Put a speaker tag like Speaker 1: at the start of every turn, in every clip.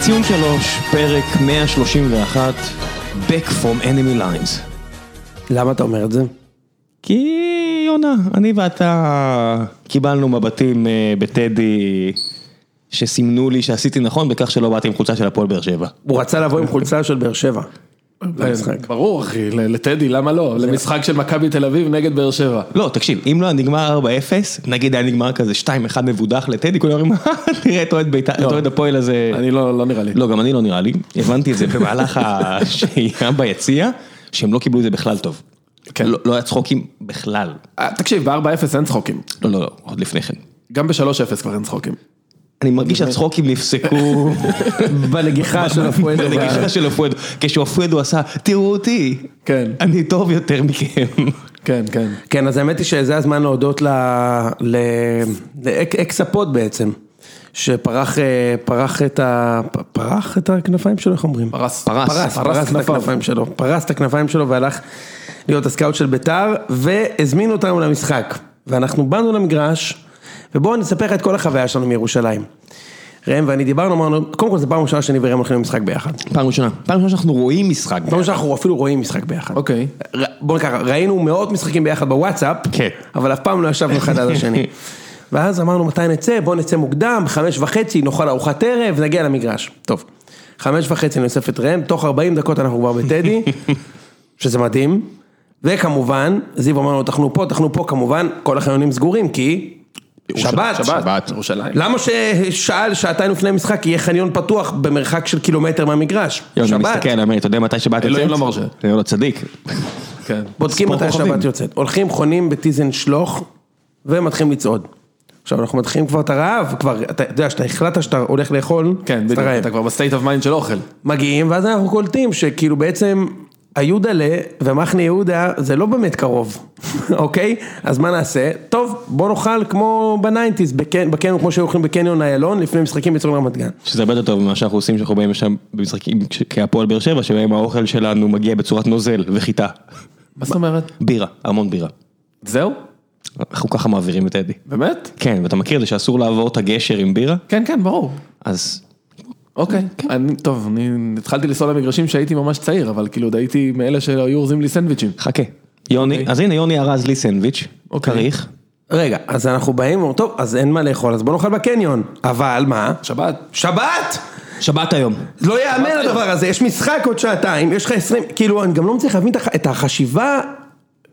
Speaker 1: ציון שלוש, פרק 131, Back From Enemy Lines.
Speaker 2: למה אתה אומר את זה?
Speaker 1: כי יונה, אני ואתה קיבלנו מבטים אה, בטדי שסימנו לי שעשיתי נכון בכך שלא באתי עם חולצה של הפועל באר שבע.
Speaker 2: הוא רצה לבוא עם חולצה של באר שבע. למשחק.
Speaker 3: אה, ברור אחי, ל- לטדי, למה לא? למשחק של מכבי תל אביב נגד באר שבע.
Speaker 1: לא, תקשיב, אם לא היה נגמר 4-0, נגיד היה נגמר כזה 2-1 מבודח לטדי, כולם אומרים, "אה, תראה את אוהד בית"ר, את אוהד הפועל הזה.
Speaker 3: אני לא, לא נראה לי.
Speaker 1: לא, גם אני לא נראה לי, הבנתי את זה במהלך השהייה ביציע, שהם לא קיבלו את זה בכלל טוב.
Speaker 3: כן.
Speaker 1: לא- לא היה צחוקים בכלל.
Speaker 3: אה, תקשיב, ב-4-0 אין צחוקים.
Speaker 1: לא, לא, לא, עוד לפני כן.
Speaker 3: גם ב-3-0 כבר אין צחוקים.
Speaker 1: אני מרגיש שהצחוקים נפסקו
Speaker 2: בנגיחה של הפועל.
Speaker 1: בנגיחה של אופואדו. כשאופואדו עשה, תראו אותי,
Speaker 3: כן.
Speaker 1: אני טוב יותר מכם.
Speaker 3: כן, כן.
Speaker 2: כן, אז האמת היא שזה הזמן להודות ל- ל- לאק- אקס הפוד בעצם, שפרח אה, פרח את ה... פ- פרח את הכנפיים שלו, איך אומרים?
Speaker 3: פרס.
Speaker 1: פרס.
Speaker 2: פרס,
Speaker 3: פרס
Speaker 2: פרס את
Speaker 3: כנפיו.
Speaker 2: הכנפיים שלו, פרס את הכנפיים שלו והלך להיות הסקאוט של ביתר, והזמין אותנו למשחק. ואנחנו באנו למגרש, ובואו אני אספר לך את כל החוויה שלנו מירושלים. ראם ואני דיברנו, אמרנו, קודם כל זו פעם ראשונה שאני וראם הולכים למשחק ביחד.
Speaker 1: פעם ראשונה, פעם ראשונה שאנחנו רואים משחק.
Speaker 2: פעם ראשונה שאנחנו אפילו רואים משחק ביחד.
Speaker 3: אוקיי.
Speaker 2: ר- בוא נקרא, ראינו מאות משחקים ביחד בוואטסאפ,
Speaker 1: כן.
Speaker 2: אבל אף פעם לא ישבנו אחד על השני. ואז אמרנו מתי נצא, בוא נצא מוקדם, חמש וחצי, נאכל ארוחת ערב, נגיע למגרש. טוב, חמש וחצי אני אוסף את ראם, תוך 40 דקות אנחנו כבר בטדי, שזה מדהים. וכמובן, זיו אמר לנו, תחנו פה, תחנו פה, כמובן, כל החניונים סגורים, כי... שבת, לא.
Speaker 3: שבת. ירושלים.
Speaker 2: למה ששעה, שעתיים לפני משחק יהיה חניון פתוח במרחק של קילומטר מהמגרש?
Speaker 1: יונה,
Speaker 2: שבת.
Speaker 1: מסתכל, אני אומר, אתה יודע מתי שבת יוצאת?
Speaker 3: אלוהים לא מרשה.
Speaker 1: אלוהים לא צדיק.
Speaker 3: כן.
Speaker 2: בודקים
Speaker 1: ספור
Speaker 2: מתי
Speaker 1: כוכבים.
Speaker 2: השבת יוצאת. הולכים, חונים בטיזן שלוך, ומתחילים לצעוד. עכשיו, אנחנו מתחילים כבר את הרעב, כבר, אתה יודע, שאתה החלטת שאתה הולך לאכול,
Speaker 3: כן,
Speaker 2: אתה
Speaker 3: בדיוק.
Speaker 2: רעב.
Speaker 3: אתה כבר בסטייט אוף מיינד של אוכל.
Speaker 2: מגיעים, ואז אנחנו קולטים שכאילו בעצם היודלה ומחנה יהודה זה לא באמת קרוב, אוקיי? אז מה נעשה? טוב, בוא נאכל כמו בניינטיז, בקניון, כמו שהיו אוכלים בקניון איילון, לפני משחקים בצורים רמת גן.
Speaker 1: שזה הרבה יותר טוב ממה שאנחנו עושים כשאנחנו באים שם במשחקים כש- כהפועל באר שבע, שבהם האוכל שלנו מגיע בצורת נוזל וחיטה.
Speaker 3: מה זאת אומרת?
Speaker 1: בירה, המון בירה.
Speaker 3: זהו?
Speaker 1: אנחנו ככה מעבירים את אדי.
Speaker 3: באמת?
Speaker 1: כן, ואתה מכיר את זה שאסור לעבור את הגשר עם בירה?
Speaker 3: כן, כן, ברור.
Speaker 1: אז
Speaker 3: אוקיי. אני, טוב, אני התחלתי לנסוע למגרשים שהייתי ממש צעיר, אבל כאילו עוד הייתי מאלה שהיו אורזים לי סנדוויצ'ים.
Speaker 1: חכה. יוני, אז הנה יוני ארז לי סנדוויץ',
Speaker 3: אוקיי.
Speaker 1: כריך.
Speaker 2: רגע, אז אנחנו באים ואומרים, טוב, אז אין מה לאכול, אז בוא נאכל בקניון. אבל מה?
Speaker 3: שבת.
Speaker 2: שבת!
Speaker 1: שבת היום.
Speaker 2: לא ייאמן הדבר הזה, יש משחק עוד שעתיים, יש לך עשרים, כאילו אני גם לא מצליח להבין את הח- את החשיבה,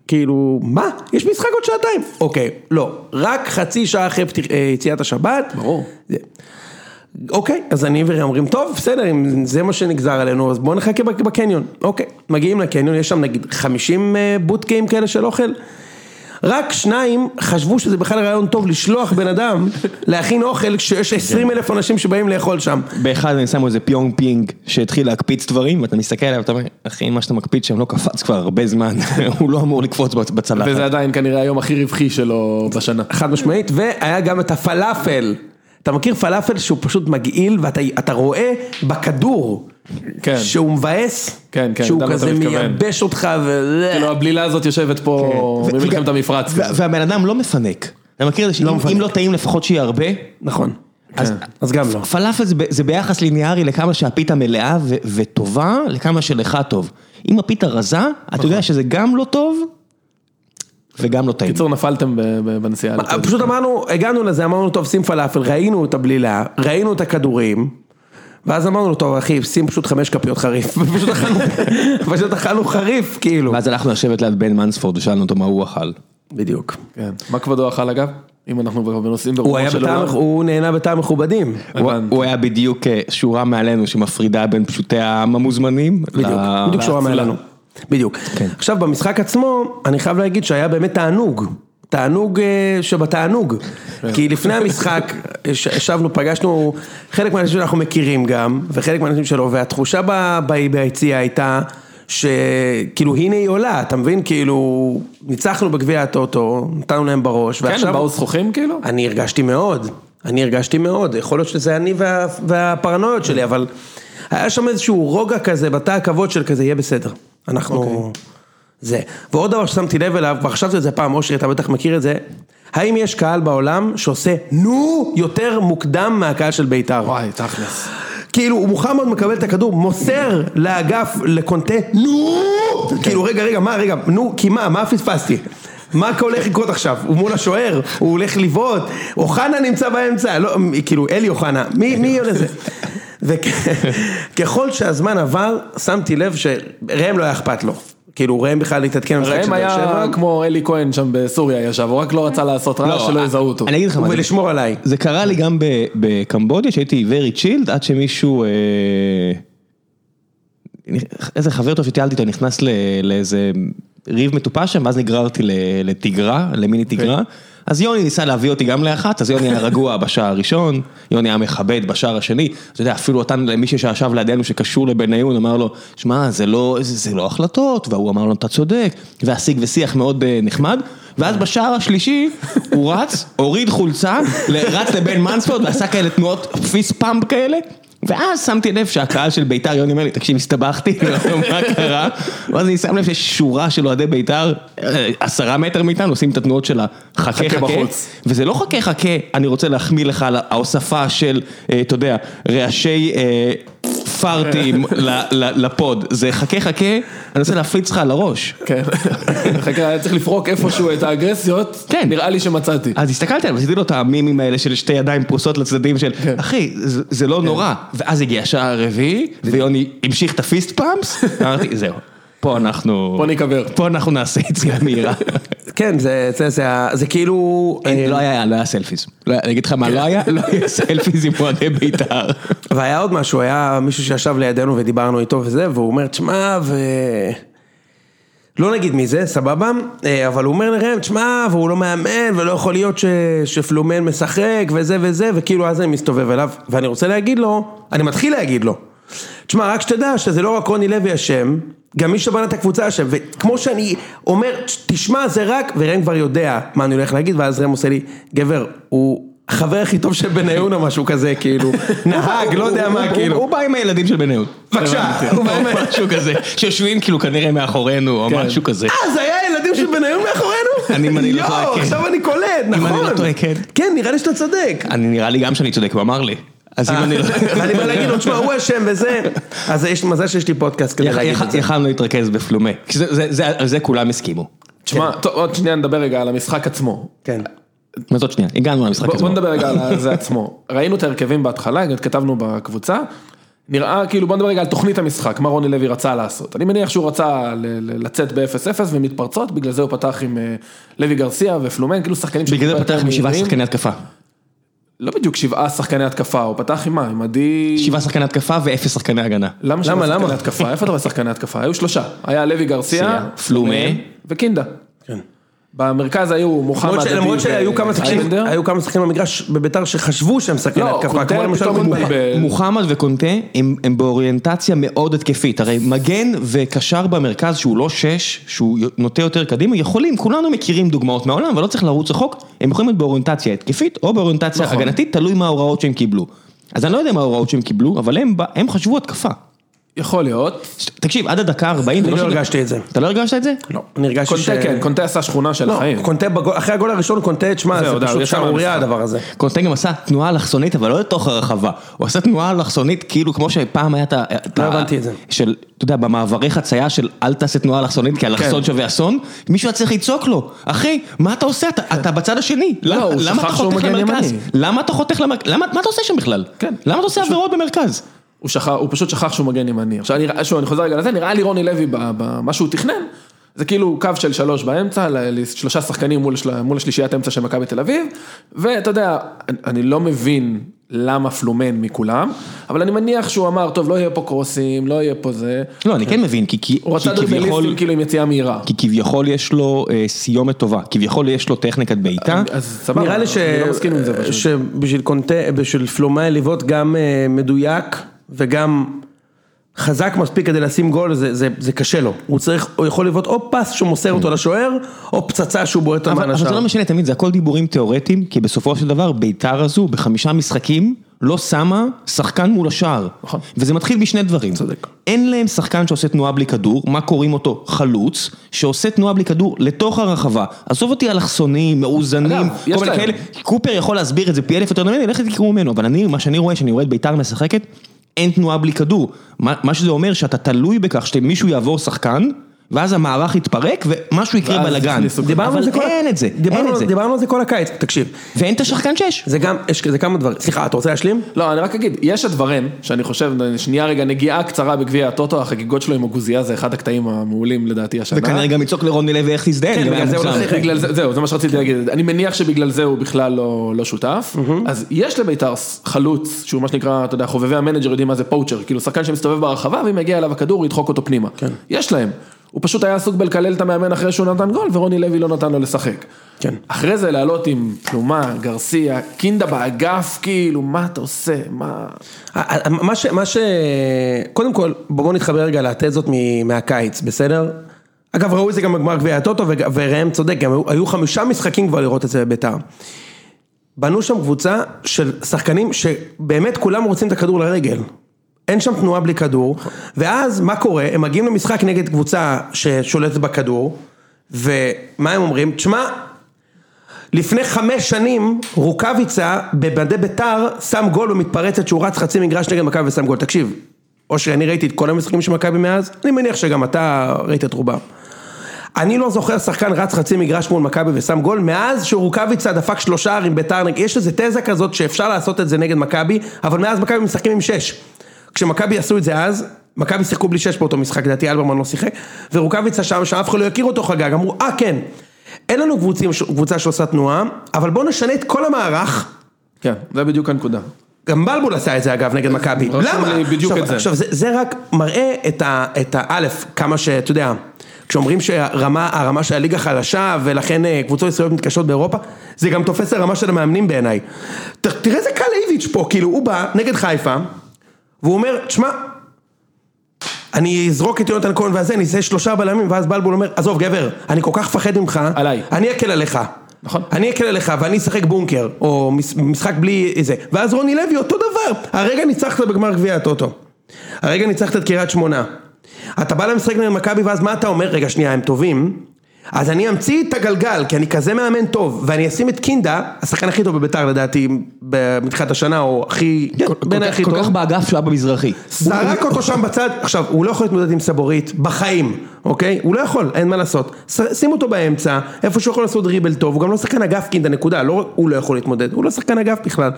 Speaker 2: כאילו, מה? יש משחק עוד שעתיים. אוקיי, לא, רק חצי שעה אחרי פתיח- אה, יציאת השבת.
Speaker 3: ברור.
Speaker 2: זה- אוקיי, אז אני וראם אומרים, טוב, בסדר, אם זה מה שנגזר עלינו, אז בואו נחכה בק- בקניון. אוקיי, מגיעים לקניון, יש שם נגיד 50 אה, בוטקאים כאלה של אוכל. רק שניים חשבו שזה בכלל רעיון טוב לשלוח בן אדם להכין אוכל כשיש 20 אלף אנשים שבאים לאכול שם.
Speaker 1: באחד אני שם איזה פיונג פינג שהתחיל להקפיץ דברים, ואתה מסתכל עליו ואתה אומר, אחי, מה שאתה מקפיץ שם לא קפץ כבר הרבה זמן, הוא לא אמור לקפוץ בצ- בצלחת.
Speaker 3: וזה עדיין כנראה היום הכי רווחי שלו בשנה.
Speaker 2: חד משמעית, והיה גם את הפלאפל. אתה מכיר פלאפל שהוא פשוט מגעיל ואתה אתה רואה בכדור
Speaker 3: כן.
Speaker 2: שהוא מבאס,
Speaker 3: כן, כן,
Speaker 2: שהוא
Speaker 3: יודע מה אתה
Speaker 2: כזה
Speaker 3: מתכוון.
Speaker 2: מייבש אותך ו...
Speaker 3: כאילו הבלילה הזאת יושבת פה
Speaker 1: כן. ו-
Speaker 3: במלחמת המפרץ.
Speaker 1: וה- והבן אדם לא מפנק. אתה מכיר את זה שאם אם לא טעים לפחות שיהיה הרבה,
Speaker 2: נכון,
Speaker 3: כן.
Speaker 1: אז
Speaker 2: אז גם לא.
Speaker 1: פלאפל זה, ב- זה ביחס ליניארי לכמה שהפיתה מלאה ו- וטובה, לכמה שלך טוב. אם הפיתה רזה, אתה יודע שזה גם לא טוב, וגם לא טעים.
Speaker 3: קיצור נפלתם ב- ב- בנסיעה. לטדי.
Speaker 2: פשוט אמרנו, הגענו לזה, אמרנו טוב שים פלאפל, ראינו את הבלילה, ראינו את הכדורים, ואז אמרנו טוב אחי שים פשוט חמש כפיות חריף, ופשוט אכלנו, פשוט אכלנו חריף כאילו,
Speaker 1: ואז הלכנו לשבת ליד בן מנספורד ושאלנו אותו מה הוא אכל.
Speaker 2: בדיוק.
Speaker 3: כן. מה כבודו אכל אגב? אם אנחנו כבר בנושאים
Speaker 2: הוא
Speaker 3: ברומו
Speaker 2: היה
Speaker 3: של כן,
Speaker 2: בתא,
Speaker 3: עולם.
Speaker 2: הוא נהנה בתא מכובדים.
Speaker 1: הוא-
Speaker 3: הבנתי.
Speaker 1: הוא היה בדיוק אה, שורה מעלינו שמפרידה בין פשוטי העם המוזמנים.
Speaker 2: בדיוק,
Speaker 1: ל-
Speaker 2: בדיוק שורה
Speaker 3: להצלה.
Speaker 2: מעלינו. בדיוק.
Speaker 3: כן.
Speaker 2: עכשיו במשחק עצמו, אני חייב להגיד שהיה באמת תענוג. תענוג אה, שבתענוג.
Speaker 3: כן.
Speaker 2: כי לפני המשחק יש- ישבנו, פגשנו חלק מהאנשים שאנחנו מכירים גם, וחלק מהאנשים שלא, והתחושה ב- ב- ביציע הייתה שכאילו הנה היא עולה, אתה מבין? כאילו ניצחנו בגביע הטוטו, נתנו להם בראש,
Speaker 3: כן, הם באו זכוכים כאילו?
Speaker 2: אני הרגשתי מאוד, אני הרגשתי מאוד, יכול להיות שזה אני וה, והפרנויות שלי, אבל היה שם איזשהו רוגע כזה, בתא הכבוד של כזה, יהיה בסדר. אנחנו... זה. ועוד דבר ששמתי לב אליו, כבר חשבתי על זה פעם, אושרי, אתה בטח מכיר את זה, האם יש קהל בעולם שעושה נו יותר מוקדם מהקהל של בית"ר?
Speaker 3: וואי, תכלס.
Speaker 2: כאילו מוחמד מקבל את הכדור, מוסר לאגף, לקונטה, נו! כאילו רגע, רגע, מה, רגע, נו, כי מה, מה פספסתי? מה הולך לקרות עכשיו? הוא מול השוער, הוא הולך לבעוט, אוחנה נמצא באמצע, לא, מ- כאילו אלי אוחנה, מי, מי יודע זה? וככל שהזמן עבר, שמתי לב שראם לא היה אכפת לו. כאילו ראם בכלל התעדכן במשחק של
Speaker 3: ראם
Speaker 2: באר שבע,
Speaker 3: היה כמו אלי כהן שם בסוריה ישב, הוא רק לא רצה לעשות רעש שלא יזהו אותו.
Speaker 1: אה, אני אגיד לך מה זה.
Speaker 2: ולשמור עליי.
Speaker 1: זה קרה לי גם ב- בקמבודיה, שהייתי very chilled, עד שמישהו... אה, איזה חבר טוב שטיילתי איתו נכנס ל- לאיזה ריב מטופש שם, ואז נגררתי ל- לתגרה, למיני תגרה. אז יוני ניסה להביא אותי גם לאחת, אז יוני היה רגוע בשער הראשון, יוני היה מכבד בשער השני. אתה יודע, אפילו נתן למישהו שישב לידינו שקשור לבניון, אמר לו, שמע, זה לא, זה, זה לא החלטות, והוא אמר לו, אתה צודק, והשיג ושיח מאוד אה, נחמד. ואז בשער השלישי הוא רץ, הוריד חולצה, ל- רץ לבן מנספורד ועשה כאלה תנועות פיס פאמפ כאלה. ואז שמתי לב שהקהל של ביתר, יוני אומר לי, תקשיב, הסתבכתי, אני לא יודע מה קרה? ואז אני שם לב שיש שורה של אוהדי ביתר, אה, עשרה מטר מאיתנו, עושים את התנועות של החכה חכה.
Speaker 3: בחוץ.
Speaker 1: וזה לא חכה חכה, אני רוצה להחמיא לך על ההוספה של, אה, אתה יודע, רעשי אה, פארטים ל- ל- לפוד. זה חכה חכה, אני רוצה להפיץ לך על הראש.
Speaker 3: כן, חכה, היה צריך לפרוק איפשהו את האגרסיות,
Speaker 1: כן.
Speaker 3: נראה לי שמצאתי.
Speaker 1: אז הסתכלתי עליו, עשיתי לו את המימים האלה של שתי ידיים פרוסות לצדדים של, אחי, זה זה לא נורא. ואז הגיע השער הרביעי, ויוני המשיך את הפיסט פאמפס, אמרתי, זהו, פה אנחנו...
Speaker 3: פה ניקבר."
Speaker 1: פה אנחנו נעשה יציאה מהירה.
Speaker 2: כן, זה, זה, זה, ה- זה כאילו...
Speaker 1: אין, לא היה, לא היה סלפיז. לא היה- אני אגיד לך מה לא היה, לא היה סלפיז עם אוהדי בית"ר.
Speaker 2: והיה עוד משהו, היה מישהו שישב לידינו ודיברנו איתו וזה, והוא אומר, תשמע, ו... לא נגיד מי זה, סבבה, אה, אבל הוא אומר לראם, תשמע, והוא לא מאמן, ולא יכול להיות ש... שפלומן משחק, וזה וזה, וכאילו אז אני מסתובב אליו, ואני רוצה להגיד לו, אני מתחיל להגיד לו, תשמע, רק שתדע שזה לא רק רוני לוי אשם, גם מי שבנה את הקבוצה אשם, וכמו שאני אומר, תשמע, זה רק, וראם כבר יודע מה אני הולך להגיד, ואז ראם עושה לי, גבר, הוא... החבר הכי טוב של בניון או משהו כזה, כאילו, נהג, לא יודע
Speaker 1: הוא-
Speaker 2: מה,
Speaker 1: הוא-
Speaker 2: כאילו,
Speaker 1: הוא בא עם הילדים של בן אהוד.
Speaker 2: בבקשה, הוא בא עם ה-
Speaker 1: משהו כזה, שיושבים כאילו כנראה מאחורינו, או
Speaker 3: כן.
Speaker 1: משהו כזה.
Speaker 2: אה, זה היה הילדים של בניון מאחורינו?
Speaker 1: אני- אם אני לא טועה,
Speaker 2: יואו,
Speaker 1: כן.
Speaker 2: עכשיו אני קולט,
Speaker 1: אני
Speaker 2: נכון.
Speaker 1: לא טועה, כן.
Speaker 2: כן, נראה לי שאתה צודק.
Speaker 1: אני נראה לי גם שאני צודק, הוא אמר לי. אז אם אני לא...
Speaker 2: אני בא להגיד לו, תשמע, הוא אשם וזה. אז יש- מזל שיש לי פודקאסט כדי
Speaker 1: יכ-
Speaker 2: להגיד
Speaker 1: יכ-
Speaker 2: את זה.
Speaker 1: יכלנו להתרכז בפלומה, כי זה- זה- זה- על זה כולם הסכימו.
Speaker 3: תשמע,
Speaker 1: כן.
Speaker 3: טוב, עוד שנייה נדבר רגע על המשחק עצמו.
Speaker 2: כן.
Speaker 1: מה זאת שנייה, הגענו למשחק
Speaker 3: בוא-
Speaker 1: עצמו.
Speaker 3: בוא נדבר רגע על זה עצמו. ראינו את ההרכבים בהתחלה, גם כתבנו בקבוצה. נראה כאילו בוא נדבר רגע על תוכנית המשחק, מה רוני לוי רצה לעשות. אני מניח שהוא רצה ל- ל- לצאת ב-0-0 ומתפרצות, בגלל זה הוא פתח עם אה, לוי גרסיה ופלומן, כאילו שחקנים
Speaker 1: בגלל
Speaker 3: שטיפה
Speaker 1: זה
Speaker 3: יותר
Speaker 1: פתח עם שבעה
Speaker 3: מהירים.
Speaker 1: שחקני התקפה.
Speaker 3: לא בדיוק שבעה שחקני התקפה, הוא פתח עם מה? עם עדי...
Speaker 1: שבעה שחקני התקפה ואפס שחקני הגנה.
Speaker 3: למה שבעה
Speaker 2: למה, למה?
Speaker 3: שחקני התקפה? איפה אתה רואה שחקני התקפה? היו שלושה. היה לוי גרסיה,
Speaker 1: גרסיה, פלומן.
Speaker 3: וקינדה. במרכז היו מוחמד
Speaker 2: למרות ש-
Speaker 3: עדי
Speaker 2: למרות שהיו כמה שחקנים
Speaker 3: ואייבנדר.
Speaker 2: היו כמה שחקנים במגרש בביתר שחשבו שהם שחקני
Speaker 3: לא,
Speaker 2: התקפה,
Speaker 3: קונטה
Speaker 2: כמו למשל
Speaker 3: פתאום
Speaker 2: קונטה.
Speaker 3: התבלבל.
Speaker 1: מוחמד וקונטה הם, הם באוריינטציה מאוד התקפית, הרי מגן וקשר במרכז שהוא לא שש, שהוא נוטה יותר קדימה, יכולים, כולנו מכירים דוגמאות מהעולם, אבל לא צריך לרוץ רחוק, הם יכולים להיות באוריינטציה התקפית או באוריינטציה
Speaker 3: נכון.
Speaker 1: נכון. הגנתית, תלוי מה ההוראות שהם קיבלו. אז אני לא יודע מה ההוראות שהם קיבלו, אבל הם, ב- הם חשבו התקפה.
Speaker 3: יכול להיות.
Speaker 1: ש- תקשיב, עד הדקה 40,
Speaker 2: אני לא הרגשתי את זה.
Speaker 1: אתה לא הרגשת את זה?
Speaker 2: לא, אני הרגשתי ש...
Speaker 3: קונטה כן, קונטה עשה שכונה של
Speaker 2: לא,
Speaker 3: החיים.
Speaker 2: קונטה, בגול- אחרי הגול הראשון קונטה, תשמע,
Speaker 3: זהו,
Speaker 2: זה
Speaker 3: די, הוא
Speaker 2: פשוט
Speaker 3: יצא
Speaker 2: שערורייה
Speaker 3: מהמשחק.
Speaker 2: הדבר הזה.
Speaker 1: קונטה גם עשה תנועה אלכסונית, אבל לא לתוך הרחבה. הוא עשה תנועה אלכסונית, כאילו כמו שפעם היה את ה... את
Speaker 2: לא
Speaker 1: ה-
Speaker 2: הבנתי את זה.
Speaker 1: של, אתה יודע, במעברי חצייה של אל תעשה תנועה אלכסונית, כי אלכסון
Speaker 3: כן.
Speaker 1: שווה אסון, מישהו היה צריך לצעוק לו, אחי, מה אתה עושה? אתה, אתה בצד השני. למה-
Speaker 3: לא, הוא
Speaker 1: למה
Speaker 3: שכח
Speaker 1: אתה
Speaker 3: שהוא
Speaker 1: חותך
Speaker 3: מגן
Speaker 1: למרכז?
Speaker 3: ימני.
Speaker 1: למה אתה חותך למרכז? למה, מה אתה עושה שם בכלל?
Speaker 3: כן.
Speaker 1: למה אתה עושה עבירות במרכז?
Speaker 3: הוא, שכח, הוא פשוט שכח שהוא מגן ימני. עכשיו, אני, שוב, אני חוזר רגע לזה, נראה לי רוני לוי, ב- ב- מה שהוא תכנן, זה כאילו קו של שלוש באמצע, ל- לשלושה שחקנים מול, של- מול השלישיית אמצע של מכבי תל אביב, ואתה יודע, אני, אני לא מבין למה פלומן מכולם, אבל אני מניח שהוא אמר, טוב, לא יהיה פה קרוסים, לא יהיה פה זה.
Speaker 1: לא, אני כן מבין, כי, כי,
Speaker 3: הוא
Speaker 1: כי
Speaker 3: רצה
Speaker 1: כביכול...
Speaker 3: דריבליסטים כאילו עם יציאה מהירה.
Speaker 1: כי כביכול יש לו אה, סיומת טובה, כביכול יש לו טכניקת בעיטה.
Speaker 3: אז סבבה,
Speaker 2: נראה לי ש...
Speaker 3: אני לא מסכים עם זה פשוט.
Speaker 2: שבשביל קונטה, בשביל פלומה לבעוט גם אה, מדויק וגם חזק מספיק כדי לשים גול, זה, זה, זה קשה לו. הוא צריך, הוא יכול לבעוט או פס שהוא מוסר
Speaker 3: Mm.
Speaker 2: אותו לשוער, או פצצה שהוא בועט אותו
Speaker 1: אבל, אבל זה לא
Speaker 2: מהנשאר.
Speaker 1: משנה תמיד, זה הכל דיבורים תיאורטיים, כי בסופו של דבר ביתר הזו בחמישה משחקים לא שמה שחקן מול השער.
Speaker 3: נכון.
Speaker 1: וזה מתחיל משני דברים.
Speaker 2: צודק.
Speaker 1: אין להם שחקן שעושה תנועה בלי כדור, מה קוראים אותו? חלוץ, שעושה תנועה בלי כדור לתוך הרחבה. עזוב אותי אלכסונים, מאוזנים,
Speaker 3: אגב, יש
Speaker 1: כל מיני
Speaker 3: להם.
Speaker 1: כאלה. קופר יכול להסביר את זה פי אלף יותר ממני, לכת תקראו ממנו, אבל אני, מה שאני רואה, שאני רואה את ביתר משחקת, אין תנועה בלי כדור. מה, מה שזה אומר שאתה תלוי בכך שמישהו יעבור שחקן, ואז המערך יתפרק ומשהו יקרה
Speaker 3: ואז
Speaker 1: בלאגן.
Speaker 3: יכניסו-
Speaker 2: דיברנו על
Speaker 1: אבל
Speaker 2: זה כל... ה-
Speaker 1: אין את זה, אין
Speaker 2: דיברנו-
Speaker 1: את זה.
Speaker 2: דיברנו על זה כל הקיץ, תקשיב.
Speaker 1: ואין את השחקן שש.
Speaker 2: זה גם, יש זה כמה דברים. סליחה, אתה רוצה להשלים?
Speaker 3: לא, אני רק אגיד, יש הדברים, שאני חושב, שנייה רגע, נגיעה קצרה בגביע הטוטו, החגיגות שלו עם הגוזייה זה אחד הקטעים המעולים לדעתי השנה. אה,
Speaker 1: וכנראה גם יצעוק לרוני לוי איך תזדיין, גם היה
Speaker 2: בגלל זה הוא לא
Speaker 1: מוגזם.
Speaker 2: שיחק.
Speaker 3: בגלל זה, זהו, זה מה שרציתי להגיד, אני מניח שבגלל זה הוא בכלל לא, לא שותף, אז יש לביתר ס- חלוץ, שהוא מה שנקרא, אתה יודע, חובבי המנג'ר יודעים מה זה פואוצ'ר, כאילו שחקן שמסתובב ברחבה, ואם יגיע אליו הכדור, הוא ידחוק אותו פנימה.
Speaker 1: כן.
Speaker 3: יש להם. הוא פשוט היה עסוק בלקלל את המאמן אחרי שהוא נתן גול, ורוני לוי לא נתן לו לשחק.
Speaker 2: כן.
Speaker 3: אחרי זה לעלות עם תלומה, גרסיה, קינדה באגף, כאילו, מה אתה עושה? מה...
Speaker 2: מה ש... מה ש... קודם כל, בואו נתחבר רגע לתזות מ- מהקיץ, בסדר? אגב, ראו את זה גם בגמר גביע הטוטו, וג- וראם צודק, גם היו- היו חמישה משחקים כבר לראות את זה בביתר. בנו שם קבוצה של שחקנים שבאמת כולם רוצים את הכדור לרגל. אין שם תנועה בלי כדור, ואז מה קורה? הם מגיעים למשחק נגד קבוצה ששולטת בכדור, ומה הם אומרים? תשמע, לפני חמש שנים רוקאביצה במדי ביתר שם גול במתפרצת שהוא רץ חצי מגרש נגד מכבי ושם גול. תקשיב, אושרי, אני ראיתי את כל המשחקים של מכבי מאז, אני מניח שגם אתה ראית את רובם. אני לא זוכר שחקן רץ חצי מגרש מול מכבי ושם גול מאז שרוקאביצה דפק שלושה ערים ביתר, נגד- יש איזו תזה כזאת שאפשר לעשות את זה נגד מכבי, אבל מאז מכבי משחקים עם שש. כשמכבי עשו את זה אז, מכבי שיחקו בלי שש באותו משחק, לדעתי אלברמן לא שיחק, ורוקאביצה שם, שאף אחד לא יכיר אותו חגג, אמרו, אה כן, אין לנו קבוצים, קבוצה שעושה תנועה, אבל בואו נשנה את כל המערך.
Speaker 3: כן, זה בדיוק הנקודה.
Speaker 2: גם בלבול עשה את זה אגב נגד מכבי,
Speaker 3: רשום
Speaker 2: למה?
Speaker 3: לי בדיוק
Speaker 2: עכשיו,
Speaker 3: את זה.
Speaker 2: עכשיו זה, זה רק מראה את ה... את ה... א', כמה שאתה יודע, כשאומרים שהרמה הרמה של הליגה חלשה ולכן אה, קבוצות ישראליות מתקשות באירופה, זה גם תופס לרמה של המאמנים בעיניי. ת- תראה איזה קל איביץ' פה, כאילו הוא בא נגד חיפה, והוא אומר, תשמע, אני אזרוק את יונתן כהן והזה, אני אעשה שלושה בלמים, ואז בלבול אומר, עזוב גבר, אני כל כך מפחד ממך,
Speaker 3: עליי.
Speaker 2: אני אקל עליך.
Speaker 3: נכון.
Speaker 2: אני אקל עליך ואני אשחק בונקר, או מש- משחק בלי זה. ואז רוני לוי אותו דבר, הרגע ניצחת בגמר גביע הטוטו. הרגע ניצחת את קריית שמונה. אתה בא למשחק נגד מכבי ואז מה אתה אומר? רגע שנייה, הם טובים. אז אני אמציא את הגלגל, כי אני כזה מאמן טוב, ואני אשים את קינדה, השחקן הכי טוב בביתר לדעתי, בתחילת השנה, או הכי, כן,
Speaker 1: כל-
Speaker 2: בין
Speaker 1: כל-
Speaker 2: הכי
Speaker 1: כל
Speaker 2: טוב.
Speaker 1: כך באגף שהיה במזרחי.
Speaker 2: זרק אותו שם בצד, עכשיו, הוא לא יכול להתמודד עם סבורית, בחיים, אוקיי? הוא לא יכול, אין מה לעשות. ש- שים אותו באמצע, איפה שהוא יכול לעשות דריבל טוב, הוא גם לא שחקן אגף קינד, הנקודה, לא, רק- הוא לא יכול להתמודד, הוא לא שחקן אגף בכלל.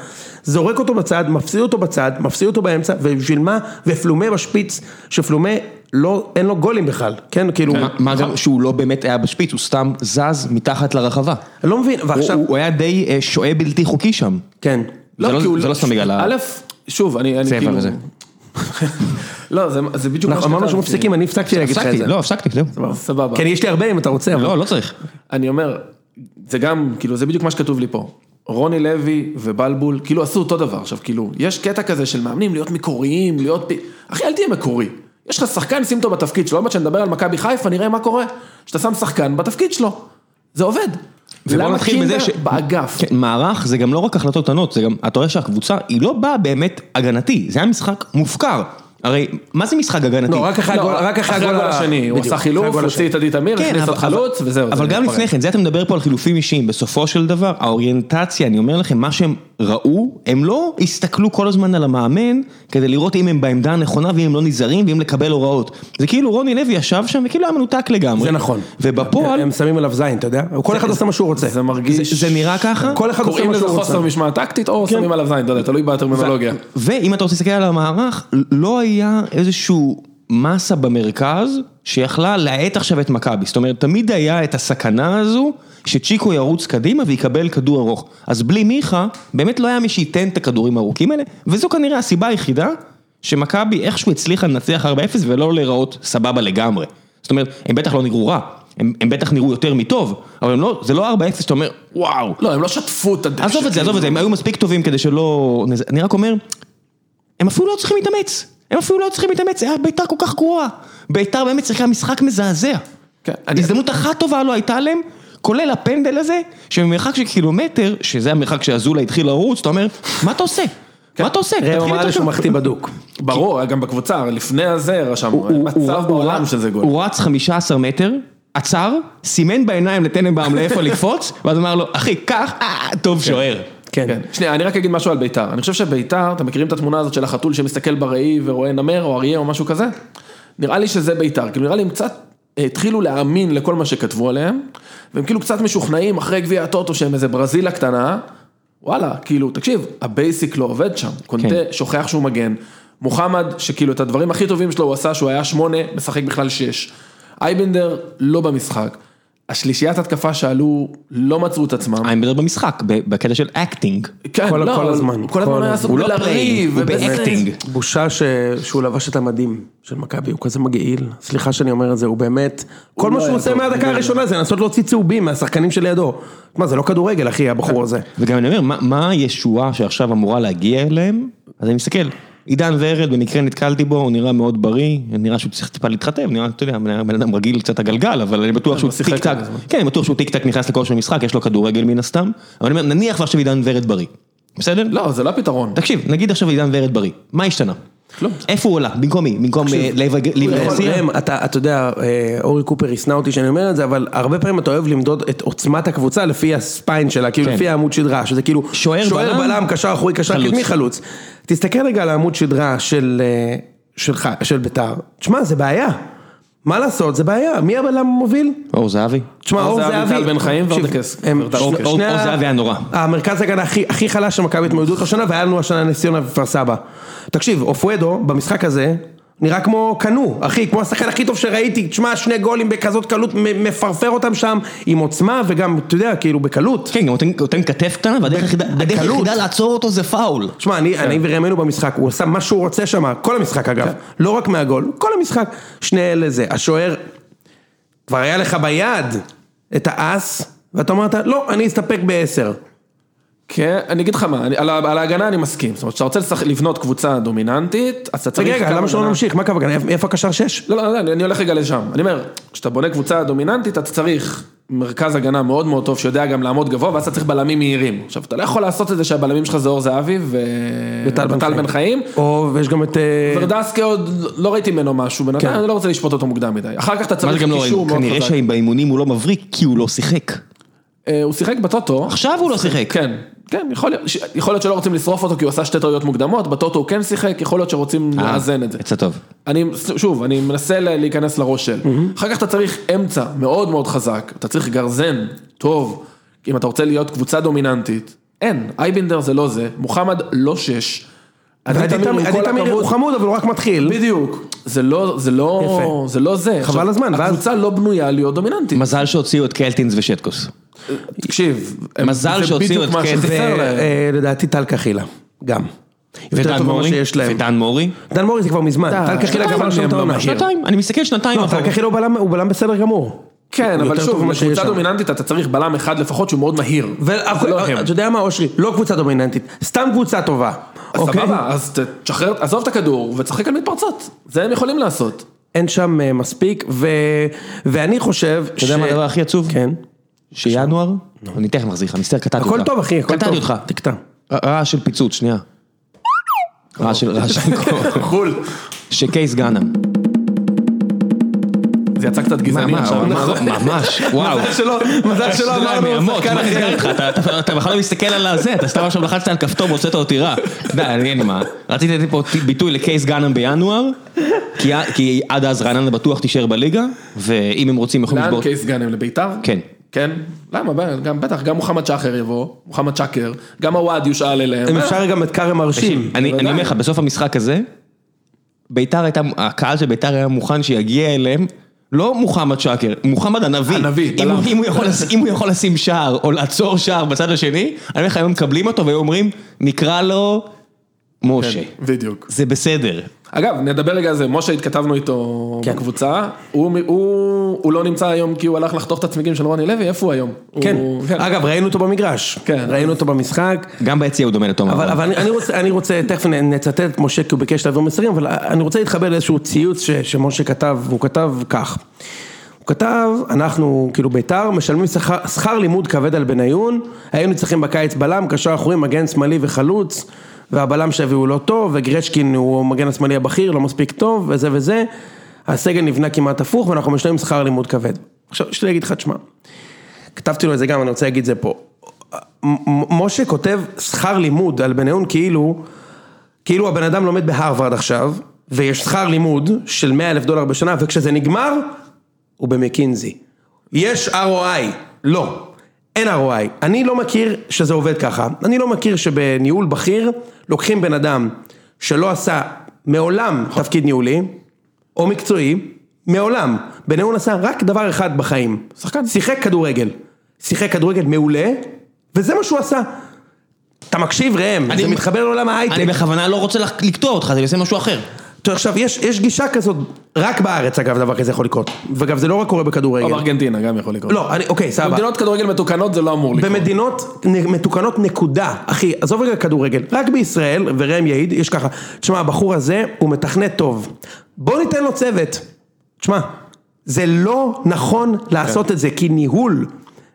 Speaker 2: זורק אותו בצד, מפסיד אותו בצד, מפסיד אותו באמצע, ובשביל מה? ופלומה בשפיץ, שפלומה, לא, אין לו גולים בכלל, כן? כאילו,
Speaker 1: מה- מה גם שהוא לא באמת היה בשפיץ, הוא סתם זז מתחת לרחבה.
Speaker 2: אני לא מבין,
Speaker 1: הוא-
Speaker 2: ועכשיו,
Speaker 1: הוא הוא היה די אה, שוהה בלתי חוקי שם.
Speaker 2: כן.
Speaker 1: זה
Speaker 3: כי הוא
Speaker 1: לא- זה לא סתם בגלל ה...
Speaker 3: א', שוב, אני אני
Speaker 1: זה
Speaker 3: כאילו...
Speaker 1: וזה.
Speaker 3: לא, זה- זה בדיוק מה
Speaker 2: אנחנו אמרנו
Speaker 3: שכתבתי.
Speaker 2: שמפסיקים, אני הפסקתי להגיד לך את
Speaker 1: הפסקתי,
Speaker 2: זה.
Speaker 1: לא, הפסקתי, זהו.
Speaker 3: סבבה.
Speaker 2: כן, יש לי הרבה אם אתה רוצה, אבל...
Speaker 1: לא, לא צריך.
Speaker 3: אני אומר, זה גם, כאילו, זה בדיוק מה שכתוב לי פה. רוני לוי ובלבול, כאילו עשו אותו דבר. עכשיו, כאילו, יש קטע כזה של מאמנים להיות מקוריים, להיות... פי- אחי, אל תהיה מקורי. יש לך שחקן, שים אותו בתפקיד שלו, עוד מעט שנדבר על מכבי חיפה, נראה מה קורה. כשאתה שם שחקן בתפקיד שלו, זה עובד.
Speaker 1: ובוא
Speaker 3: למה
Speaker 1: נתחיל בזה
Speaker 3: קינדה באגף?
Speaker 1: כן, מערך זה גם לא רק החלטות קטנות, זה גם, אתה רואה שהקבוצה היא לא באה באמת הגנתי, זה היה משחק מופקר. הרי, מה זה משחק הגנתי?
Speaker 2: לא, רק אחרי
Speaker 3: לא,
Speaker 2: הגול רק אחרי הגול ה-
Speaker 3: השני, הוא
Speaker 2: בדיוק,
Speaker 3: עשה
Speaker 2: אחרי
Speaker 3: חילוף,
Speaker 2: הגול
Speaker 3: הוציא את עדי תמיר,
Speaker 1: כן,
Speaker 3: הכניס עוד חלוץ, וזהו.
Speaker 1: אבל
Speaker 3: זה
Speaker 1: גם
Speaker 3: מתפרק.
Speaker 1: לפני כן, זה אתה מדבר פה על חילופים אישיים, בסופו של דבר, האוריינטציה, אני אומר לכם, מה שהם ראו, הם לא הסתכלו כל הזמן על המאמן, כדי לראות אם הם בעמדה הנכונה, ואם הם לא נזהרים, ואם לקבל הוראות. זה כאילו רוני לוי ישב שם, וכאילו היה מנותק לגמרי.
Speaker 2: זה נכון.
Speaker 1: ובפועל,
Speaker 2: הם שמים עליו זין, אתה יודע? כל אחד עושה מה שהוא רוצה.
Speaker 3: זה מרגיש...
Speaker 1: זה נראה ככה,
Speaker 2: כל אחד עושה
Speaker 3: קוראים
Speaker 2: מה
Speaker 3: לזה
Speaker 2: שהוא רוצה.
Speaker 3: חוסר משמעה טקטית, או שמים עליו זין, אתה יודע, תלוי בטרמינולוגיה.
Speaker 1: ואם אתה רוצה להסתכל על המערך, לא היה איזשהו מסה במרכז שיכלה להאט עכשיו את מכבי. זאת אומרת, תמיד היה את הסכנה הזו שצ'יקו ירוץ קדימה ויקבל כדור ארוך. אז בלי מיכה, באמת לא היה מי שייתן את הכדורים הארוכים האלה, וזו כנראה הסיבה היחידה שמכבי איכשהו הצליחה לנצח 4-0 ולא להיראות סבבה לגמרי. זאת אומרת, הם בטח לא נראו רע, הם, הם בטח נראו יותר מטוב, אבל הם לא, זה לא 4-0 שאתה אומר, וואו,
Speaker 3: לא, הם לא שטפו את הדשא.
Speaker 1: עזוב את זה,
Speaker 3: כאילו.
Speaker 1: עזוב את זה, הם היו מספיק טובים כדי שלא... נז- אני רק אומר, הם אפילו לא צריכים להתאמץ. הם אפילו לא צריכים להתאמץ, היה ביתר כל כך גרועה. ביתר באמת צריכה משחק מזעזע.
Speaker 3: כן, אני-
Speaker 1: הזדמנות אחת טובה לא הייתה עליהם, כולל הפנדל הזה, שבמרחק של קילומטר, שזה המרחק שאזולה התחיל לרוץ, אתה אומר, מה אתה עושה?
Speaker 3: כן.
Speaker 1: מה אתה עושה?
Speaker 2: ראם
Speaker 1: תתחיל
Speaker 2: אמר
Speaker 1: איתו
Speaker 2: לי שהוא
Speaker 1: שם."
Speaker 2: מחטיא בדוק.
Speaker 3: ברור, גם בקבוצה, לפני הזה רשמנו,
Speaker 1: הוא-
Speaker 3: אין
Speaker 1: הוא-
Speaker 3: מצב
Speaker 1: הוא-
Speaker 3: בעולם
Speaker 1: הוא-
Speaker 3: שזה גול.
Speaker 1: הוא רץ 15 מטר, עצר, סימן בעיניים לטננבאום לאיפה לקפוץ, ואז אמר לו, אחי, קח, אה, טוב שוער.
Speaker 2: כן.
Speaker 3: שנייה, אני רק אגיד משהו על ביתר. אני חושב שביתר, אתם מכירים את התמונה הזאת של החתול שמסתכל בראי ורואה נמר או אריה או משהו כזה? נראה לי שזה ביתר. כאילו נראה לי הם קצת התחילו להאמין לכל מה שכתבו עליהם, והם כאילו קצת משוכנעים אחרי גביע הטוטו שהם איזה ברזילה קטנה. וואלה, כאילו, תקשיב, הבייסיק לא עובד שם. קונטה
Speaker 1: כן.
Speaker 3: שוכח שהוא מגן. מוחמד, שכאילו את הדברים הכי טובים שלו הוא עשה, שהוא היה שמונה, משחק בכלל שש. אייבנדר לא במשחק. השלישיית התקפה שעלו, לא מצאו את עצמם.
Speaker 1: איימבר במשחק, ב- בקטע של אקטינג.
Speaker 3: כן,
Speaker 2: כל-
Speaker 3: לא,
Speaker 2: כל
Speaker 3: אבל
Speaker 2: הזמן,
Speaker 3: כל הזמן
Speaker 2: כל
Speaker 3: היה
Speaker 2: הזמן.
Speaker 3: עסוק
Speaker 1: הוא לא
Speaker 3: בלריב,
Speaker 1: פליינג, הוא
Speaker 3: ובאמת-
Speaker 1: באקטינג.
Speaker 2: בושה ש... שהוא לבש את המדים של מכבי, הוא כזה מגעיל. סליחה שאני אומר את זה, הוא באמת... כל
Speaker 3: לא
Speaker 2: מה שהוא
Speaker 3: היה
Speaker 2: עושה
Speaker 3: טוב,
Speaker 2: מהדקה
Speaker 3: הוא לא
Speaker 2: הראשונה זה לנסות להוציא צהובים מהשחקנים שלידו. מה, זה לא כדורגל, אחי, הבחור הזה.
Speaker 1: וגם אני אומר, מה, מה הישועה שעכשיו אמורה להגיע אליהם? אז אני מסתכל, עידן ורד, במקרה נתקלתי בו, הוא נראה מאוד בריא, נראה שהוא צריך טיפה להתחתן, נראה, אתה יודע, בן אדם רגיל קצת הגלגל, אבל אני בטוח שהוא
Speaker 3: לא שיחק
Speaker 1: טיק טק,
Speaker 3: הרבה זמן.
Speaker 1: כן, אני בטוח שהוא טיק טק נכנס לכושר משחק, יש לו כדורגל מן הסתם, אבל אני אומר, נניח ועכשיו עידן ורד בריא, בסדר?
Speaker 3: לא, זה לא הפתרון.
Speaker 1: תקשיב, נגיד עכשיו עידן ורד בריא, מה השתנה?
Speaker 3: כלום.
Speaker 1: איפה הוא עולה? במקום מי? במקום אה, לב לב-
Speaker 2: יכול-
Speaker 1: אסיר?
Speaker 2: ראם, אתה אתה יודע, אה, אורי קופר ישנא אותי שאני אומר את זה, אבל הרבה פעמים אתה אוהב למדוד את עוצמת הקבוצה לפי הספיין שלה, כאילו
Speaker 1: כן.
Speaker 2: לפי העמוד שדרה, שזה כאילו
Speaker 1: שוער, בלם,
Speaker 2: בלם, קשר אחורי, קשר
Speaker 1: חלוץ.
Speaker 2: קדמי, חלוץ. תסתכל רגע על העמוד שדרה של אה, שלך, של ביתר, תשמע, זה בעיה. מה לעשות, זה בעיה. מי הבלם המוביל?
Speaker 1: אור זהבי?
Speaker 2: תשמע,
Speaker 3: אור
Speaker 2: אור
Speaker 3: זהבי,
Speaker 2: זהבי,
Speaker 3: טל בן חיים
Speaker 2: תקשיב,
Speaker 3: וארדקס.
Speaker 2: הם-
Speaker 3: ארדקס.
Speaker 1: אור-
Speaker 2: שני-
Speaker 1: אור-
Speaker 2: שני ה-
Speaker 1: אור זהבי היה נורא.
Speaker 2: המרכז הגנה הכי, הכי חלש שמכבי התמודדות השנה, והיה לנו השנה נס ציונה וכפר סבא. תקשיב, אופואדו, במשחק הזה, נראה כמו קנו, אחי, כמו השחקן הכי טוב שראיתי, תשמע, שני גולים בכזאת קלות, מ- מפרפר אותם שם, עם עוצמה, וגם, אתה יודע, כאילו, בקלות.
Speaker 1: כן, גם נותן- נותן כתף קטנה, והדרך היחידה- הדרך
Speaker 2: בקלות.
Speaker 1: היחידה לעצור אותו זה פאול.
Speaker 2: תשמע, אני,
Speaker 3: כן.
Speaker 2: אני וראם היינו במשחק, הוא עשה מה שהוא רוצה שם, כל המשחק אגב, לא רק מהגול, כל המשחק. שני אלה זה, השוער, כבר היה לך ביד את האס, ואתה אמרת, לא, אני אסתפק בעשר.
Speaker 3: כן, אני אגיד לך מה, אני- על ה- על ההגנה אני מסכים. זאת אומרת, כשאתה רוצה לשחק- לבנות קבוצה דומיננטית, אז אתה צריך...
Speaker 2: רגע, רגע,
Speaker 3: כמה
Speaker 2: למה שלא
Speaker 3: הגנה.
Speaker 2: נמשיך? מה קו הגנה? איפה- איפה הקשר שש?
Speaker 3: לא, לא, לא, אני אני הולך רגע לשם. אני אומר, כשאתה בונה קבוצה דומיננטית, אתה צריך מרכז הגנה מאוד מאוד טוב, שיודע גם לעמוד גבוה, ואז אתה צריך בלמים מהירים. עכשיו, אתה לא יכול לעשות את זה שהבלמים שלך זה אור זהבי ו... וטל בן חיים.
Speaker 2: או, ויש גם את... אה,
Speaker 3: ורדסקי עוד לא ראיתי ממנו משהו,
Speaker 2: כן.
Speaker 3: בינתיים אני לא רוצה לשפוט אותו מוקדם מדי. אחר כך אתה
Speaker 1: מה זה
Speaker 3: צריך
Speaker 1: גם לא ראינו?
Speaker 3: קישור מאוד
Speaker 1: כנראה
Speaker 3: חזק.
Speaker 1: שבאימונים הוא לא מבריק, כי הוא לא שיחק.
Speaker 3: אה, הוא שיחק בטוטו.
Speaker 1: עכשיו הוא לא שיחק.
Speaker 3: כן, כן, יכול להיות, ש- יכול להיות שלא רוצים לשרוף אותו כי הוא עשה שתי טעויות מוקדמות, בטוטו הוא כן שיחק, יכול להיות שרוצים
Speaker 1: אה,
Speaker 3: לאזן כן, את זה.
Speaker 1: יצא טוב.
Speaker 3: אני, שוב, אני מנסה ל- להיכנס לראש של. אחר כך אתה צריך אמצע מאוד מאוד חזק, אתה צריך גרזן טוב, אם אתה רוצה להיות קבוצה דומיננטית. אין, אייבינדר זה לא זה, מוחמד לא שש. עדי
Speaker 2: עדי
Speaker 3: תמיר, עם
Speaker 2: תמיר- עדי
Speaker 3: כל
Speaker 2: תמיר
Speaker 3: הכבוד-
Speaker 2: הוא חמוד, אבל הוא רק מתחיל.
Speaker 3: בדיוק, זה לא, זה לא,
Speaker 2: יפה.
Speaker 3: זה לא זה. עכשיו,
Speaker 2: הזמן, ואז-
Speaker 3: הקבוצה לא בנויה להיות דומיננטית.
Speaker 1: מזל שהוציאו את קלטינס ושטקוס.
Speaker 3: תקשיב,
Speaker 1: מזל
Speaker 3: זה
Speaker 1: שהוציאו
Speaker 3: בדיוק
Speaker 1: את
Speaker 3: מה
Speaker 1: קטע.
Speaker 2: ו-
Speaker 3: שחסר להם.
Speaker 2: אה, לדעתי טל קחילה, גם. יותר
Speaker 1: ודן
Speaker 2: טוב ממה
Speaker 1: מורי?
Speaker 2: שיש להם.
Speaker 1: ודן מורי?
Speaker 2: דן מורי זה כבר מזמן,
Speaker 3: די,
Speaker 2: טל קחילה
Speaker 3: שנתיים
Speaker 2: גם על שם את
Speaker 3: הם
Speaker 2: העונה.
Speaker 3: ממש.
Speaker 1: שנתיים, אני מסתכל שנתיים
Speaker 2: לא, טל
Speaker 1: אחורה.
Speaker 2: קחילה הוא בלם- הוא בלם בסדר גמור.
Speaker 3: כן,
Speaker 2: הוא
Speaker 3: אבל
Speaker 2: יותר טוב
Speaker 3: שוב,
Speaker 2: ממה שיש
Speaker 3: בקבוצה
Speaker 2: שם.
Speaker 3: דומיננטית אתה צריך בלם אחד לפחות שהוא מאוד מהיר.
Speaker 2: ו-
Speaker 3: זה לא הם.
Speaker 2: אתה יודע מה אושרי, לא קבוצה דומיננטית, סתם קבוצה טובה.
Speaker 3: אז
Speaker 2: אוקיי?
Speaker 3: סבבה, אז ת- תשחרר, עזוב את הכדור ותשחק על מתפרצות. זה הם יכולים לעשות.
Speaker 2: אין שם אה, מספיק, ו- ואני חושב
Speaker 1: אתה
Speaker 2: ש...
Speaker 1: יודע מה הדבר הכי עצוב?
Speaker 2: כן.
Speaker 1: שינואר? אני תכף מחזיר לך, מצטער, קטעתי אותך.
Speaker 2: הכל טוב אחי, הכל טוב.
Speaker 1: קטעתי אותך.
Speaker 2: תקטע.
Speaker 1: ר- רעש של פיצוץ, שנייה. רעש של רעש של קור.
Speaker 3: חול.
Speaker 1: שקייס גאנם.
Speaker 3: זה יצא קצת גזעני נכון. עכשיו.
Speaker 1: ממש, וואו.
Speaker 3: מזל שלא, מזל שלא אמרנו
Speaker 1: מהמות,
Speaker 3: שחקן
Speaker 1: מה נסגר
Speaker 3: אחר.
Speaker 1: איתך? אתה- אתה- אתה בכלל לא מסתכל על הזה, אתה סתם עכשיו לחצת על כפתור והוצאת אותי רע. די, אני אין לי מה. רציתי לתת פה ביטוי לקייס גאנם בינואר, כי ה- כי עד אז רעננה בטוח תישאר בליגה, ואם הם רוצים יכולים
Speaker 3: לאן
Speaker 1: לשבור...
Speaker 3: קייס גאנם לביתר?
Speaker 1: כן.
Speaker 3: כן? למה? ב- גם בטח, גם מוחמד שחר יבוא, מוחמד שקר, גם הוואד יושאל
Speaker 2: אם
Speaker 3: אליהם.
Speaker 2: אפשר גם את כרם
Speaker 1: תקשיב,
Speaker 2: הרשים.
Speaker 1: אני אני
Speaker 3: בוודאי.
Speaker 1: אומר לך, בסוף המשחק הזה, ביתר הייתה, הקהל של ביתר היה מוכן שיגיע אליהם. לא מוחמד שקר, מוחמד הנביא.
Speaker 3: הנביא,
Speaker 1: אם,
Speaker 3: בלם.
Speaker 1: הוא- אם, הוא יכול, לש- אם הוא יכול לשים שער או לעצור שער בצד השני, אני אומר לך, היו מקבלים אותו והיו אומרים, נקרא לו משה.
Speaker 3: כן, בדיוק.
Speaker 1: זה בסדר.
Speaker 3: אגב, נדבר רגע על זה, משה התכתבנו איתו
Speaker 2: כן.
Speaker 3: בקבוצה, הוא מ- הוא הוא לא נמצא היום כי הוא הלך לחתוך את הצמיגים של רוני לוי, איפה הוא היום?
Speaker 2: כן.
Speaker 3: הוא-
Speaker 2: אגב, ראינו אותו במגרש.
Speaker 3: כן.
Speaker 2: ראינו אותו במשחק.
Speaker 1: גם ביציע הוא דומה לתומר.
Speaker 2: אבל, אבל אני, אני רוצה, אני רוצה, תכף נ- נצטט את משה כי הוא ביקש להעביר מסרים, אבל אני רוצה להתחבר לאיזשהו ציוץ ש, שמשה כתב, והוא כתב כך. הוא כתב, אנחנו, כאילו ביתר, משלמים שכר, שכר לימוד כבד על בניון, היינו צריכים בקיץ בלם, קשר אחורי, מגן שמאלי וחלוץ, והבלם שהביאו לא טוב, וגרצ'קין הוא המגן השמאלי הבכיר, לא מספיק טוב, וזה וזה. הסגל נבנה כמעט הפוך, ואנחנו משלמים שכר לימוד כבד. עכשיו, יש לי להגיד לך, תשמע, כתבתי לו את זה גם, אני רוצה להגיד את זה פה. מ- משה כותב שכר לימוד על בניון כאילו, כאילו הבן אדם לומד בהרווארד עכשיו, ויש שכר לימוד של 100 אלף דולר בשנה, וכשזה נגמר, הוא במקינזי. יש ROI, לא, אין ROI. אני לא מכיר שזה עובד ככה. אני לא מכיר שבניהול בכיר, לוקחים בן אדם שלא עשה מעולם תפקיד ניהולי, או מקצועי, מעולם. בניון עשה רק דבר אחד בחיים.
Speaker 3: שחקן.
Speaker 2: שיחק כדורגל. שיחק כדורגל מעולה, וזה מה שהוא עשה. אתה מקשיב ראם,
Speaker 1: אני-
Speaker 2: זה מתחבר לעולם
Speaker 1: אני
Speaker 2: ההייטק.
Speaker 1: בכוונה לא רוצה לק- לקטוע אותך, אני עושה משהו אחר.
Speaker 2: טוב, עכשיו, יש, יש גישה כזאת, רק בארץ אגב דבר כזה יכול לקרות. ואגב, זה לא רק קורה
Speaker 3: או
Speaker 2: בכדורגל.
Speaker 3: בארגנטינה גם יכול לקרות.
Speaker 2: לא, אני, אוקיי, סבבה.
Speaker 3: במדינות כדורגל מתוקנות זה לא אמור לקרות.
Speaker 2: במדינות נ- מתוקנות נקודה, אחי, עזוב רגע כדורגל, רק בישראל, וראם יעיד, יש ככה, תשמע, הבחור הזה הוא מתכנת טוב, בוא ניתן לו צוות, תשמע, זה לא נכון לעשות את זה, כי ניהול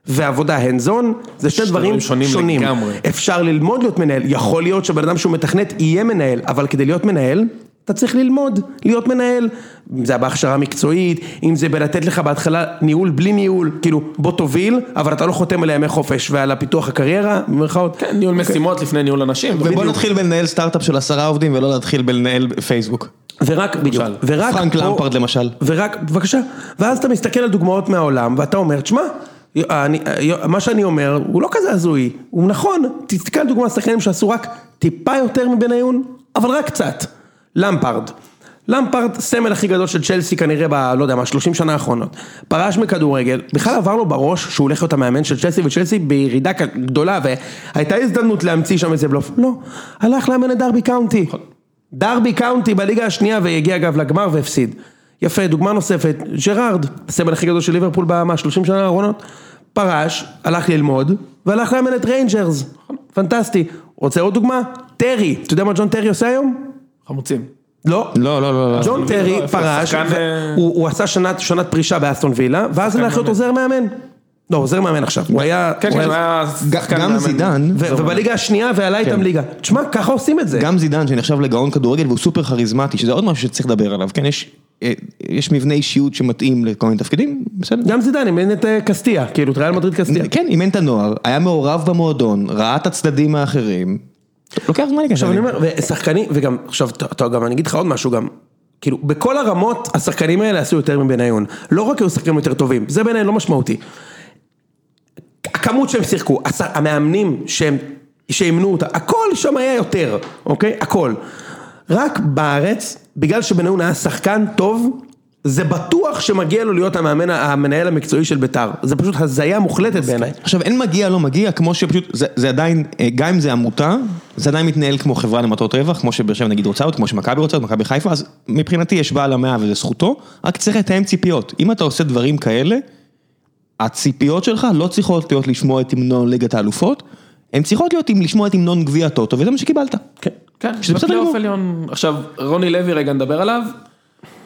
Speaker 2: ועבודה hands on זה שני דברים
Speaker 3: שונים
Speaker 2: שונים,
Speaker 3: לגמרי.
Speaker 2: אפשר ללמוד להיות מנהל, יכול להיות שבן אדם שהוא מתכנת יהיה מנהל, אבל כדי להיות מנהל, אתה צריך ללמוד להיות מנהל. אם זה בהכשרה מקצועית, אם זה בלתת לך בהתחלה ניהול בלי ניהול, כאילו בוא תוביל, אבל אתה לא חותם על ימי חופש ועל הפיתוח הקריירה, במירכאות.
Speaker 3: כן, ניהול משימות לפני ניהול אנשים.
Speaker 1: ובוא נתחיל בלנהל סטארט-אפ של עשרה עובדים ולא להתחיל בלנהל פייסבוק.
Speaker 2: ורק, בדיוק,
Speaker 3: למשל.
Speaker 2: ורק,
Speaker 1: פרנק
Speaker 2: פה-
Speaker 1: למפרד למשל.
Speaker 2: ורק, בבקשה, ואז אתה מסתכל על דוגמאות מהעולם, ואתה אומר, תשמע, אני, מה שאני אומר, הוא לא כזה הזוי, הוא נכון, תסתכל על דוגמא על שחקנים שעשו רק טיפה יותר מבניון, אבל רק קצת. למפרד. למפרד, סמל הכי גדול של צ'לסי כנראה ב... לא יודע מה, 30 שנה האחרונות. פרש מכדורגל, בכלל עבר לו בראש שהוא הולך להיות המאמן של צ'לסי, וצ'לסי בירידה כ- גדולה, והייתה הזדמנות להמציא שם איזה בלוף. לא, הלך לאמן את דרבי קאונטי. דרבי קאונטי בליגה השנייה והגיע אגב לגמר והפסיד. יפה, דוגמה נוספת, ג'רארד, הסמל הכי גדול של ליברפול במה, 30 שנה האחרונות, פרש, הלך ללמוד, והלך לאמן את ריינג'רס, פנטסטי. רוצה עוד דוגמה? טרי, אתה יודע מה ג'ון טרי עושה היום?
Speaker 3: חמוצים.
Speaker 2: לא.
Speaker 1: לא, לא, לא, לא.
Speaker 2: ג'ון טרי
Speaker 3: לא,
Speaker 2: פרש,
Speaker 3: שחקן,
Speaker 2: ו-
Speaker 3: אה,
Speaker 2: הוא הוא עשה שנת שנת פרישה באסטון וילה, ואז הלך להיות עוזר מאמן. לא, עוזר מאמן עכשיו, הוא היה...
Speaker 3: כן,
Speaker 2: הוא
Speaker 3: כן, אה,
Speaker 2: היה-
Speaker 3: הוא היה שחקן
Speaker 1: גם
Speaker 3: מאמן.
Speaker 1: זידן,
Speaker 2: ו- ובליגה השנייה ועלה איתם ליגה. תשמע, ככה עושים את זה.
Speaker 1: גם זידן שנחשב לגאון כדורגל והוא סופר כריזמטי, שזה עוד משהו שצריך לדבר עליו, כן? יש, אה, יש מבנה אישיות שמתאים לכל מיני תפקידים, בסדר?
Speaker 2: גם זידן, אם אין את אה, קסטיה, כאילו, את ריאל מדריד קסטיה.
Speaker 1: כן, אימן את הנוער, היה מעורב במועדון, ראה את הצדדים האחרים, לוקח זמן להיכנס.
Speaker 2: עכשיו אני
Speaker 1: אליהם.
Speaker 2: אומר, ושחקנים, וגם, עכשיו, אתה- אתה גם, אני אגיד לך עוד משהו גם, כאילו, בכל הרמות, השחקנים האלה עשו יותר מבניון. לא רק היו שחקנים יותר טובים, זה בעיניי לא משמעותי. הכמות שהם שיחקו, הס- המאמנים שהם, שאימנו אותה, הכל שם היה יותר, אוקיי? הכל. רק בארץ, בגלל שבניון היה שחקן טוב, זה בטוח שמגיע לו להיות המאמן, המנהל המקצועי של בית"ר. זה פשוט הזיה מוחלטת בעיניי.
Speaker 1: עכשיו אין מגיע לא מגיע, כמו שפשוט, זה, זה עדיין, אה, גם אם זה עמותה, זה עדיין מתנהל כמו חברה למטרות רווח, כמו שבאר שבע נגיד רוצה עוד, כמו שמכבי רוצה עוד, מכבי חיפה, אז מבחינתי יש בעל המאה וזה זכותו, רק צריך לתאם ציפיות. אם אתה עושה דברים כאלה, הציפיות שלך לא צריכות להיות לשמוע את המנון ליגת האלופות, הן צריכות להיות עם לשמוע את המנון גביע הטוטו, וזה מה שקיבלת.
Speaker 3: כן,
Speaker 1: שזה בסדר
Speaker 3: בפלייאוף
Speaker 1: גמור.
Speaker 3: עליון. עכשיו, רוני לוי רגע נדבר עליו.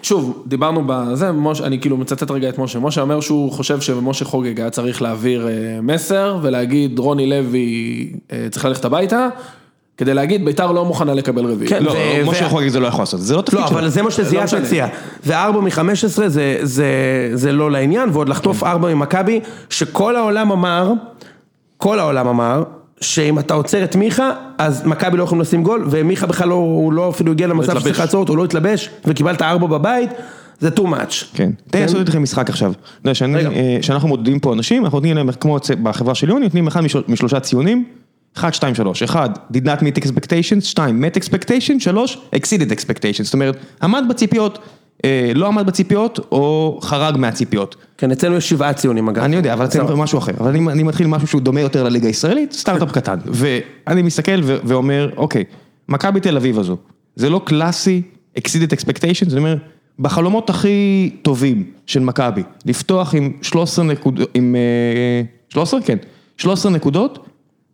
Speaker 3: שוב, דיברנו בזה, משה, אני כאילו מצטט רגע את משה. משה אומר שהוא חושב שמשה חוגג היה צריך להעביר אה, מסר ולהגיד רוני לוי אה, צריך ללכת הביתה, כדי להגיד ביתר לא מוכנה לקבל רביעי.
Speaker 2: כן,
Speaker 1: לא,
Speaker 2: ו-
Speaker 1: משה
Speaker 2: ו-
Speaker 1: יכול להגיד זה לא יכול לעשות, זה לא תפקיד
Speaker 2: לא,
Speaker 1: שלו.
Speaker 2: אבל זה מה
Speaker 3: לא
Speaker 2: שזיאש
Speaker 3: משנה.
Speaker 2: הציע. וארבע מחמש עשרה זה, זה, זה לא לעניין, ועוד
Speaker 1: כן.
Speaker 2: לחטוף ארבע ממכבי, שכל העולם אמר, כל העולם אמר, שאם אתה עוצר את מיכה, אז מכבי לא יכולים לשים גול, ומיכה בכלל לא, הוא לא אפילו הגיע למצב
Speaker 3: התלבש.
Speaker 2: שצריך לעצור אותו, הוא לא התלבש, וקיבלת ארבע בבית, זה too much.
Speaker 1: כן. תן לי לעשות איתכם משחק עכשיו. אתה יודע, שאני-
Speaker 2: רגע.
Speaker 1: אה, שאנחנו מודדים פה אנשים, אנחנו נותנים להם, כמו הצ- בחברה של יוני, נותנים אחד משל- משלושה ציונים, 1, 2, 3. 1, did not meet expectations, 2, met expectations, 3, exceeded expectations. זאת אומרת, עמד בציפיות, אה, לא עמד בציפיות, או חרג מהציפיות.
Speaker 2: כן, אצלנו יש שבעה ציונים אגב.
Speaker 1: אני יודע, אבל אתם
Speaker 2: סבבה.
Speaker 1: משהו אחר. אבל אני, אני מתחיל משהו שהוא דומה יותר לליגה הישראלית, סטארט-אפ קטן. ואני מסתכל ו- ואומר, אוקיי, מכבי תל אביב הזו, זה לא קלאסי, exceeded expectations, זאת אומרת, בחלומות הכי טובים של מכבי, לפתוח עם 13 נקודות, עם אה, 13? כן, 13 נקודות,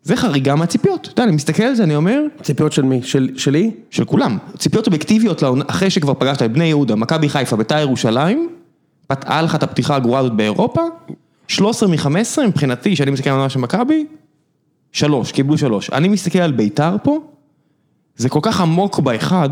Speaker 1: זה חריגה מהציפיות. אתה יודע, אני מסתכל על זה, אני אומר,
Speaker 2: ציפיות של מי? של, שלי?
Speaker 1: של כולם. ציפיות אובייקטיביות, לעונה- אחרי שכבר פגשת את בני יהודה, מכבי חיפה, בית"ר ירושלים, פתעה לך את הפתיחה הגרועה הזאת באירופה, 13 מ-15 מבחינתי, שאני מסתכל על העונה של מכבי, שלוש, קיבלו שלוש. אני מסתכל על בית"ר פה, זה כל כך עמוק באחד,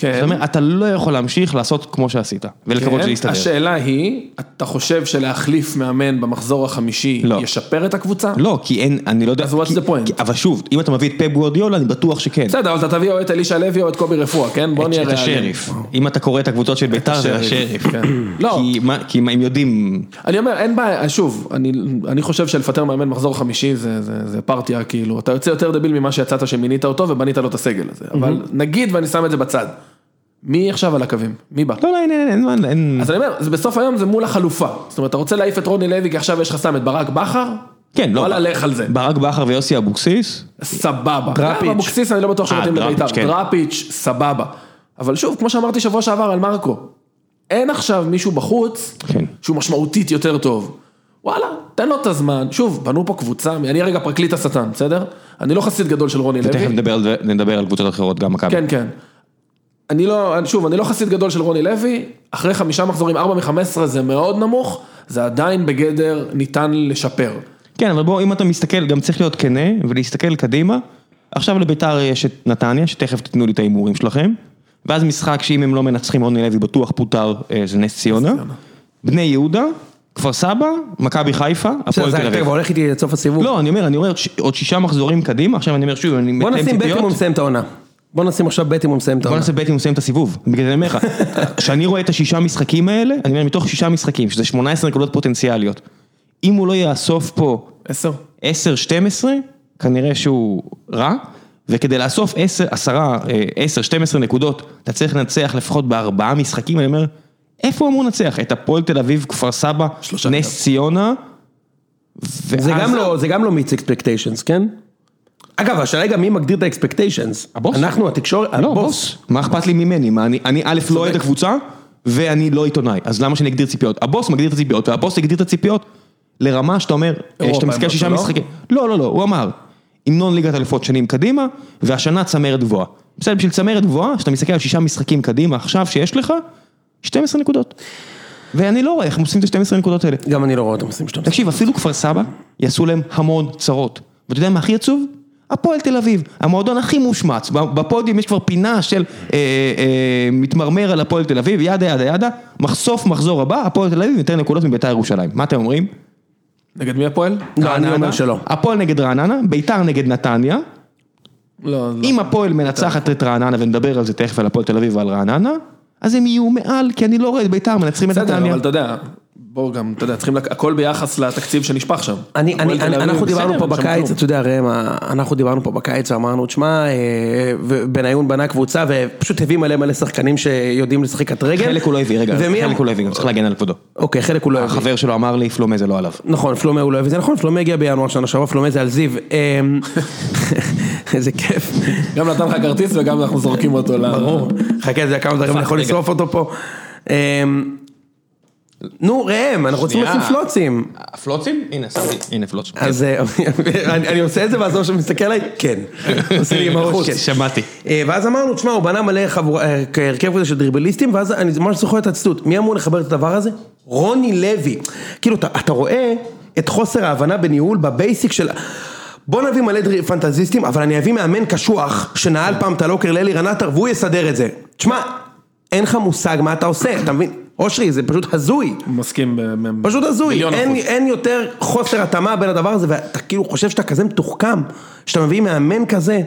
Speaker 3: כן.
Speaker 1: זאת אומרת, אתה לא יכול להמשיך לעשות כמו שעשית, ולקוות שזה יסתדר.
Speaker 3: השאלה היא, אתה חושב שלהחליף מאמן במחזור החמישי
Speaker 1: לא.
Speaker 3: ישפר את הקבוצה?
Speaker 1: לא, כי אין, אני לא יודע,
Speaker 3: אז what's
Speaker 1: כי-
Speaker 3: the point?
Speaker 1: כי- אבל שוב, אם אתה מביא את פפ גוורדיולה, אני בטוח שכן.
Speaker 3: בסדר, אבל אתה תביא או את אלישע לוי או את קובי רפואה, כן? בוא
Speaker 1: את-
Speaker 3: נהיה
Speaker 1: את
Speaker 3: ריאליים.
Speaker 1: השריף. אם אתה קורא את הקבוצות של ביתר, זה השריף.
Speaker 3: כן. לא,
Speaker 1: כי מה- כי מה- הם יודעים,
Speaker 3: אני אומר, אין בעיה, שוב, אני, אני חושב שלפטר מאמן מחזור חמישי זה, זה, זה פרטיה, כאילו, אתה יוצא יותר דביל ממה שיצאת שמינית אותו ובנית לו את הסגל הזה, אבל נגיד ואני שם את זה בצד, מי עכשיו על הקווים? מי בא?
Speaker 1: לא, לא, אין, אין, אין, מה- אין,
Speaker 3: אז אני אומר, זה בסוף היום זה מול החלופה, זאת אומרת, אתה רוצה להעיף את רוני לוי כי עכשיו יש לך סתם את ברק בכר?
Speaker 1: כן, לא.
Speaker 3: וואלה, לך על זה.
Speaker 1: ברק בכר ויוסי אבוקסיס,
Speaker 3: סבבה.
Speaker 2: דראפיץ'.
Speaker 3: גם אבוקסיס אני לא בטוח
Speaker 1: אה,
Speaker 3: שמתאים
Speaker 1: דראפיץ',
Speaker 3: לביתר.
Speaker 1: כן.
Speaker 3: דראפיץ', סבבה. אבל שוב, כמו שאמרתי שבוע שעבר על מרקו, אין עכשיו מישהו בחוץ
Speaker 1: כן.
Speaker 3: שהוא משמעותית יותר טוב. וואלה, תן לו את הזמן. שוב, בנו פה קבוצה, אני רגע פרקליט השטן, בסדר? אני לא חסיד גדול של רוני
Speaker 1: תכף
Speaker 3: לוי.
Speaker 1: נדבר על זה- נדבר על קבוצות אחרות, גם מכבי.
Speaker 3: כן, כן. אני לא, שוב, אני לא חסיד גדול של רוני לוי, אחרי חמישה מחזורים, ארבע מחמש עשרה זה מאוד נמוך, זה עדיין בגדר ניתן לשפר.
Speaker 1: כן, אבל בוא, אם אתה מסתכל, גם צריך להיות כנה ולהסתכל קדימה. עכשיו לביתר יש את נתניה, שתכף תיתנו לי את ההימורים שלכם. ואז משחק שאם הם לא מנצחים, רוני לוי בטוח פוטר, אה, זה נס ציונה. בני יהודה, כפר סבא, מכבי חיפה,
Speaker 2: בסדר,
Speaker 1: הפועל
Speaker 2: זה
Speaker 1: תל
Speaker 2: אתה
Speaker 1: אביב.
Speaker 2: כבר הולך איתי עד סוף הסיבוב.
Speaker 1: לא, אני אומר, אני רואה עוד ש- עוד שישה מחזורים קדימה, עכשיו אני אומר שוב, אני
Speaker 2: בוא
Speaker 1: מתאם
Speaker 2: נשים בית
Speaker 1: ציפיות.
Speaker 2: אם הוא מסיים את העונה. בוא נשים עכשיו בית אם הוא מסיים את
Speaker 1: בוא
Speaker 2: העונה.
Speaker 1: נעשה בית אם הוא מסיים את הסיבוב, בגלל זה אני אומר לך, כשאני רואה את השישה משחקים האלה, אני אומר מתוך שישה משחקים, שזה 18 נקודות פוטנציאליות, אם הוא לא יאסוף פה
Speaker 3: עשר.
Speaker 1: 10-12, כנראה שהוא רע, וכדי לאסוף אה, 10, 10, 10, 12 נקודות, אתה צריך לנצח לפחות בארבעה משחקים, אני אומר, איפה הוא אמור לנצח? את הפועל תל אביב, כפר סבא,
Speaker 3: שלושה קרב.
Speaker 1: נס ציונה,
Speaker 2: זה
Speaker 1: ואז-
Speaker 2: גם לא, זה גם לא מיץ אקספקטיישנס, כן? אגב, השאלה היא גם מי מגדיר את האקספקטיישנס.
Speaker 1: הבוס.
Speaker 2: אנחנו, התקשורת,
Speaker 1: לא, בוס. מה אכפת לי ממני? מה, אני, אני א', לא אוהד הקבוצה, ואני לא עיתונאי, אז למה שאני אגדיר ציפיות? הבוס מגדיר את הציפיות, והבוס הגדיר את הציפיות לרמה שאתה אומר, אה, שאתה
Speaker 3: אירופה
Speaker 1: מסתכל
Speaker 3: הם
Speaker 1: שישה
Speaker 3: לא?
Speaker 1: משחקים. לא, לא, לא, הוא אמר, המנון ליגת אלפות שנים קדימה, והשנה צמרת גבוהה. בסדר, בשביל צמרת גבוהה, שאתה מסתכל על שישה משחקים קדימה עכשיו שיש לך, 12 נקודות. ואני לא רואה איך הם עושים את ה-12 נקודות האלה.
Speaker 2: גם אני לא רואה אותם עושים שאתה
Speaker 1: תקשיב, אפילו כפר סבא, יעשו להם המון צרות. ואתה יודע מה הכי עצוב? הפועל תל אביב, המועדון הכי מושמץ, בפודיום יש כבר פינה של אה, אה, מתמרמר על הפועל תל אביב, ידה ידה ידה, מחשוף מחזור הבא, הפועל תל אביב יותר נקודות מביתר ירושלים. מה אתם אומרים?
Speaker 3: נגד מי הפועל?
Speaker 2: לא, אני
Speaker 1: רעננה,
Speaker 2: אומר שלא.
Speaker 1: הפועל נגד רעננה, ביתר נגד נתניה,
Speaker 3: לא, לא.
Speaker 1: אם הפועל מנצחת את רעננה, ונדבר על זה תכף על הפועל תל אביב ועל רעננה, אז הם יהיו מעל, כי אני לא רואה את ביתר מנצחים את
Speaker 3: בסדר,
Speaker 1: נתניה.
Speaker 3: אבל אתה יודע, בואו גם, אתה יודע, צריכים, לק- הכל ביחס לתקציב שנשפך שם.
Speaker 2: אני,
Speaker 3: הפועל
Speaker 2: אני,
Speaker 3: תל
Speaker 2: אני,
Speaker 3: אביב,
Speaker 2: אנחנו דיברנו
Speaker 3: בסדר,
Speaker 2: פה
Speaker 3: אין שם
Speaker 2: בקיץ,
Speaker 3: כלום.
Speaker 2: אתה יודע ראם, אנחנו דיברנו פה בקיץ ואמרנו, תשמע, אה, ובניון בנה קבוצה ופשוט הביא מלא מלא שחקנים שיודעים לשחק את רגל.
Speaker 1: חלק הוא לא הביא, רגע,
Speaker 2: ומי אמ-
Speaker 1: חלק הוא לא אה, הביא, גם צריך להגן על כבודו.
Speaker 2: אוקיי, חלק הוא לא הביא.
Speaker 1: החבר שלו אמר לי, פלומה זה לא עליו.
Speaker 2: נכון, פלומה הוא לא הביא, זה נכון, פלומה הגיע בינואר שנה שעברה, פלומה זה על זיו. אמ, איזה כיף.
Speaker 3: גם נתן לך כרטיס וגם אנחנו זורקים אותו ל...
Speaker 2: ברור. חכה, זה כמה דברים, אני יכול
Speaker 1: רגע.
Speaker 2: לשרוף אותו פה. אמ, נו ראם, אנחנו רוצים
Speaker 1: שנייה.
Speaker 2: לשים פלוצים.
Speaker 1: הפלוצים? הנה, שמתי, הנה פלוץ. כן.
Speaker 2: אז אה, אני אני עושה את זה ואז הוא מסתכל עליי, כן. עושה לי עם הראש, כן.
Speaker 1: שמעתי.
Speaker 2: אה, ואז אמרנו, תשמע, הוא בנה מלא חבור- אה, הרכב כזה של דריבליסטים, ואז אני ממש זוכר את הציטוט, מי אמור לחבר את הדבר הזה? רוני לוי. כאילו, אתה, אתה רואה את חוסר ההבנה בניהול בבייסיק של... בוא נביא מלא דרי- פנטזיסטים, אבל אני אביא מאמן קשוח, שנעל פעם את הלוקר לאלירן עטר, והוא יסדר את זה. תשמע, אין לך מושג מה אתה עושה, אתה מבין? אושרי, זה פשוט הזוי.
Speaker 3: מסכים ב... ב-
Speaker 2: פשוט הזוי,
Speaker 3: מיליון
Speaker 2: אין,
Speaker 3: אחוז.
Speaker 2: אין יותר חוסר התאמה בין הדבר הזה, ואתה כאילו חושב שאתה כזה מתוחכם, שאתה מביא מאמן כזה.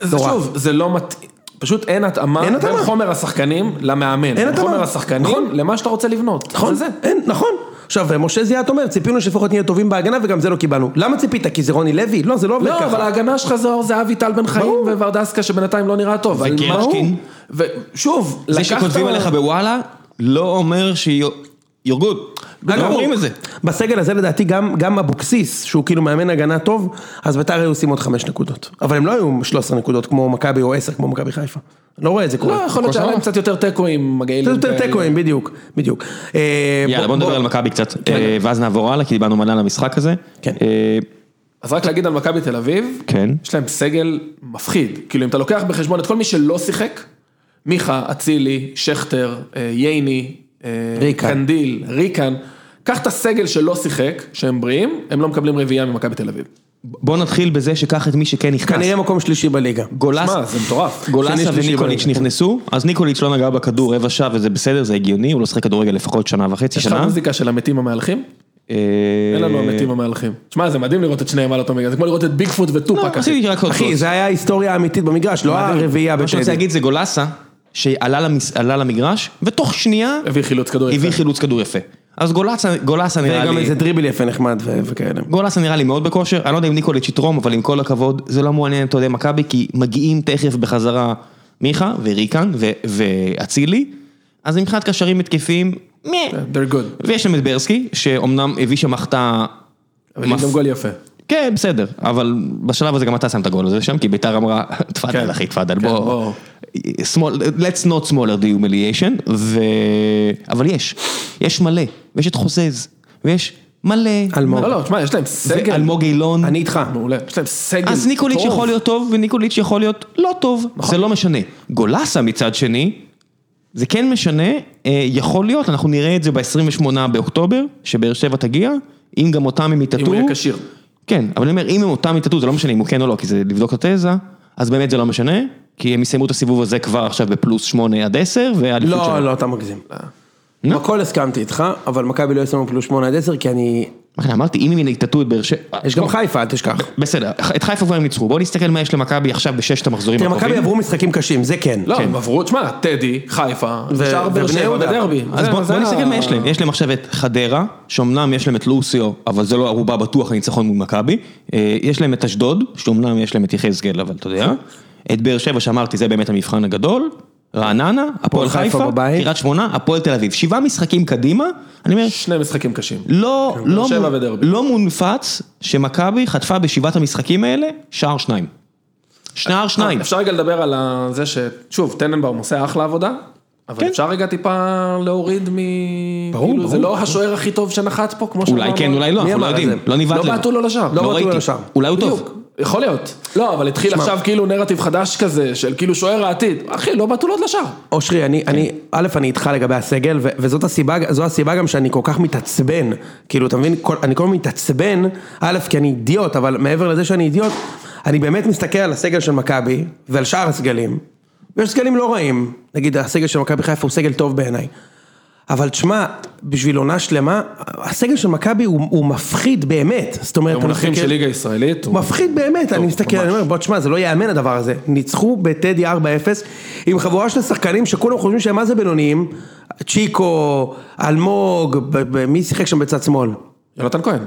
Speaker 3: זה
Speaker 2: נורא.
Speaker 3: שוב, זה לא מתאים. פשוט אין התאמה
Speaker 2: אין
Speaker 3: בין
Speaker 2: התאמה.
Speaker 3: חומר השחקנים למאמן.
Speaker 2: אין התאמה.
Speaker 3: חומר השחקנים
Speaker 2: נכון.
Speaker 3: למה שאתה רוצה לבנות.
Speaker 2: נכון,
Speaker 3: זה זה.
Speaker 2: אין, נכון. עכשיו, משה זיאת אומר, ציפינו שלפחות נהיה טובים בהגנה וגם זה לא קיבלנו. למה ציפית? כי זה רוני לוי? לא, זה לא עובד
Speaker 3: לא, אבל
Speaker 2: ככה.
Speaker 3: ההגנה שלך זוהר זה אבי טל בן חיים וברדסקה שבינתיים לא נראה טוב. על מה
Speaker 1: וגרשקין.
Speaker 3: הוא? ושוב,
Speaker 1: זה
Speaker 3: לקחת-
Speaker 1: שכותבים עליך בוואלה, לא אומר שהיא... you're good. לא
Speaker 2: אגב,
Speaker 1: אומרים את זה.
Speaker 2: בסגל הזה לדעתי גם, גם אבוקסיס, שהוא כאילו מאמן הגנה טוב, אז ביתר היו עושים עוד חמש נקודות. אבל הם לא היו 13 נקודות כמו מכבי או 10 כמו מכבי חיפה. לא רואה את זה קורה.
Speaker 3: לא, יכול להיות שהיה להם קצת יותר תיקואים מגעילים.
Speaker 2: קצת יותר
Speaker 3: כאלה.
Speaker 2: תיקואים, בדיוק, בדיוק. אה,
Speaker 1: יאללה, בוא נדבר על מכבי קצת, אה, ואז נעבור הלאה, כי דיברנו מלא על המשחק הזה.
Speaker 2: כן.
Speaker 1: אה,
Speaker 3: אז רק להגיד על מכבי תל אביב,
Speaker 1: כן.
Speaker 3: יש להם סגל מפחיד. כאילו אם אתה לוקח בחשבון את כל מי שלא שיחק, מיכה, אצילי, שכטר, אה, ייני, אה,
Speaker 2: ריקן.
Speaker 3: קנדיל, ריקן, קח את הסגל שלא שיחק, שהם בריאים, הם לא מקבלים רביעייה ממכבי תל אביב.
Speaker 1: בוא נתחיל בזה שקח את מי שכן נכנס.
Speaker 2: כנראה מקום שלישי בליגה.
Speaker 1: גולס,
Speaker 3: שמע, זה מטורף.
Speaker 1: גולסה
Speaker 2: שני, שלישי
Speaker 1: וניקוליץ'
Speaker 2: בליגה.
Speaker 1: נכנסו, אז ניקוליץ' לא נגע בכדור רבע שעה וזה בסדר, זה הגיוני, הוא לא שחק כדורגל לפחות שנה וחצי,
Speaker 3: יש לך
Speaker 1: שנה.
Speaker 3: מוזיקה של המתים המהלכים?
Speaker 1: אה,
Speaker 3: אין לנו המתים המהלכים. שמע, זה מדהים לראות את שניהם על אותו מגרש, זה כמו לראות את ביגפוט
Speaker 1: לא,
Speaker 3: וטופק, אחי.
Speaker 1: עשיתי רק עוד
Speaker 2: אחי,
Speaker 1: פוסט.
Speaker 2: זה היה ההיסטוריה האמיתית במגרש, לא הרביעייה
Speaker 1: מה שאני רוצה
Speaker 2: בטדי.
Speaker 1: להגיד זה גולסה, שעלה למס- עלה למגרש, ותוך שנייה
Speaker 3: הביא חילוץ כדור יפה.
Speaker 1: הביא חילוץ כדור יפה. אז גולסה גולסה נראה
Speaker 2: וגם
Speaker 1: לי...
Speaker 2: איזה דריבל יפה נחמד ו- וכאלה.
Speaker 1: גולסה נראה לי מאוד בכושר, אני לא יודע אם ניקוליץ' יתרום, אבל עם כל הכבוד, זה לא מעניין את אוהדי מכבי, כי מגיעים תכף בחזרה מיכה וריקן ו- ואצילי, אז מבחינת קשרים התקפיים, מה.
Speaker 3: They're good.
Speaker 1: ויש להם את ברסקי, שאומנם הביא שם החטאה...
Speaker 3: אבל יש
Speaker 1: מפ-
Speaker 3: גם גול יפה.
Speaker 1: כן, בסדר, אבל בשלב הזה גם אתה שם את הגול הזה שם, כי ביתר אמרה,
Speaker 3: כן.
Speaker 1: תפאדל אחי, תפאדל,
Speaker 3: כן,
Speaker 1: בוא.
Speaker 3: בוא.
Speaker 1: small- let's not smaller the humiliation, ו... אבל יש, יש מלא, ויש את חוזז, ויש מלא.
Speaker 2: אלמוג.
Speaker 3: לא, לא, תשמע, יש להם סגל.
Speaker 1: ואלמוג אילון.
Speaker 2: אני איתך.
Speaker 3: מעולה. יש להם סגל.
Speaker 1: אז ניקוליץ'
Speaker 3: טוב.
Speaker 1: יכול להיות כן, טוב, וניקוליץ' יכול להיות לא טוב, זה לא משנה. גולסה מצד שני, זה כן משנה, אה, יכול להיות, אנחנו נראה את זה ב-28 באוקטובר, שבאר שבע תגיע, אם גם אותם הם יטאטאו.
Speaker 3: אם הוא יהיה כשיר.
Speaker 1: כן, אבל אני אומר, אם הם אותם יטאטאו, זה לא משנה אם הוא כן או לא, כי זה לבדוק את התזה, אז באמת זה לא משנה, כי הם יסיימו את הסיבוב הזה כבר עכשיו בפלוס 8 עד 10, והאליפות
Speaker 2: לא,
Speaker 1: שלהם.
Speaker 2: לא, אתה מגזים. בכל הסכמתי איתך, אבל מכבי לא יסיימו פלוס 8 עד 10, כי אני...
Speaker 1: מה שאני אמרתי, אם הם יטאטאו את באר שבע...
Speaker 2: לא. יש גם חיפה, אל תשכח.
Speaker 1: בסדר, את חיפה כבר הם ניצחו, בואו נסתכל מה יש למכבי עכשיו בששת המחזורים
Speaker 2: תראה,
Speaker 1: הקרובים.
Speaker 2: מכבי עברו משחקים קשים, זה כן.
Speaker 3: לא, הם עברו, תשמע, טדי, חיפה, שער באר
Speaker 2: ובני
Speaker 3: שבע
Speaker 2: יהודה.
Speaker 3: בדרבי.
Speaker 1: אז
Speaker 3: זה-
Speaker 1: בוא,
Speaker 3: זה
Speaker 1: בוא
Speaker 3: ה-
Speaker 1: נסתכל מה יש להם, יש להם עכשיו את חדרה, שאומנם יש להם את לוסיו, אבל זה לא ערובה בטוח לניצחון מול מכבי, אה, יש להם את אשדוד, שאומנם יש להם את יחזקאל, אבל אתה יודע, את באר שבע שאמרתי, זה באמת המבחן הגדול, רעננה, הפועל
Speaker 2: חיפה
Speaker 1: חיפה,
Speaker 2: בבית.
Speaker 1: קריית שמונה, הפועל תל אביב, שבעה משחקים קדימה, אני אומר,
Speaker 3: שני משחקים קשים.
Speaker 1: לא, לא,
Speaker 3: כן, שבע
Speaker 1: מול-
Speaker 3: ודרבי.
Speaker 1: לא מונפץ שמכבי חטפה בשבעת המשחקים האלה שער שניים. שער שניים.
Speaker 3: אפשר רגע לדבר על ה- זה ש... שוב, טננבאום עושה אחלה עבודה, אבל
Speaker 1: כן.
Speaker 3: אפשר רגע טיפה להוריד מ...
Speaker 2: ברור,
Speaker 3: כאילו, זה
Speaker 2: ברור.
Speaker 3: לא השוער הכי טוב שנחת פה, כמו
Speaker 1: אולי כן, אולי לא,
Speaker 2: מי
Speaker 1: אנחנו לא
Speaker 2: אמר את
Speaker 1: יודעים,
Speaker 2: זה?
Speaker 1: לא נבעט
Speaker 3: לא בעטו לו לשער.
Speaker 1: לא
Speaker 2: בעטו לו
Speaker 1: ראיתי,
Speaker 2: לשער.
Speaker 1: אולי הוא טוב.
Speaker 3: בדיוק, יכול להיות. לא, אבל התחיל
Speaker 2: שמע.
Speaker 3: עכשיו כאילו נרטיב חדש כזה, של כאילו שוער העתיד. אחי, לא בעטו לו עוד לשער.
Speaker 2: אושרי, אני, אני, א', אני איתך לגבי הסגל, ו- וזאת הסיבה, זו הסיבה גם שאני כל כך מתעצבן, כאילו, אתה מבין, כל, אני כל הזמן מתעצבן, א', כי אני אידיוט, אבל מעבר לזה שאני אידיוט, אני באמת מסתכל על הסגל של מכבי, ועל שאר הסגלים, ויש סגלים לא רעים, נגיד הסגל של מכבי חיפה הוא סגל טוב בעיניי, אבל תשמע, בשביל עונה שלמה, הסגל של מכבי הוא, הוא מפחיד באמת, זאת אומרת, אתה
Speaker 3: במונחים
Speaker 2: מסתכל-
Speaker 3: של ליגה ישראלית, הוא-
Speaker 2: מפחיד באמת, אני מסתכל, אני אומר, בוא תשמע, זה לא ייאמן הדבר הזה. ניצחו בטדי 4-0 עם חבורה של שחקנים שכולם חושבים שהם מה זה בינוניים, צ'יקו, אלמוג, ב- ב- מי שיחק שם בצד שמאל?
Speaker 3: יונתן כהן.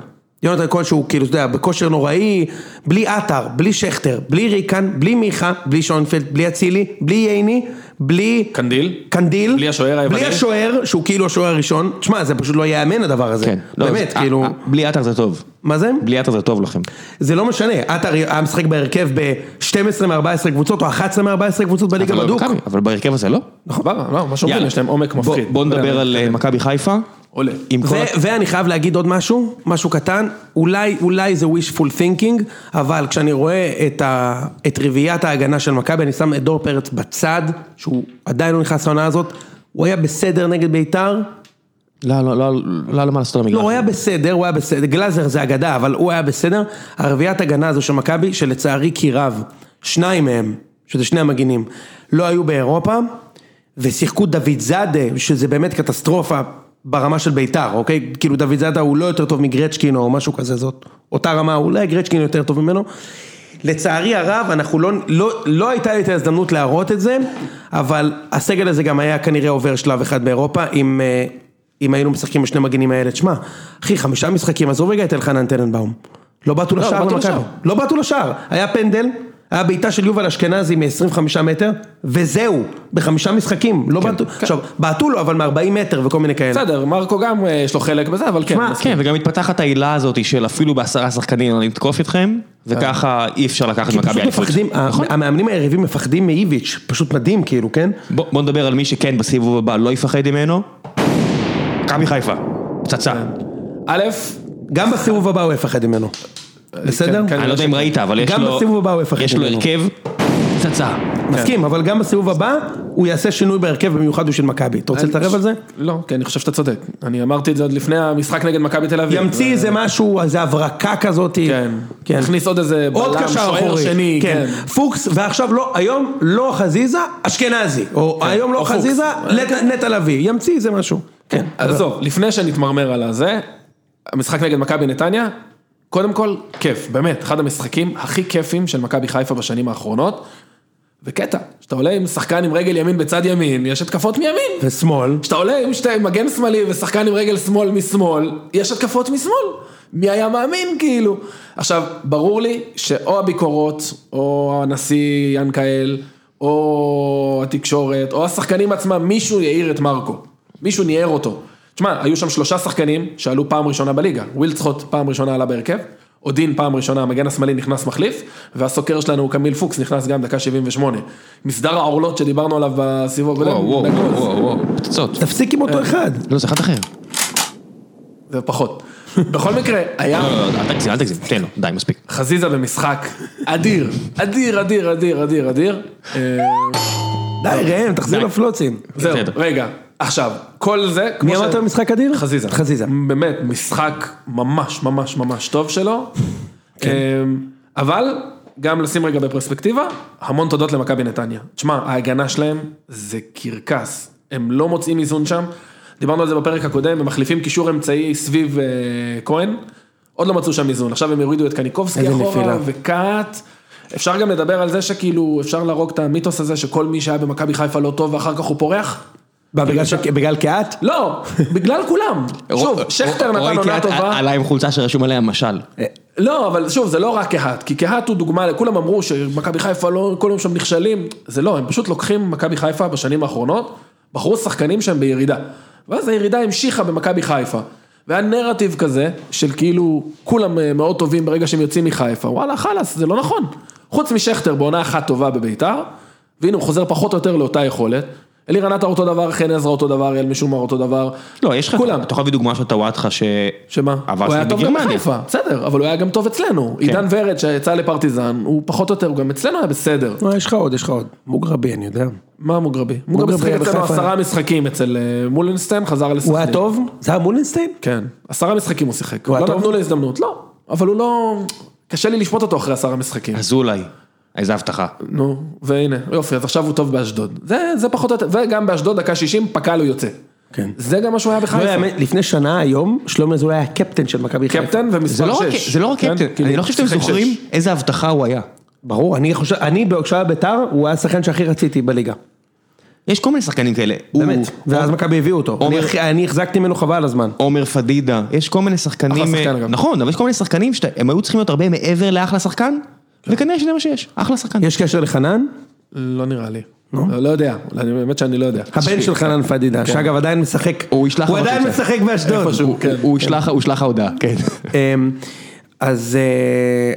Speaker 2: יונתן כהן שהוא כאילו, אתה יודע, בכושר נוראי, בלי עטר, בלי שכטר, בלי ריקן, בלי מיכה, בלי שונפלד, בלי אצילי, בלי ייני, בלי
Speaker 3: קנדיל?
Speaker 2: קנדיל,
Speaker 3: בלי השוער היווני?
Speaker 2: בלי השוער, שהוא כאילו השוער הראשון, תשמע, זה פשוט לא ייאמן הדבר הזה,
Speaker 1: כן, לא,
Speaker 2: באמת,
Speaker 1: זה-
Speaker 2: כאילו,
Speaker 1: אה, אה, בלי עטר זה טוב.
Speaker 2: מה זה?
Speaker 1: בלי עטר זה טוב לכם.
Speaker 2: זה לא משנה, עטר היה משחק בהרכב ב-12 מ-14 קבוצות או 11 מ-14 קבוצות בליגה
Speaker 1: אבל לא
Speaker 2: בדוק.
Speaker 1: במכבי, אבל בהרכב הזה לא.
Speaker 3: נכון, סבבה, לא, מה שאומרים,
Speaker 1: יאללה.
Speaker 3: יש להם עומק
Speaker 1: בוא-
Speaker 3: מפחיד. לא
Speaker 1: בוא נדבר על אה, מכבי חיפה.
Speaker 3: עולה.
Speaker 1: עם כל...
Speaker 2: ו- ואני חייב להגיד עוד משהו, משהו קטן, אולי, אולי זה wishful thinking, אבל כשאני רואה את, ה, את רביעיית ההגנה של מכבי, אני שם את דור פרץ בצד, שהוא עדיין לא נכנס לעונה הזאת, הוא היה בסדר נגד ביתר,
Speaker 1: לא, לא, לא, לא, לא, מה לעשות על המגרש.
Speaker 2: לא, הוא היה בסדר, הוא היה בסדר, גלאזר זה אגדה, אבל הוא היה בסדר. הרביעיית הגנה הזו של מכבי, שלצערי כי רב, שניים מהם, שזה שני המגינים, לא היו באירופה, ושיחקו דוד זאדה, שזה באמת קטסטרופה ברמה של ביתר, אוקיי? כאילו דוד זאדה הוא לא יותר טוב מגרצ'קינו או משהו כזה, זאת אותה רמה, אולי גרצ'קינו יותר טוב ממנו. לצערי הרב, אנחנו לא, לא, לא הייתה לי את ההזדמנות להראות את זה, אבל הסגל הזה גם היה כנראה עובר שלב אחד באירופה, אם, אה, אם היינו משחקים בשני מגנים האלה. תשמע, אחי, חמישה משחקים, עזוב רגע את אלחנן טננבאום. לא בעטו
Speaker 3: לא
Speaker 2: לשער
Speaker 3: בעטו
Speaker 2: במכבי.
Speaker 3: לשער.
Speaker 2: לא בעטו לשער. היה פנדל, היה בעיטה של יובל אשכנזי מ-25 מטר, וזהו, בחמישה משחקים. לא בעטו, עכשיו, בעטו לו, אבל מ-40 מטר וכל מיני כאלה.
Speaker 3: כן, בסדר, מרקו גם אה, יש לו חלק בזה, אבל כן.
Speaker 2: שמע,
Speaker 3: מסכים.
Speaker 1: כן, וגם מתפתחת העילה הזאת של אפילו בעשרה שחקנים אני אתקוף אתכם, וככה אי אפשר לקחת את
Speaker 2: כי כן, פשוט
Speaker 1: מכבי אליפות.
Speaker 2: מפחדים, ה-
Speaker 1: נכון.
Speaker 2: המאמנים היריבים מפחדים מאיביץ', פשוט מדהים כאילו, כן?
Speaker 1: בוא בוא נדבר על מי שכן בסיבוב הבא לא יפחד ממנו. מכבי חיפה. פצצה.
Speaker 3: א',
Speaker 2: גם בסיבוב הבא הוא יפחד ממנו. בסדר?
Speaker 3: כן, כן.
Speaker 1: אני לא יודע אם ראית, אבל יש
Speaker 2: גם
Speaker 1: לו... כן.
Speaker 2: בסיבוב הבא הוא יפחד
Speaker 1: יש לו
Speaker 2: ממנו.
Speaker 1: הרכב. פצצה.
Speaker 2: מסכים, אבל גם בסיבוב הבא הוא יעשה שינוי בהרכב במיוחד בשביל מכבי. אתה רוצה להתערב על זה?
Speaker 3: לא, כי אני חושב שאתה צודק. אני אמרתי את זה עוד לפני המשחק נגד מכבי תל אביב.
Speaker 2: ימציא איזה משהו, איזה הברקה כזאת.
Speaker 3: כן.
Speaker 2: כן.
Speaker 3: הכניס עוד איזה
Speaker 2: עוד
Speaker 3: בלם,
Speaker 2: קשר
Speaker 3: שוער
Speaker 2: אחורי.
Speaker 3: שני,
Speaker 2: כן.
Speaker 3: כן.
Speaker 2: פוקס, ועכשיו לא, היום לא חזיזה, אשכנזי. או היום
Speaker 3: כן. או
Speaker 2: לא
Speaker 3: פוקס. אה,
Speaker 2: חזיזה, לת- נטע לביא. ימציא איזה משהו. כן.
Speaker 3: אז עזוב, לפני שנתמרמר על הזה, המשחק נגד מכבי נתניה, קודם כל, כיף, באמת, אחד המשחקים הכי כיפים של מכבי חיפה בשנים האחרונות, וקטע, שאתה עולה עם שחקן עם רגל ימין בצד ימין, יש התקפות מימין.
Speaker 2: ושמאל.
Speaker 3: כשאתה עולה עם שתי מגן שמאלי ושחקן עם רגל שמאל משמאל, יש התקפות משמאל. מי היה מאמין כאילו? עכשיו, ברור לי שאו הביקורות, או הנשיא ינקאל, או התקשורת, או השחקנים עצמם, מישהו יעיר את מרקו. מישהו ניער אותו. תשמע, היו שם שלושה שחקנים שעלו פעם ראשונה בליגה. ווילדסחוט פעם ראשונה עלה בהרכב, אודין פעם ראשונה, המגן השמאלי נכנס מחליף, והסוקר שלנו קמיל פוקס נכנס גם דקה 78. מסדר העורלות שדיברנו עליו בסיבוב הקודם,
Speaker 1: וואו, וואו,
Speaker 3: נגוז.
Speaker 1: וואו, וואו, וואו, פצצות.
Speaker 2: תפסיק עם
Speaker 3: אה.
Speaker 2: אותו אחד.
Speaker 1: לא, זה אחד אחר.
Speaker 3: זה פחות. בכל מקרה, היה
Speaker 1: לא, לא, לא, אל תגזים, אל תגזים, תן לו, די, מספיק.
Speaker 3: חזיזה במשחק אדיר, אדיר, אדיר, אדיר, אדיר, אדיר. אה, לא.
Speaker 2: די ראם, תחזיר לפלוצים.
Speaker 3: זהו,
Speaker 1: בסדר.
Speaker 3: רגע, עכשיו, כל זה, כמו
Speaker 2: מי אמרת במשחק אדיר?
Speaker 3: חזיזה.
Speaker 2: חזיזה.
Speaker 3: באמת, משחק ממש ממש ממש טוב שלו.
Speaker 2: כן.
Speaker 3: אה, אבל, גם לשים רגע בפרספקטיבה, המון תודות למכבי נתניה. תשמע, ההגנה שלהם זה קרקס, הם לא מוצאים איזון שם. דיברנו על זה בפרק הקודם, הם מחליפים קישור אמצעי סביב אה, כהן, עוד לא מצאו שם איזון, עכשיו הם יורידו את קניקובסקי
Speaker 2: איזה
Speaker 3: אחורה
Speaker 2: נפילה.
Speaker 3: וכת. אפשר גם לדבר על זה שכאילו אפשר להרוג את המיתוס הזה שכל מי שהיה במכבי חיפה לא טוב ואחר כך הוא פורח.
Speaker 2: מה, בגלל ש- בגלל קהת?
Speaker 3: לא, בגלל כולם. שוב, שכטר נתן
Speaker 1: ראיתי
Speaker 3: עונה
Speaker 1: את-
Speaker 3: טובה.
Speaker 1: עלה עם חולצה שרשום עליה משל.
Speaker 3: לא, אבל שוב, זה לא רק קהת, כי קהת הוא דוגמה, כולם אמרו שמכבי חיפה לא, כל יום שם נכשלים. זה לא, הם פשוט לוקחים מכבי חיפה בשנים האחרונות, בחרו שחקנים שהם בירידה. ואז הירידה המשיכה במכבי חיפה. והיה נרטיב כזה, של כאילו, כולם אה, מאוד טובים ברגע שהם יוצאים מחיפה. וואלה, חלאס, זה לא נכון. חוץ משכטר בעונה אחת טובה בביתר, והנה הוא חוזר פחות או יותר לאותה יכולת. אלירן עטר אותו דבר, חן עזרא אותו דבר, אל משומר אותו דבר.
Speaker 1: לא, יש לך,
Speaker 3: כולם.
Speaker 1: אתה יכול להביא דוגמה של טוואטחה ש...
Speaker 3: שמה?
Speaker 1: עבר
Speaker 3: הוא היה
Speaker 1: שחק
Speaker 3: טוב גם
Speaker 1: בגרמניה.
Speaker 3: בחיפה, בסדר, אבל הוא היה גם טוב אצלנו. עידן ורד שיצא לפרטיזן, הוא פחות או יותר, הוא גם אצלנו היה בסדר.
Speaker 2: לא, יש לך עוד, יש לך עוד. מוגרבי, אני יודע.
Speaker 3: מה מוגרבי?
Speaker 2: מוגרבי
Speaker 3: מוגרבי שיחק
Speaker 2: היה
Speaker 3: אצלנו
Speaker 2: בחיפה.
Speaker 3: עשרה משחקים אצל אה, מולנסטיין, חזר לסכנין.
Speaker 2: הוא היה טוב? זה היה מולינסטיין?
Speaker 3: כן, עשרה משחקים הוא שיחק.
Speaker 2: הוא היה
Speaker 3: לא
Speaker 2: טוב?
Speaker 3: נתנו לו הזדמנות, לא. אבל הוא לא... קשה לי לשפוט אותו אחרי עשרה משחקים.
Speaker 1: אזולאי, איזה הבטחה.
Speaker 3: נו, והנה, יופי, אז עכשיו הוא טוב באשדוד. זה, זה פחות או יותר, וגם באשדוד דקה 60 פקל הוא יוצא.
Speaker 2: כן.
Speaker 3: זה גם מה שהוא היה
Speaker 2: לא,
Speaker 3: בחיפה.
Speaker 2: האמת, לפני שנה היום, שלומי אזולאי היה קפטן של מכבי חיפה.
Speaker 3: קפטן
Speaker 1: זה
Speaker 3: ומספר
Speaker 1: לא
Speaker 3: 6.
Speaker 1: רק- זה לא רק
Speaker 3: כן,
Speaker 1: קפטן,
Speaker 3: כאילו-
Speaker 1: אני לא חושב שאתם זוכרים איזה הבטחה הוא היה.
Speaker 2: ברור, אני חושב, אני כשהיה בית"ר, הוא היה השחקן שהכי רציתי בליגה.
Speaker 1: יש כל מיני שחקנים כאלה.
Speaker 2: באמת.
Speaker 1: הוא-
Speaker 2: ואז מכבי הביאו אותו.
Speaker 1: עומר-
Speaker 2: אני הכי- אני החזקתי ממנו חבל על הזמן.
Speaker 1: עומר פדידה, יש כל מיני שחקנים,
Speaker 3: אחלה שחקן, אגב.
Speaker 1: נכון, אבל יש כל מיני שחקנים שהם היו צריכים להיות הרבה מעבר לאחלה שחקן, וכנראה שזה מה שיש, אחלה שחקן.
Speaker 2: יש קשר לחנן?
Speaker 3: לא נראה לי. לא לא יודע, אני- באמת שאני לא יודע.
Speaker 2: הבן של חנן פדידה, שאגב עדיין משחק.
Speaker 1: אה, כן. הוא ישלח
Speaker 2: הוא
Speaker 1: לך
Speaker 2: עדיין
Speaker 1: בקבוצה.
Speaker 2: משחק באשדוד.
Speaker 3: איפשהו.
Speaker 1: הוא-
Speaker 3: כן.
Speaker 1: הוא ישלח- הוא ישלח ההודעה, כן.
Speaker 2: אמ, אז...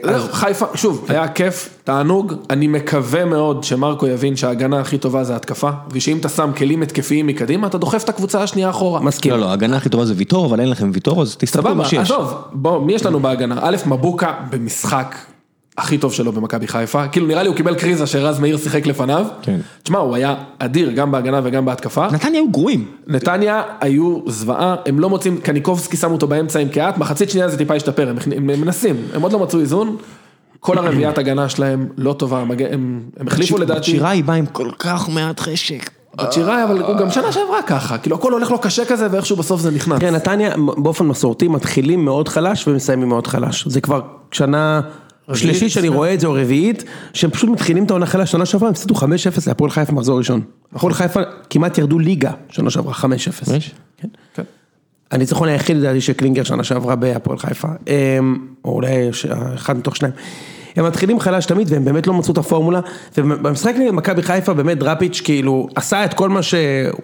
Speaker 1: לא.
Speaker 2: אה,
Speaker 3: זהו, חיפה, שוב, היה כיף, תענוג, אני מקווה מאוד שמרקו יבין שההגנה הכי טובה זה התקפה, ושאם אתה שם כלים התקפיים מקדימה, אתה דוחף את הקבוצה השנייה אחורה.
Speaker 2: מסכים.
Speaker 1: לא, לא, ההגנה הכי טובה זה ויטור, אבל אין לכם ויטור, אז תסתכלו על
Speaker 3: סבבה,
Speaker 1: מה שיש.
Speaker 3: עזוב, בוא, מי יש לנו בהגנה? א', מבוקה במשחק הכי טוב שלו במכבי חיפה, כאילו נראה לי הוא קיבל קריזה שרז מאיר שיחק לפניו.
Speaker 1: כן.
Speaker 3: תשמע, הוא היה אדיר גם בהגנה וגם בהתקפה.
Speaker 1: נתניה היו גרועים.
Speaker 3: נתניה היו זוועה, הם לא מוצאים, קניקובסקי שם אותו באמצע עם קהת, מחצית שנייה זה טיפה השתפר, הם, הכנ- הם מנסים, הם עוד לא מצאו איזון, כל הרביעיית הגנה שלהם לא טובה, הם, הם, הם החליפו לדעתי,
Speaker 1: שירה היא באה עם כל כך מעט חשק.
Speaker 3: בת שיראי, אבל הוא גם שנה שעברה ככה, כאילו הכל הולך לו קשה כזה ואיכשהו בסוף זה נכנס.
Speaker 2: תראה, נתניה באופן מסורתי מתחילים מאוד חלש ומסיימים מאוד חלש. זה כבר שנה שלישית שאני רואה את זה, או רביעית, שהם פשוט מתחילים את העונה חלש. שנה שעברה הם הפסידו 5-0 להפועל חיפה מחזור ראשון. הפועל חיפה כמעט ירדו ליגה שנה שעברה, 5-0.
Speaker 1: יש?
Speaker 2: כן.
Speaker 3: כן.
Speaker 2: הניצחון היחיד לדעתי של קלינגר שנה שעברה בהפועל חיפה, אמ, או אולי ש- אחד מתוך שניים. הם מתחילים חלש תמיד והם באמת לא מצאו את הפורמולה, ובמשחק נגד מכבי חיפה באמת דראפיץ' כאילו עשה את כל מה שהוא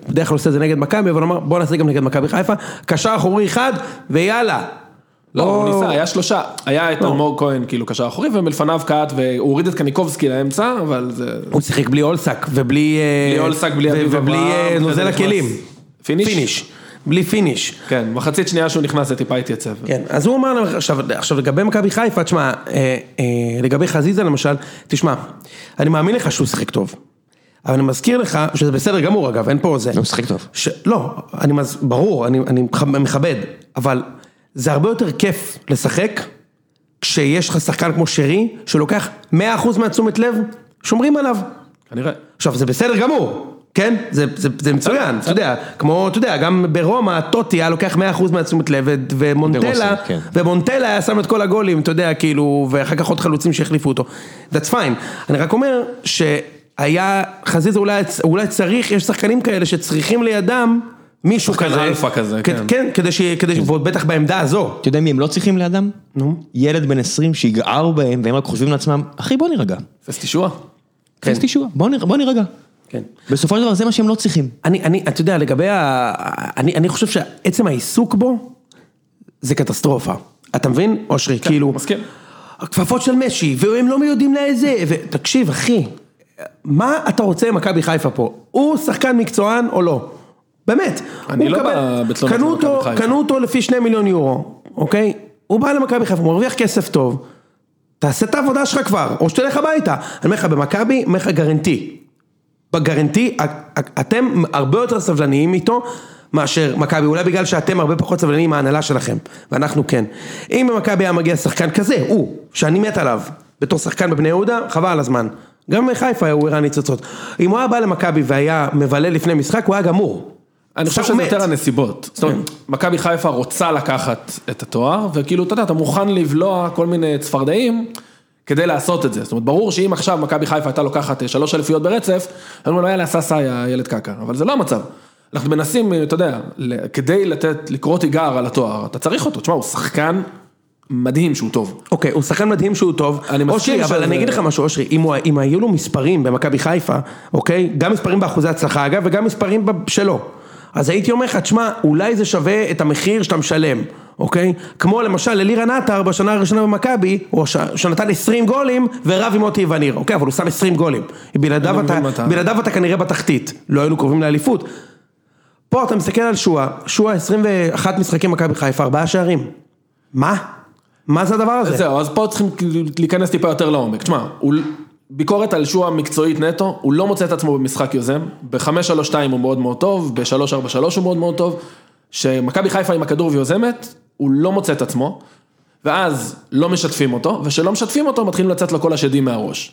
Speaker 2: בדרך כלל עושה את זה נגד מכבי, אבל הוא אמר בוא נעשה גם נגד מכבי חיפה, קשר אחורי אחד ויאללה.
Speaker 3: לא, הוא
Speaker 2: או-
Speaker 3: ניסה, היה שלושה, היה את אלמוג כהן כאילו קשר אחורי, ומלפניו קהת, והוא הוריד את קניקובסקי לאמצע, אבל זה...
Speaker 2: הוא שיחק בלי אולסק ובלי... אה,
Speaker 3: בלי אולסק, בלי
Speaker 2: ו-
Speaker 3: אביב
Speaker 2: ובלי
Speaker 3: אברהם,
Speaker 2: אה,
Speaker 3: כזה
Speaker 2: נוזל
Speaker 3: נכנס.
Speaker 2: הכלים.
Speaker 3: פיניש?
Speaker 2: פיניש. בלי פיניש.
Speaker 3: כן, מחצית שנייה שהוא נכנס זה טיפה התייצב.
Speaker 2: כן, אז הוא אמר להם, עכשיו, עכשיו לגבי מכבי חיפה, תשמע, אה, אה, לגבי חזיזה למשל, תשמע, אני מאמין לך שהוא שיחק טוב, אבל אני מזכיר לך, שזה בסדר גמור אגב, אין פה זה.
Speaker 1: הוא משחק טוב.
Speaker 2: ש... לא, אני מז... ברור, אני, אני מכב- מכבד, אבל זה הרבה יותר כיף לשחק כשיש לך שחקן כמו שרי, שלוקח 100% מהתשומת לב, שומרים עליו.
Speaker 3: כנראה.
Speaker 2: עכשיו, זה בסדר גמור, כן? זה, זה, זה מצוין, אתה יודע, כמו, אתה יודע, גם ברומא, טוטי היה לוקח 100% מהתשומת לב, ו- ומונטלה,
Speaker 1: דה רוסי, כן.
Speaker 2: ומונטלה היה שם את כל הגולים, אתה יודע, כאילו, ואחר כך עוד חלוצים שהחליפו אותו. That's fine. אני רק אומר שהיה, חזיזה אולי, אולי צריך, יש שחקנים כאלה שצריכים לידם מישהו
Speaker 3: שחקן
Speaker 2: כזה.
Speaker 3: אלפא כזה,
Speaker 2: כ-
Speaker 3: כן.
Speaker 2: כן, כדי ש... כדי ש... ועוד בטח בעמדה הזו.
Speaker 1: אתה יודע מי הם לא צריכים לידם? נו. ילד בן 20 שיגער בהם, והם רק חושבים לעצמם, אחי בוא נירגע.
Speaker 3: אפס תשוע.
Speaker 1: כן. תשוע, בוא, ניר, בוא נירגע.
Speaker 2: כן.
Speaker 1: בסופו של דבר זה מה שהם לא צריכים.
Speaker 2: אני, אני, אתה יודע, לגבי ה... אני, אני חושב שעצם העיסוק בו, זה קטסטרופה. אתה מבין, אושרי? כאילו...
Speaker 3: כן, מסכים.
Speaker 2: הכפפות של משי, והם לא יודעים לאיזה... ו- תקשיב, אחי, מה אתה רוצה ממכבי חיפה פה? הוא שחקן מקצוען או לא? באמת.
Speaker 3: אני
Speaker 2: הוא
Speaker 3: לא
Speaker 2: מקבל-
Speaker 3: בא בתלונות
Speaker 2: קנו
Speaker 3: על מכבי
Speaker 2: אותו-
Speaker 3: חיפה.
Speaker 2: קנו אותו לפי שני מיליון יורו, אוקיי? הוא בא למכבי חיפה, הוא מרוויח כסף טוב. תעשה את העבודה שלך כבר, או שתלך הביתה. אני אומר לך, במכבי, אומר לך גרנטי. בגרנטי, א- א- אתם הרבה יותר סבלניים איתו מאשר מכבי, אולי בגלל שאתם הרבה פחות סבלניים מההנהלה שלכם, ואנחנו כן. אם במכבי היה מגיע שחקן כזה, הוא, שאני מת עליו, בתור שחקן בבני יהודה, חבל על הזמן. גם בחיפה הוא הראה ניצוצות. אם הוא היה בא למכבי והיה מבלה לפני משחק, הוא היה גמור.
Speaker 3: אני חושב
Speaker 2: עכשיו הוא
Speaker 3: שזה יותר
Speaker 2: מת.
Speaker 3: הנסיבות. זאת אומרת, מכבי חיפה רוצה לקחת את התואר, וכאילו, אתה יודע, אתה מוכן לבלוע כל מיני צפרדעים כדי לעשות את זה. זאת אומרת, ברור שאם עכשיו מכבי חיפה הייתה לוקחת אה, שלוש אליפויות ברצף, היינו אומרים, יאללה, סע יא ילד קקע, אבל זה לא המצב. אנחנו מנסים, אה, אתה יודע, ל- כדי לתת, לקרוא תיגר על התואר, אתה צריך אותו. תשמע, הוא שחקן מדהים שהוא טוב.
Speaker 2: אוקיי, הוא שחקן מדהים שהוא טוב.
Speaker 3: אני מסכים
Speaker 2: אושרי, אבל
Speaker 3: שזה-
Speaker 2: אני אגיד לך משהו, אושרי, אם, הוא, אם היו לו מספרים במכבי חיפה, אוקיי? גם מספרים באחוזי הצלחה אגב, וגם מספרים ב- שלו. אז הייתי אומר לך, תשמע, אולי זה שווה את המחיר שאתה משלם, אוקיי? כמו למשל ללירן עטר בשנה הראשונה במכבי, או ש... שנתן 20 גולים ורב עם מוטי וניר, אוקיי? אבל הוא שם 20 גולים. בלעדיו
Speaker 3: אני לא מבין מה
Speaker 2: אתה,
Speaker 3: אתה-
Speaker 2: בלעדיו אתה כנראה בתחתית, לא היינו קרובים לאליפות. פה אתה מסתכל על שואה, שואה 21 משחקים מכבי חיפה, ארבעה שערים. מה? מה זה הדבר
Speaker 1: כן.
Speaker 2: הזה?
Speaker 3: אז זהו, אז פה צריכים כאילו להיכנס טיפה יותר לעומק. תשמע, הוא- ביקורת על שועה מקצועית נטו, הוא לא מוצא את עצמו במשחק יוזם, ב-5-3-2 הוא מאוד מאוד טוב, ב-3-4-3 הוא מאוד מאוד טוב, שמכבי חיפה עם הכדור ויוזמת, הוא לא מוצא את עצמו, ואז לא משתפים אותו, וכשלא משתפים אותו מתחילים לצאת לו כל השדים מהראש.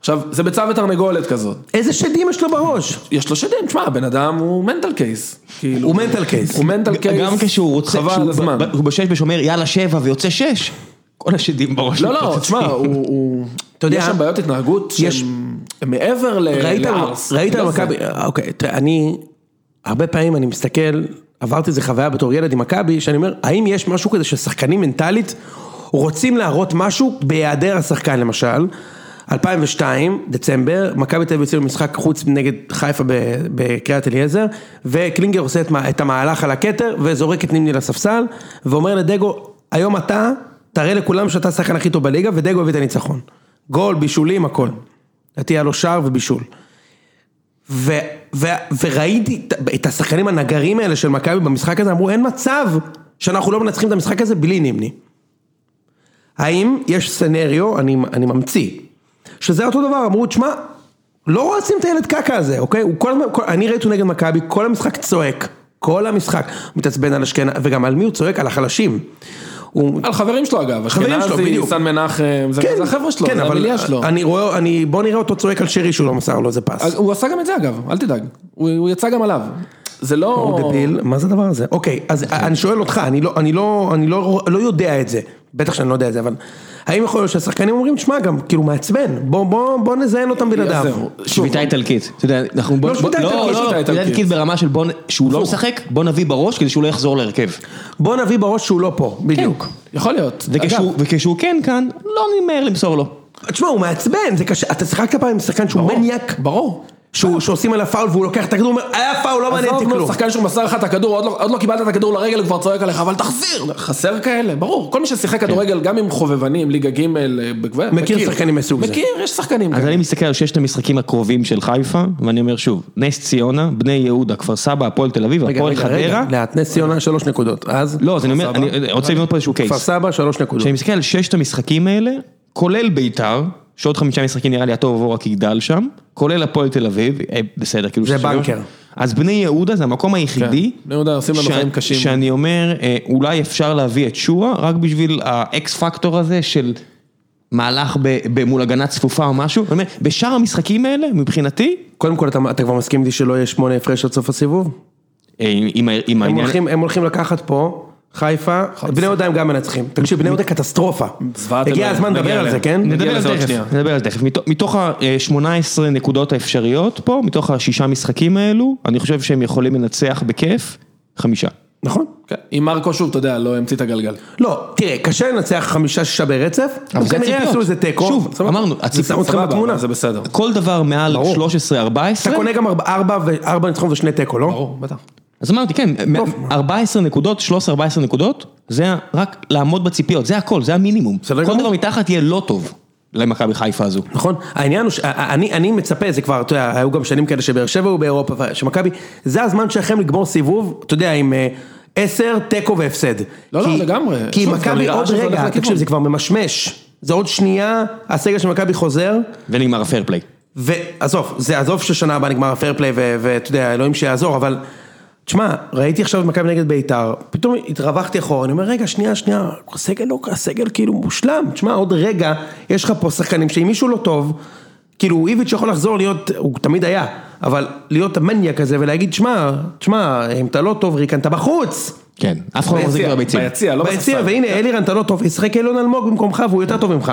Speaker 3: עכשיו, זה ביצה ותרנגולת כזאת.
Speaker 2: איזה שדים יש לו בראש?
Speaker 3: יש לו שדים, תשמע, הבן אדם הוא מנטל קייס. כאילו,
Speaker 2: הוא mental case.
Speaker 3: הוא מנטל קייס.
Speaker 1: גם כשהוא רוצה,
Speaker 3: אוקיי, חבל על
Speaker 1: כשהוא
Speaker 3: הזמן.
Speaker 1: ב- ב- הוא בשש בשומר יאללה שבע ויוצא שש. כל השדים בראש.
Speaker 3: לא, לא,
Speaker 1: מתפוצצים.
Speaker 3: תשמע, הוא- הוא...
Speaker 2: אתה יודע,
Speaker 3: יש שם בעיות התנהגות
Speaker 2: יש-
Speaker 3: שהן הן מעבר ל-
Speaker 2: ראית,
Speaker 3: לארס.
Speaker 2: ראית
Speaker 3: לא
Speaker 2: על
Speaker 3: זה.
Speaker 2: מכבי, אה, אוקיי, תראה, אני, הרבה פעמים אני מסתכל, עברתי איזה חוויה בתור ילד עם מכבי, שאני אומר, האם יש משהו כזה ששחקנים מנטלית רוצים להראות משהו בהיעדר השחקן למשל, 2002, דצמבר, מכבי תל אביב יוצאים למשחק חוץ נגד חיפה ב- בקריית אליעזר, וקלינגר עושה את, מה- את המהלך על הכתר, וזורק את נימני לספסל, ואומר לדגו, היום אתה, תראה לכולם שאתה השחקן הכי טוב בליגה, ודגו הביא את הניצחון. גול, בישולים, הכל. לדעתי היה לו שער ובישול. ו, ו, וראיתי את- את השחקנים הנגרים האלה של מכבי במשחק הזה, אמרו אין מצב שאנחנו לא מנצחים את המשחק הזה בלי נימני. האם יש סנריו, אני, אני ממציא, שזה אותו דבר, אמרו, תשמע, לא רוצים את הילד קקע הזה, אוקיי? הוא כל הזמן, כל, אני ראיתי אותו נגד מכבי, כל המשחק צועק, כל המשחק, הוא מתעצבן על אשכנז, וגם על מי הוא צועק? על החלשים. הוא,
Speaker 3: על חברים שלו אגב,
Speaker 2: חברים שלו,
Speaker 3: אשכנזי,
Speaker 2: בדיוק. כן,
Speaker 3: סן מנחם, כן, זה זה החבר'ה שלו, זה המיליה שלו.
Speaker 2: אני רואה, אני, בוא נראה אותו צועק על שרי שהוא לא מסר לו איזה פס.
Speaker 3: אז הוא עשה גם את זה אגב, אל תדאג, הוא הוא יצא גם עליו. זה לא...
Speaker 2: הוא דביל, מה זה הדבר הזה? אוקיי, אז אני שואל אותך, אני לא, אני לא, אני לא, לא יודע את זה, בטח שאני לא יודע את זה, אבל האם יכול להיות שהשחקנים אומרים, שמע, גם כאילו מעצבן, בוא, בוא, בוא נזיין אותם בלעדיו.
Speaker 3: זהו. שוב,
Speaker 1: שביתה איטלקית. אתה יודע, אנחנו... בוא-
Speaker 2: שביתה
Speaker 1: בוא-
Speaker 2: איטלקית,
Speaker 1: לא,
Speaker 3: שביתה
Speaker 1: לא, שביתה
Speaker 3: איטלקית.
Speaker 1: איטלקית ברמה של בוא... נ- שהוא לא
Speaker 3: הפוך.
Speaker 1: משחק, בוא נביא בראש כדי שהוא לא יחזור להרכב.
Speaker 2: בוא נביא בראש שהוא לא פה, בדיוק.
Speaker 3: יכול להיות.
Speaker 1: וכשהוא- וכשהוא כן כאן, לא נמהר למסור לו.
Speaker 2: תשמע, הוא מעצבן, זה קשה, אתה שיחקת פעם עם שחקן שהוא
Speaker 3: ברור,
Speaker 2: מניאק,
Speaker 3: ברור.
Speaker 2: שהוא- שעושים עליו פאול והוא לוקח את הכדור, הוא אומר, היה פאול, לא מעניין אותי
Speaker 3: עזוב, נו,
Speaker 2: כלום.
Speaker 3: שחקן שהוא מסר לך את הכדור, עוד לא- עוד לא קיבלת את הכדור לרגל, הוא כבר צועק עליך, אבל תחזיר! חסר כאלה, ברור. כל מי ששיחק כדורגל, גם עם חובבנים, ליגה ג', אה, בגבוה,
Speaker 2: כן. מכיר שחקנים מסוג זה.
Speaker 3: מכיר, יש שחקנים
Speaker 1: אז
Speaker 3: כאלה.
Speaker 1: אני מסתכל על ששת המשחקים הקרובים של חיפה, ואני אומר שוב, נס ציונה, בני יהודה, כפר סבא, הפועל תל אביב,
Speaker 2: רגע,
Speaker 1: הפועל
Speaker 2: רגע,
Speaker 1: חדרה.
Speaker 2: רגע, לאט, נס ציונה שלוש נקודות, אז
Speaker 1: לא, אז אני אומר, אני רוצה לבנות פה איזשהו
Speaker 2: כפר
Speaker 1: קייס.
Speaker 2: סבא שלוש נקודות.
Speaker 1: כשאני מסתכל על ששת המשחקים האלה, כולל ביתר, שעוד חמישה משחקים נראה לי הטוב רק יגדל שם, כולל הפועל תל אביב, אה, בסדר, כאילו...
Speaker 2: זה
Speaker 1: שזה-
Speaker 2: בנקר.
Speaker 1: אז בני יהודה זה המקום היחידי,
Speaker 3: בני יהודה עושים לנו
Speaker 1: ש-
Speaker 3: חיים קשים.
Speaker 1: שאני אומר, אה, אולי אפשר להביא את שואה, רק בשביל האקס פקטור הזה של מהלך ב- ב- מול הגנה צפופה או משהו, אני אומר, בשאר המשחקים האלה, מבחינתי,
Speaker 2: קודם כל, אתה, אתה כבר מסכים איתי שלא יהיה שמונה הפרש עד סוף הסיבוב?
Speaker 1: אה, עם- עם ה- עם
Speaker 2: הם
Speaker 1: העניין...
Speaker 2: הולכים, הם הולכים לקחת פה, חיפה, בני יהודה הם גם מנצחים. תקשיב, בני יהודה קטסטרופה.
Speaker 3: זוועת
Speaker 2: הגיע
Speaker 3: אלוהים,
Speaker 2: הזמן
Speaker 3: נגיע
Speaker 2: לדבר על זה,
Speaker 3: אליהם.
Speaker 2: כן?
Speaker 3: נגיע
Speaker 1: נדבר על
Speaker 3: לזה
Speaker 1: זה
Speaker 3: עוד
Speaker 1: תכף,
Speaker 3: שנייה.
Speaker 1: נדבר על זה תכף. מתוך- מתוך ה-18 נקודות האפשריות פה, מתוך השישה משחקים האלו, אני חושב שהם יכולים לנצח בכיף חמישה.
Speaker 2: נכון.
Speaker 3: כן. עם מרקו שוב, אתה יודע, לא המציא את הגלגל.
Speaker 2: לא, תראה, קשה לנצח חמישה-שישה ברצף,
Speaker 1: אבל זה
Speaker 2: כנראה
Speaker 1: הציפיות.
Speaker 2: עשו איזה תיקו.
Speaker 1: שוב,
Speaker 2: סבבה.
Speaker 1: אמרנו,
Speaker 2: זה שם
Speaker 1: הציפיות,
Speaker 2: אתכם
Speaker 3: סבבה,
Speaker 2: בתמונה.
Speaker 3: אבל זה בסדר.
Speaker 1: כל דבר מעל
Speaker 2: ברור.
Speaker 1: 13-14,
Speaker 2: אתה קונה גם ארבע- ארבע ו- ארבע ניצחון ושני תיקו, לא?
Speaker 3: ברור, בטח.
Speaker 1: אז אמרתי, כן,
Speaker 2: טוב.
Speaker 1: 14 נקודות, 13-14 נקודות, זה ה- רק לעמוד בציפיות, זה הכל, זה המינימום.
Speaker 2: בסדר
Speaker 1: כל
Speaker 2: גמור.
Speaker 1: דבר מתחת יהיה לא טוב למכבי חיפה הזו.
Speaker 2: נכון, העניין הוא שאני אני מצפה, זה כבר, אתה יודע, היו גם שנים כאלה שבאר שבע הוא באירופה, שמכבי, זה הזמן שלכם לגמור סיבוב, אתה יודע, עם אה, עשר, תיקו והפסד.
Speaker 3: לא,
Speaker 2: כי-
Speaker 3: לא, לגמרי.
Speaker 2: כי
Speaker 3: שוב, זה
Speaker 2: מכבי
Speaker 3: נראה
Speaker 2: עוד
Speaker 3: שזה הולך
Speaker 2: רגע,
Speaker 3: לכיוון.
Speaker 2: תקשיב, זה כבר ממשמש, זה עוד שנייה, הסגל של מכבי חוזר,
Speaker 1: ונגמר הפייר פליי.
Speaker 2: ועזוב, זה עזוב ששנה הבאה נגמר הפייר פליי, ו- ואתה יודע, אלוהים שיעזור, אבל... תשמע, ראיתי עכשיו את מכבי נגד בית"ר, פתאום התרווחתי אחורה, אני אומר, רגע, שנייה, שנייה, הסגל לא, הסגל כאילו מושלם, תשמע, עוד רגע, יש לך פה שחקנים שאם מישהו לא טוב, כאילו איביץ' יכול לחזור להיות, הוא תמיד היה, אבל להיות המניאק הזה ולהגיד, שמע, תשמע, אם אתה לא טוב, ריקן, אתה בחוץ!
Speaker 1: כן, אף אחד לא מחזיק
Speaker 3: ביציע,
Speaker 1: בביצים.
Speaker 3: ביציע, לא
Speaker 2: ביציע,
Speaker 3: בספסל.
Speaker 2: והנה, אלירן, אתה לא טוב, ישחק אילון אלמוג במקומך, והוא יותר טוב ממך.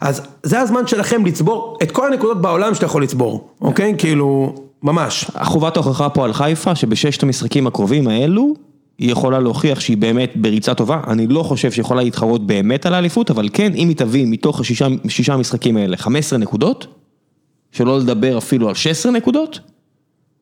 Speaker 2: אז זה הזמן שלכם לצבור את כל הנקודות בעולם שאתה יכול לצבור, אוקיי? כאילו, ממש.
Speaker 1: חובת ההוכחה פה על חיפה, שבששת המשחקים הקרובים האלו, היא יכולה להוכיח שהיא באמת בריצה טובה. אני לא חושב שהיא יכולה להתחרות באמת על האליפות, אבל כן, אם היא תביא מתוך השישה שישה המשחקים האלה 15 נקודות, שלא לדבר אפילו על 16 נקודות,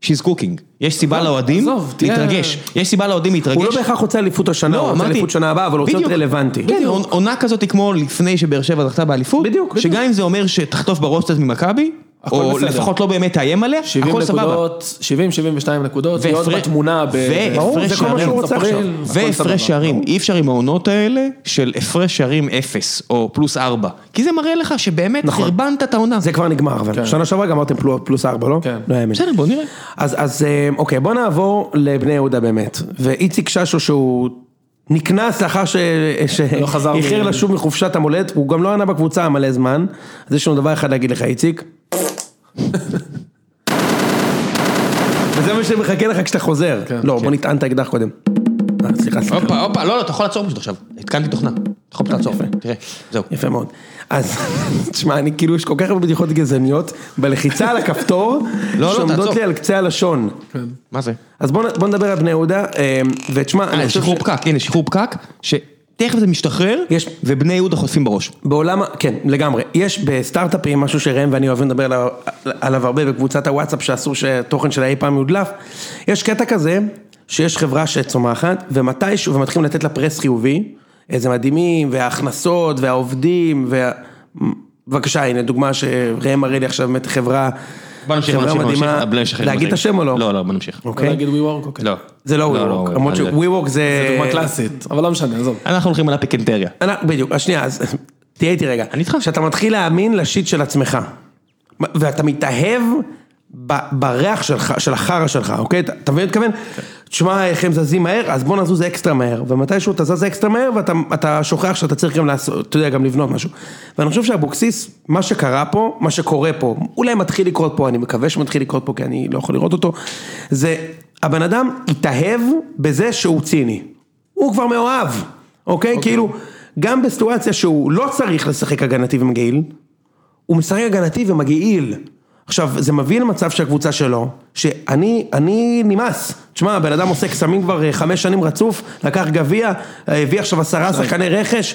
Speaker 1: she's cooking. יש סיבה לאוהדים
Speaker 3: עזוב, תהיה-
Speaker 1: להתרגש. יש סיבה לאוהדים להתרגש.
Speaker 2: הוא לא בהכרח רוצה אליפות השנה, הוא רוצה אליפות שנה הבאה, אבל הוא רוצה להיות
Speaker 1: בדיוק.
Speaker 2: רלוונטי.
Speaker 1: כן, עונ- עונה כזאת היא כמו לפני שבאר שבע זכתה באליפות,
Speaker 2: בדיוק,
Speaker 1: שגם אם זה אומר שתחטוף בראש קצת ממכבי,
Speaker 3: הכל
Speaker 1: או
Speaker 3: בסדר.
Speaker 1: לפחות לא באמת תאיים עליה,
Speaker 3: 70
Speaker 1: הכל סבבה.
Speaker 3: נקודות, 70, 72 נקודות, להיות
Speaker 1: והפרש-
Speaker 3: בתמונה ב...
Speaker 2: ברור, זה
Speaker 1: והפרש
Speaker 2: כל מה
Speaker 1: שערים,
Speaker 2: שהוא רוצה
Speaker 3: אפריל,
Speaker 2: עכשיו.
Speaker 3: הכל
Speaker 1: נכון,
Speaker 3: סבבה.
Speaker 1: והפרש שערים, אי אפשר עם העונות האלה של הפרש שערים 0 או פלוס 4, כי זה מראה לך שבאמת
Speaker 2: נכון.
Speaker 1: חרבנת את העונה.
Speaker 2: זה כבר נגמר, אבל. שנה שעברה גמרתם פלו- פלוס ארבע, לא?
Speaker 3: כן.
Speaker 2: לא האמין.
Speaker 1: בסדר, בוא נראה.
Speaker 2: אז, אז אה, אוקיי, בוא נעבור לבני יהודה באמת. ואיציק ששו שהוא נקנס לאחר ש-
Speaker 3: לא חזר
Speaker 2: שאיחר
Speaker 3: מ-
Speaker 2: לשוב מחופשת המולדת, הוא גם לא ענה בקבוצה מלא זמן. אז יש לנו דבר אחד להגיד לך, איציק. וזה מה שמחכה לך כשאתה חוזר.
Speaker 3: כן,
Speaker 2: לא,
Speaker 3: כן. אוקיי.
Speaker 2: בוא נטען את האקדח קודם. אה, סליחה, סליחה.
Speaker 1: הופה, הופה, לא, לא, אתה יכול לעצור פשוט עכשיו. התקנתי תוכנה. אתה יכול פשוט לעצור,
Speaker 2: יפה.
Speaker 1: תראה, זהו.
Speaker 2: יפה מאוד. אז תשמע, אני כאילו, יש כל כך הרבה בדיחות גזעניות בלחיצה על הכפתור,
Speaker 1: לא,
Speaker 2: שעומדות
Speaker 1: תעצור.
Speaker 2: לי על קצה הלשון.
Speaker 1: מה זה?
Speaker 2: אז בוא, נ- בוא נדבר על בני יהודה, אה, ותשמע, אני
Speaker 1: אה,
Speaker 2: חושב
Speaker 1: שחרור פקק, הנה, שחרור פקק, שתכף זה משתחרר,
Speaker 2: יש-
Speaker 1: ובני יהודה חוטפים בראש.
Speaker 2: שבעולם, ה- כן, לגמרי, יש בסטארט-אפים משהו שראם ואני אוהבים לדבר עליו, עליו הרבה בקבוצת הוואטסאפ, שאסור שתוכן שלה אי פעם יודלף, יש קטע כזה, שיש חברה שצומחת, ומתישהו, ומתחילים לתת לה פרס חיובי, איזה מדהימים, וההכנסות, והעובדים, וה... בבקשה, הנה דוגמה שראם מראה לי עכשיו באמת חברה,
Speaker 1: בוא נמשיך,
Speaker 2: חברה
Speaker 1: נמשיך, נמשיך.
Speaker 2: מדהימה,
Speaker 1: בלי לשחק
Speaker 2: להגיד את
Speaker 1: בזה.
Speaker 2: השם או לא?
Speaker 1: לא, לא, בוא נמשיך.
Speaker 3: אפשר
Speaker 2: אוקיי?
Speaker 3: להגיד WeWork, אוקיי.
Speaker 1: לא.
Speaker 2: זה לא WeWork, למרות
Speaker 1: אל
Speaker 2: ש-
Speaker 1: זה.
Speaker 2: WeWork זה...
Speaker 3: זה דוגמה קלאסית, אבל לא משנה, עזוב.
Speaker 1: אנחנו הולכים על הפיקנטריה.
Speaker 2: אנחנו- בדיוק, אז שנייה, אז תהיה איתי רגע.
Speaker 1: כן. אני איתך.
Speaker 2: שאתה מתחיל להאמין לשיט של עצמך. ואתה מתאהב ב- בריח שלך, של החרא שלך, אוקיי? אתה אתה מבין מה אני מתכוון? תשמע איך הם זזים מהר, אז בוא נזוז אקסטרה מהר. ומתישהו אתה זז אקסטרה מהר ואתה אתה שוכח שאתה צריך גם לעשות, אתה יודע, גם לבנות משהו. ואני חושב שאבוקסיס, מה שקרה פה, מה שקורה פה, אולי מתחיל לקרות פה, אני מקווה שמתחיל לקרות פה כי אני לא יכול לראות אותו, זה הבן אדם התאהב בזה שהוא ציני. הוא כבר מאוהב, אוקיי? כאילו, גם בסיטואציה שהוא לא צריך לשחק הגנתי ומגעיל, הוא משחק הגנתי ומגעיל. עכשיו, זה מביא למצב שהקבוצה שלו, שאני, אני נמאס. תשמע, הבן אדם עושה קסמים כבר אה, חמש שנים רצוף, לקח גביע, אה, הביא עכשיו עשרה שחקני רכש.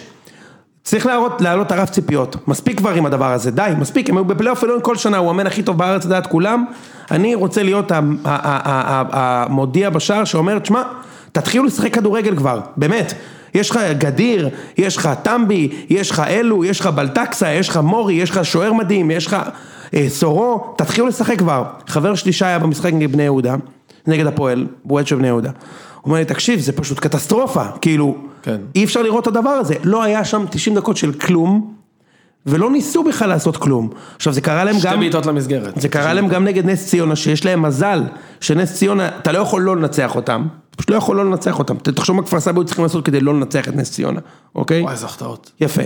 Speaker 2: צריך להראות, להעלות את הרף ציפיות, מספיק כבר עם הדבר הזה, די, מספיק, הם היו בפלייאוף עליון כל שנה, הוא המאמן הכי טוב בארץ לדעת כולם, אני רוצה להיות המ- ה- ה- ה- ה- המודיע בשער שאומר, תשמע, תתחילו לשחק כדורגל כבר, באמת, יש לך גדיר, יש לך טמבי, יש לך אלו, יש לך בלטקסה, יש לך מורי, יש לך שוער מדהים, יש לך אה, סורו, תתחילו לשחק כבר. חבר שלי שי היה במשחק נגד בני יהודה, נגד הפועל, הוא אוהד של בני יהודה, הוא אומר לי, תקשיב, זה פשוט קטסטרופה, כאילו,
Speaker 3: כן.
Speaker 2: אי אפשר לראות את הדבר הזה, לא היה שם 90 דקות של כלום, ולא ניסו בכלל לעשות כלום. עכשיו זה קרה להם
Speaker 3: שתי
Speaker 2: גם...
Speaker 3: בעיטות למסגרת.
Speaker 2: זה קרה להם גם נגד נס ציונה, שיש להם מזל, שנס ציונה, אתה לא יכול לא לנצח אותם. אתה פשוט לא יכול לא לנצח אותם. ת- תחשוב מה כפר סבא היו צריכים לעשות כדי לא לנצח את נס ציונה, אוקיי?
Speaker 3: וואי, איזה החטאות.
Speaker 2: יפה.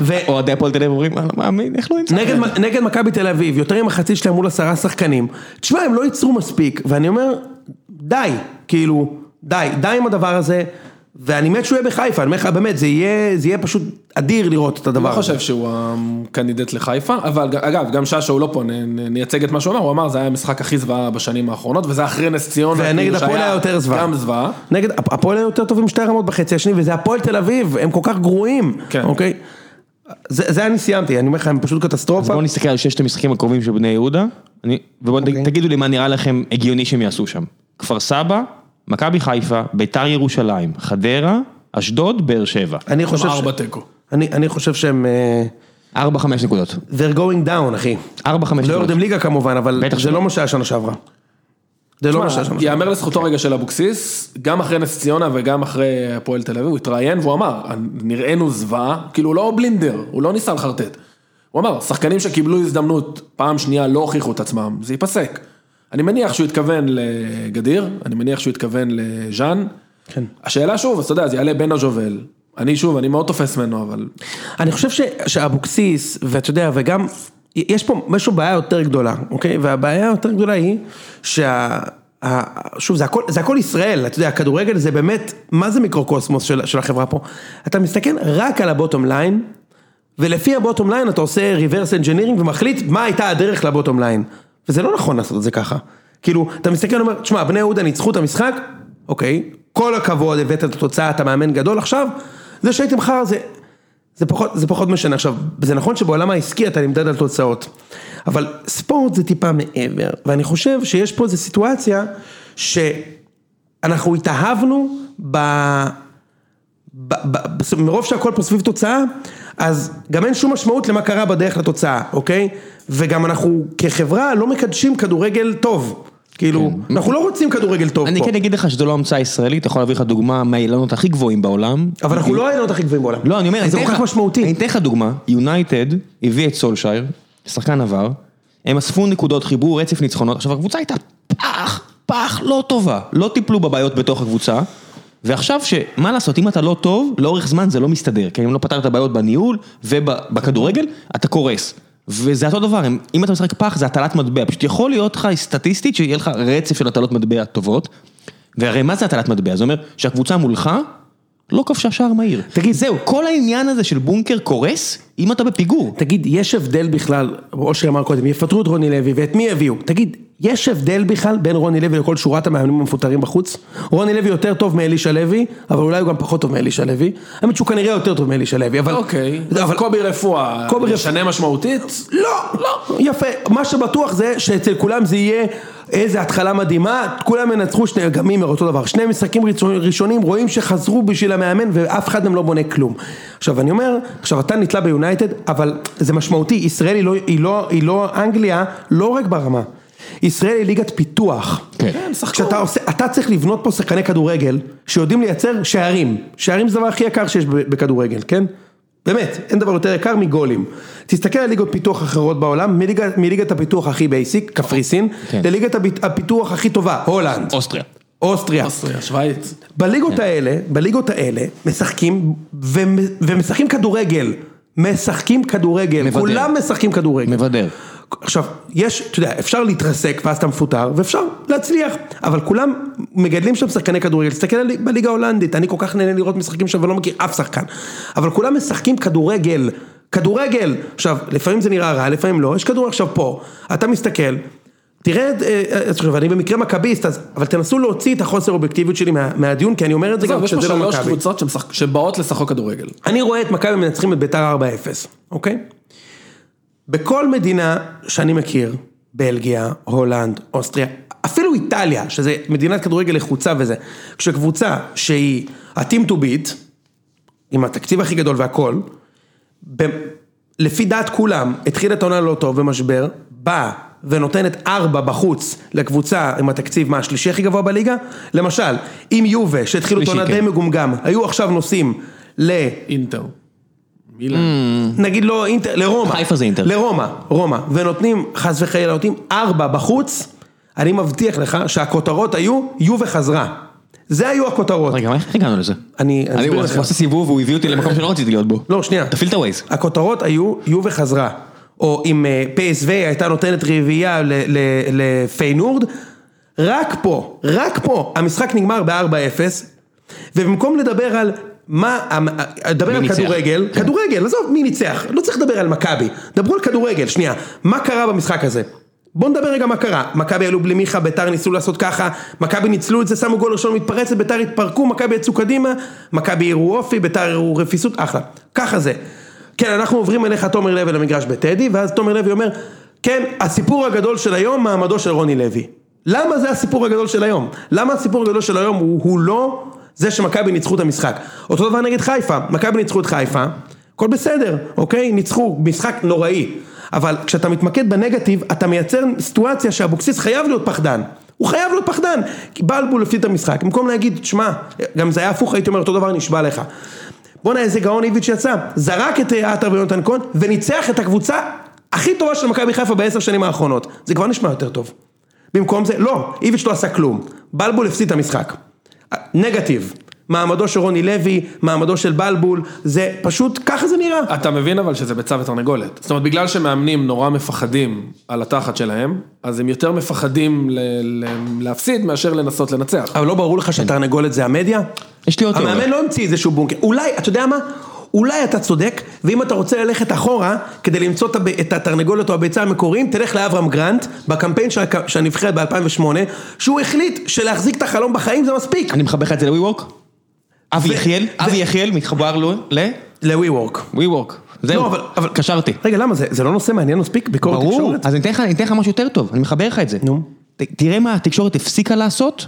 Speaker 2: ו...
Speaker 1: אוהדי הפועל תל אביב אומרים, "אה, לא מאמין, איך לא נמצא?
Speaker 2: נגד, מ- נגד מכבי תל אביב, יותר ממחצית שלהם מול עשרה שחקנים. תשמע, הם לא ייצרו מספיק, ואני אומר, די, כאילו, די, די עם הדבר הזה, ואני מת שהוא יהיה בחיפה, אני אומר לך, באמת, זה יהיה, זה יהיה פשוט אדיר לראות את הדבר
Speaker 3: לא
Speaker 2: הזה.
Speaker 3: חושב שהוא הקנדידט לחיפה, אבל ג- אגב, גם שאשא הוא לא פה, נ- נ- נייצג את מה שהוא אמר, הוא אמר זה היה המשחק הכי זוועה בשנים האחרונות, וזה אחרי נס ציונה,
Speaker 2: ונגד
Speaker 3: כאילו,
Speaker 2: הפועל
Speaker 3: שהיה
Speaker 2: היה יותר זוועה.
Speaker 3: גם זוועה.
Speaker 2: נגד, הפ- הפועל היו יותר טובים שתי רמות בחצי השני, וזה הפועל תל אביב, הם כל כך גרועים,
Speaker 3: כן.
Speaker 2: אוקיי? זה, זה אני סיימתי, אני אומר לך, הם פשוט
Speaker 1: אז
Speaker 2: קטסטרופה.
Speaker 1: בואו נסתכל על ששת המשחקים הקרובים של בני יהודה, אני- ובואו okay. תגידו לי מה נראה לכם הגיוני שהם יעשו שם. כפר סבא, מכבי חיפה, ביתר ירושלים, חדרה, אשדוד, באר שבע.
Speaker 2: אני חושב, ש...
Speaker 3: ארבע תיקו.
Speaker 2: אני, אני חושב שהם... אה,
Speaker 1: ארבע, חמש נקודות.
Speaker 2: they're going down, אחי.
Speaker 1: ארבע, חמש
Speaker 2: לא
Speaker 1: נקודות.
Speaker 2: יורדים ליגה כמובן, אבל
Speaker 1: בטח
Speaker 2: זה
Speaker 1: שלא.
Speaker 2: לא מה שהיה שנה שעברה. זה לא מה שהיה שנה שעברה.
Speaker 3: יאמר לזכותו רגע של אבוקסיס, גם אחרי נס ציונה וגם אחרי הפועל תל אביב, הוא התראיין והוא אמר, נראינו זוועה, כאילו הוא לא בלינדר, הוא לא ניסה לחרטט. הוא אמר, שחקנים שקיבלו הזדמנות פעם שנייה לא הוכיחו את עצמם, זה ייפסק. אני מניח שהוא התכוון לגדיר, אני מניח שהוא התכוון לז'אן. כן. השאלה שוב, אז אתה יודע, זה יעלה בן הג'ובל. אני שוב, אני מאוד תופס ממנו, אבל...
Speaker 2: אני חושב ש- שאבוקסיס, ואתה יודע, וגם, יש פה משהו בעיה יותר גדולה, אוקיי? והבעיה היותר גדולה היא, שה... ה- שוב, זה הכל, זה הכל ישראל, אתה יודע, הכדורגל זה באמת, מה זה מיקרוקוסמוס של, של החברה פה? אתה מסתכל רק על הבוטום ליין, ולפי הבוטום ליין אתה עושה reverse engineering ומחליט מה הייתה הדרך לבוטום ליין. וזה לא נכון לעשות את זה ככה. כאילו, אתה מסתכל ואומר, תשמע, בני יהודה ניצחו את המשחק, אוקיי, כל הכבוד, הבאת את התוצאה, אתה מאמן גדול עכשיו, זה שהייתם חרא זה... זה פחות, זה פחות משנה. עכשיו, זה נכון שבעולם העסקי אתה נמדד על תוצאות, אבל ספורט זה טיפה מעבר, ואני חושב שיש פה איזו סיטואציה שאנחנו התאהבנו ב... ב- ב- בסוף, מרוב שהכל פה סביב תוצאה, אז גם אין שום משמעות למה קרה בדרך לתוצאה, אוקיי? וגם אנחנו כחברה לא מקדשים כדורגל טוב. כאילו, כן. אנחנו לא רוצים כדורגל טוב
Speaker 1: אני
Speaker 2: פה.
Speaker 1: כן אגיד לך שזו לא המצאה ישראלית, יכול להביא לך דוגמה מהאילנות הכי גבוהים בעולם.
Speaker 2: אבל אנחנו לא העליונות הכי גבוהים בעולם.
Speaker 1: לא, אני אומר, אני
Speaker 2: זה
Speaker 1: אתן
Speaker 2: כל כך
Speaker 1: לך- אני
Speaker 2: משמעותי.
Speaker 1: אתן לך דוגמה, יונייטד הביא את סולשייר, שחקן עבר, הם אספו נקודות, חיברו רצף ניצחונות, עכשיו הקבוצה הייתה פח, פח, לא טובה, לא טיפלו בבעיות בתוך הקבוצה, ועכשיו שמה לעשות, אם אתה לא טוב, לאורך זמן זה לא מסתדר, כי אם לא פתרת בעיות בניהול ובכדורגל, אתה קורס. וזה אותו דבר, הם- אם אתה משחק פח זה הטלת מטבע, פשוט יכול להיות לך סטטיסטית שיהיה לך רצף של הטלות מטבע טובות, והרי מה זה הטלת מטבע? זה אומר שהקבוצה מולך לא כבשה שער מהיר.
Speaker 2: תגיד-
Speaker 1: זהו, כל העניין הזה של בונקר קורס, אם אתה בפיגור.
Speaker 2: תגיד, יש הבדל בכלל, אושר אמר קודם, יפטרו את רוני לוי, ואת מי יביאו? תגיד, יש הבדל בכלל בין רוני לוי לכל שורת המאמנים המפוטרים בחוץ? רוני לוי יותר טוב מאלישע לוי, אבל אולי הוא גם פחות טוב מאלישע לוי. האמת שהוא כנראה יותר טוב מאלישע לוי, אבל...
Speaker 3: אוקיי.
Speaker 2: אבל...
Speaker 3: אבל קובי רפואה,
Speaker 2: קובי רפואה.
Speaker 3: משנה משמעותית?
Speaker 2: לא, לא, יפה, מה שבטוח זה שאצל כולם זה יהיה איזה התחלה מדהימה, כולם ינצחו שני, גם מימר אותו דבר, שני משחקים ראשונים- ראשונים רואים שחזרו בשביל המאמן ואף אחד מהם לא בונה כלום. עכשיו אני אומר, עכשיו אתה נתלה ביונייטד, אבל זה משמעותי, ישראל היא לא, היא לא, היא לא אנגליה, לא רק ברמה, ישראל היא ליגת פיתוח.
Speaker 1: כן.
Speaker 3: הם שחקו.
Speaker 2: כשאתה עושה, אתה צריך לבנות פה שחקני כדורגל שיודעים לייצר שערים. שערים זה הדבר הכי יקר שיש ב- בכדורגל, כן? באמת, אין דבר יותר יקר מגולים. תסתכל על ליגות פיתוח אחרות בעולם, מליגה, מליגת הפיתוח הכי בייסיק, קפריסין,
Speaker 1: כן.
Speaker 2: לליגת הביט- הפיתוח הכי טובה, הולנד,
Speaker 1: אוסטריה.
Speaker 2: אוסטריה.
Speaker 3: אוסטריה, שווייץ.
Speaker 2: בליגות האלה, בליגות האלה, משחקים ו- ומשחקים כדורגל. משחקים כדורגל,
Speaker 1: מבדר.
Speaker 2: כולם משחקים כדורגל.
Speaker 1: מבדר.
Speaker 2: עכשיו, יש, אתה יודע, אפשר להתרסק ואז אתה מפוטר, ואפשר להצליח, אבל כולם מגדלים שם שחקני כדורגל, תסתכל על- בליגה ההולנדית, אני כל כך נהנה לראות משחקים שם ולא מכיר אף שחקן, אבל כולם משחקים כדורגל, כדורגל, עכשיו, לפעמים זה נראה רע, לפעמים לא, יש כדור עכשיו פה, אתה מסתכל, תראה, את, אה, אה, עכשיו, אני במקרה מכביסט, אז, אבל תנסו להוציא את החוסר אובייקטיביות שלי מה, מהדיון, כי אני אומר את זה
Speaker 3: עזוב,
Speaker 2: גם
Speaker 3: יש פה
Speaker 2: כשזה לא
Speaker 3: שלוש
Speaker 2: מכבי.
Speaker 3: קבוצות שמשחק- שבאות לשחק כדורגל.
Speaker 2: אני רואה את מכבי מנצחים את ביתר 4-0, אוקיי? בכל מדינה שאני מכיר, בלגיה, הולנד, אוסטריה, אפילו איטליה, שזה מדינת כדורגל לחוצה וזה, כשקבוצה שהיא ה-team to beat, עם התקציב הכי גדול והכל, ב- לפי דעת כולם, התחיל את העונה לא טוב במשבר, באה ונותנת ארבע בחוץ לקבוצה עם התקציב, מה, השלישי הכי גבוה בליגה? למשל, אם יובה, שהתחילו את
Speaker 1: שלישי,
Speaker 2: העונה
Speaker 1: כן.
Speaker 2: די מגומגם, היו עכשיו נוסעים ל...
Speaker 3: אינטר.
Speaker 2: נגיד לא אינטר, לרומא.
Speaker 1: חיפה זה אינטר.
Speaker 2: לרומא, רומא. ונותנים, חס וחלילה, נותנים ארבע בחוץ, אני מבטיח לך שהכותרות היו, יובה חזרה. זה היו הכותרות.
Speaker 1: רגע, מה- איך הגענו לזה?
Speaker 2: אני
Speaker 1: אני
Speaker 2: אסביר
Speaker 1: הוא
Speaker 2: לך.
Speaker 1: עשה סיבוב, הוא הביא אותי למקום שלא רציתי להיות בו.
Speaker 2: לא, שנייה.
Speaker 1: תפעיל את הווייז.
Speaker 2: הכותרות היו, יובה חזרה. או אם אה, PSV הייתה נותנת רביעייה ל- ל- לפיינורד, רק פה, רק פה, המשחק נגמר ב-4-0, ובמקום לדבר על מה, המ- אה, לדבר על
Speaker 1: ניצח?
Speaker 2: כדורגל, כדורגל, עזוב, מי ניצח, לא צריך לדבר על מכבי, דברו על כדורגל, שנייה, מה קרה במשחק הזה? בוא נדבר רגע מה קרה, מכבי עלו בלי מיכה, ביתר ניסו לעשות ככה, מכבי ניצלו את זה, שמו גול ראשון מתפרצת, ביתר התפרקו, מכבי יצאו קדימה, מכבי הראו אופי, ביתר הראו רפיסות, אחלה, ככה זה. כן, אנחנו עוברים אליך תומר לוי למגרש בטדי, ואז תומר לוי אומר, כן, הסיפור הגדול של היום, מעמדו של רוני לוי. למה זה הסיפור הגדול של היום? למה הסיפור הגדול של היום הוא, הוא לא זה שמכבי ניצחו את המשחק? אותו דבר נגד חיפה, מכבי ניצחו את חיפה, הכל בסדר, אוקיי? ניצחו, משחק נוראי. אבל כשאתה מתמקד בנגטיב, אתה מייצר סיטואציה שאבוקסיס חייב להיות פחדן. הוא חייב להיות פחדן, כי בלבול הפסיד את המשחק. במקום להגיד, שמע, גם זה היה הפוך, הייתי אומר אותו דבר, נשבע לך. בואנה איזה גאון איביץ' יצא, זרק את אה, עטר ויונתן כהן וניצח את הקבוצה הכי טובה של מכבי חיפה בעשר שנים האחרונות. זה כבר נשמע יותר טוב. במקום זה, לא, איביץ' לא עשה כלום. בלבול הפסיד את המשחק. אה, נגטיב. מעמדו של רוני לוי, מעמדו של בלבול, זה פשוט, ככה זה נראה.
Speaker 3: אתה מבין אבל שזה ביצה ותרנגולת. זאת אומרת, בגלל שמאמנים נורא מפחדים על התחת שלהם, אז הם יותר מפחדים ל- ל- להפסיד מאשר לנסות לנצח.
Speaker 2: אבל לא ברור לך שהתרנגולת זה המדיה?
Speaker 1: יש לי עוד תיאוריה.
Speaker 2: המאמן לא המציא איזשהו בונקר. אולי, אתה יודע מה? אולי אתה צודק, ואם אתה רוצה ללכת אחורה כדי למצוא את הב- את התרנגולת או הביצה המקוריים, תלך לאברהם גרנט בקמפיין של הק- של הנבחרת ב-2008, שהוא החליט שלהחזיק את החלום בחיים זה מספיק.
Speaker 1: אני מחבר לך את זה לווי וורק? אבי יחיאל, אבי יחיאל מתחבר לו ל...
Speaker 2: ל-we work.
Speaker 1: ווי וורק. זהו,
Speaker 2: לא, אבל- אבל-
Speaker 1: קשרתי.
Speaker 2: רגע, למה זה? זה לא נושא מעניין מספיק? ביקורת
Speaker 1: ברור,
Speaker 2: תקשורת?
Speaker 1: אז אני אתן לך- אני אתן לך משהו יותר טוב, אני מחבר לך את זה.
Speaker 2: נו.
Speaker 1: ת- תראה מה התקשורת הפסיקה לעשות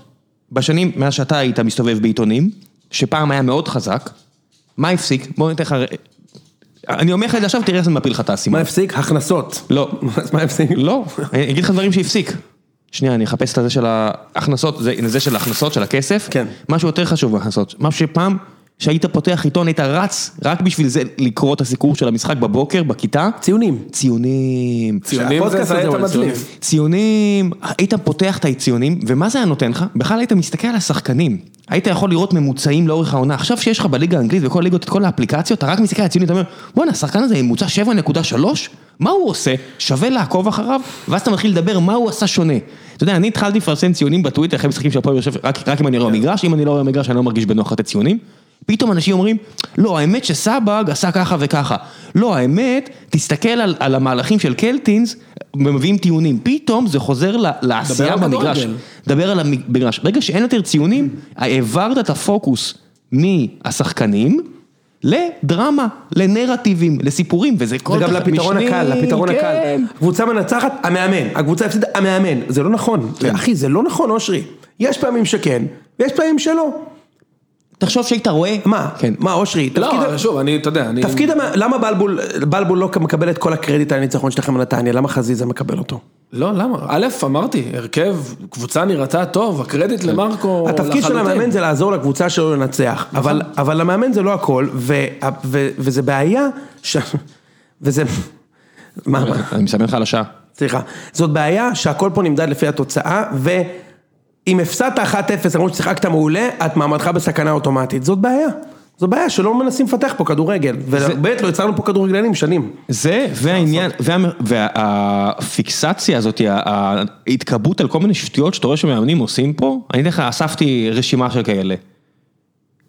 Speaker 1: בשנים, מאז שאתה היית מסתובב בעיתונים, שפעם היה מאוד חזק, מה הפסיק? בוא ניתן לך... אני אומר לך את זה עכשיו, תראה איך זה מפיל לך את האסימון.
Speaker 2: מה הפסיק? הכנסות.
Speaker 1: לא.
Speaker 2: אז מה הפסיק?
Speaker 1: לא, אני אגיד לך דברים שהפסיק. שנייה, אני אחפש את הזה של ההכנסות, זה, הנה, זה של ההכנסות, של הכסף.
Speaker 2: כן.
Speaker 1: משהו יותר חשוב מהכנסות. מה שפעם, שהיית פותח עיתון, היית רץ רק בשביל זה לקרוא את הסיקור של המשחק בבוקר, בכיתה.
Speaker 2: ציונים.
Speaker 1: ציונים.
Speaker 3: ציונים זה
Speaker 2: הפודקאסט הזה
Speaker 3: זית
Speaker 2: הוא על ציונים.
Speaker 3: המדליף.
Speaker 1: ציונים, היית פותח את הציונים, ומה זה היה נותן לך? בכלל היית מסתכל על השחקנים. היית יכול לראות ממוצעים לאורך העונה. עכשיו שיש לך בליגה האנגלית וכל הליגות את כל האפליקציות, אתה רק מסתכל על הציונים, אתה אומר, בואנה, השחקן הזה ממוצע 7.3? מה הוא עושה? שווה לעקוב אחריו? ואז אתה מתחיל לדבר מה הוא עשה שונה. אתה יודע, אני התחלתי לפרסם ציונים בטוויטר אחרי משחקים של הפועל באר שבע, רק, רק אם אני רואה במגרש, אם אני לא רואה במגרש אני לא מרגיש בנוח לתת ציונים. פתאום אנשים אומרים, לא, האמת שסבג עשה ככה וככה. לא, האמת, תסתכל על, על המהלכים של קלטינס, ומביאים טיעונים. פתאום זה חוזר ל- לעשייה
Speaker 3: על הכדורגל.
Speaker 1: במגרש. דבר על המגרש. ברגע שאין יותר ציונים, העברת את הפוקוס מהשחקנים לדרמה, לנרטיבים, לסיפורים, וזה כל כך
Speaker 2: וגם לפתרון
Speaker 1: משני,
Speaker 2: הקל, לפתרון
Speaker 1: כן.
Speaker 2: הקל. הקבוצה מנצחת, המאמן. הקבוצה הפסידה, המאמן. זה לא נכון.
Speaker 1: כן.
Speaker 2: אחי, זה לא נכון, אושרי. יש פעמים שכן, ויש פעמים שלא.
Speaker 1: תחשוב שהיית רואה...
Speaker 2: מה?
Speaker 1: כן.
Speaker 2: מה, אושרי? תפקיד ה-
Speaker 3: לא, שוב, אני, אתה יודע, אני...
Speaker 2: תפקיד המ... למה בלבול, בלבול לא מקבל את כל הקרדיט על הניצחון שלכם על נתניה? למה חזיזה מקבל אותו?
Speaker 3: לא, למה? א', אמרתי, הרכב, קבוצה נראתה טוב, הקרדיט
Speaker 4: כן.
Speaker 3: למרקו
Speaker 2: התפקיד של
Speaker 3: לחלוטין.
Speaker 2: המאמן זה לעזור לקבוצה שלו לנצח,
Speaker 1: נכון.
Speaker 2: אבל, אבל המאמן זה לא הכל, ו, ו, וזה בעיה, ש... וזה, מה, מה,
Speaker 1: אני מסמן לך על השעה.
Speaker 2: סליחה, זאת בעיה שהכל פה נמדד לפי התוצאה, ואם הפסדת 1-0, למרות ששיחקת מעולה, את מעמדך בסכנה אוטומטית, זאת בעיה, זו בעיה שלא מנסים לפתח פה כדורגל, ובאמת לא יצרנו פה כדורגלנים שנים.
Speaker 1: זה והעניין, והפיקסציה הזאת, ה- ההתקבעות על כל מיני שטויות שאתה רואה שמאמנים עושים פה, אני אתן לך, אספתי רשימה של כאלה.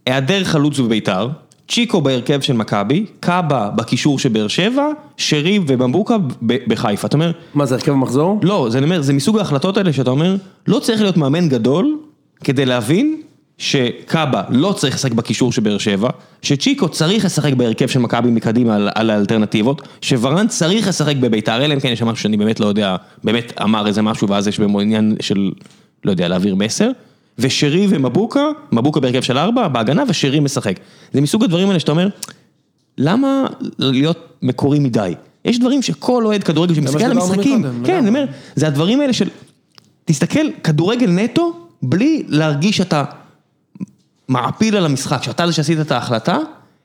Speaker 1: היעדר חלוץ בביתר, צ'יקו בהרכב של מכבי, קאבה בקישור של באר שבע, שרי ובמבוקה ב- בחיפה. אתה אומר,
Speaker 2: מה זה הרכב המחזור?
Speaker 1: לא, זה, אני אומר, זה מסוג ההחלטות האלה שאתה אומר, לא צריך להיות מאמן גדול כדי להבין שקאבה לא צריך לשחק בקישור של באר שבע, שצ'יקו צריך לשחק בהרכב של מכבי מקדימה על, על האלטרנטיבות, שוורן צריך לשחק בביתר, אלא אם כן יש שם משהו שאני באמת לא יודע, באמת אמר איזה משהו ואז יש בו עניין של, לא יודע, להעביר מסר. ושרי ומבוקה, מבוקה בהרכב של ארבע, בהגנה, ושרי משחק. זה מסוג הדברים האלה שאתה אומר, למה להיות מקורי מדי? יש דברים שכל אוהד כדורגל שמסתכל על
Speaker 3: שדיברנו
Speaker 1: המשחקים,
Speaker 3: מקודם,
Speaker 1: כן, אני
Speaker 3: לגמרי.
Speaker 1: אומר, זה הדברים האלה של, תסתכל כדורגל נטו, בלי להרגיש שאתה מעפיל על המשחק, שאתה זה שעשית את ההחלטה,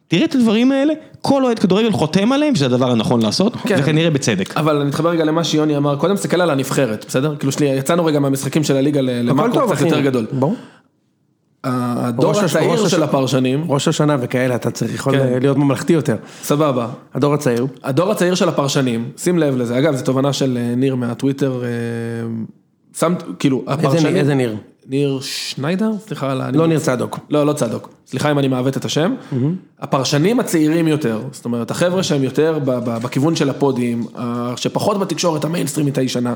Speaker 1: תראה את הדברים האלה, כל אוהד כדורגל חותם עליהם שזה הדבר הנכון לעשות,
Speaker 3: כן.
Speaker 1: וכנראה בצדק.
Speaker 3: אבל אני מתחבר רגע למה שיוני אמר קודם, תסתכל על הנבחרת, בסדר? כאילו שלי, יצאנו רגע מהמשחקים של הליגה ל-
Speaker 2: לא,
Speaker 4: הכל
Speaker 3: למקרו
Speaker 4: טוב,
Speaker 3: קצת
Speaker 4: אחי.
Speaker 3: יותר גדול.
Speaker 4: ברור.
Speaker 3: הדור
Speaker 4: ראש הש- ראש
Speaker 3: הצעיר
Speaker 4: הש-
Speaker 3: של הפרשנים,
Speaker 4: ראש השנה וכאלה, אתה צריך יכול
Speaker 3: כן.
Speaker 4: להיות ממלכתי יותר.
Speaker 3: סבבה.
Speaker 4: הדור הצעיר.
Speaker 3: הדור הצעיר של הפרשנים, שים לב לזה, אגב, זו תובנה של אה, ניר מהטוויטר, אה, שם, כאילו, הפרשנים...
Speaker 4: איזה ניר?
Speaker 3: ניר שניידר? סליחה על ה...
Speaker 4: לא ניר צדוק.
Speaker 3: לא, לא צדוק. סליחה אם אני מעוות את השם. הפרשנים הצעירים יותר, זאת אומרת, החבר'ה שהם יותר ב- ב- בכיוון של הפודים, ה- שפחות בתקשורת המיינסטרימית הישנה,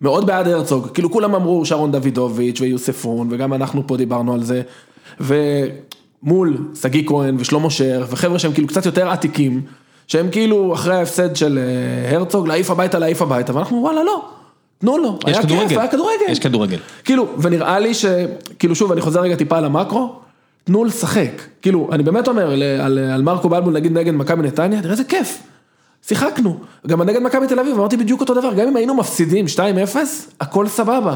Speaker 3: מאוד בעד הרצוג. כאילו כולם אמרו שרון דוידוביץ' ויוספון, וגם אנחנו פה דיברנו על זה. ומול שגיא כהן ושלמה שר, וחבר'ה שהם כאילו קצת יותר עתיקים, שהם כאילו אחרי ההפסד של אה, הרצוג, להעיף הביתה, להעיף הביתה, ואנחנו וואלה, לא. תנו לו,
Speaker 1: יש
Speaker 3: היה
Speaker 1: כדורגל.
Speaker 3: כיף, היה כדורגל.
Speaker 1: יש כדורגל.
Speaker 3: כאילו, ונראה לי ש... כאילו, שוב, אני חוזר רגע טיפה על המקרו, תנו לשחק. כאילו, אני באמת אומר ל- על, על מרקו בלבול, נגיד נגד מכבי נתניה, תראה איזה כיף. שיחקנו. גם נגד מכבי תל אביב, אמרתי בדיוק אותו דבר, גם אם היינו מפסידים 2-0, הכל סבבה.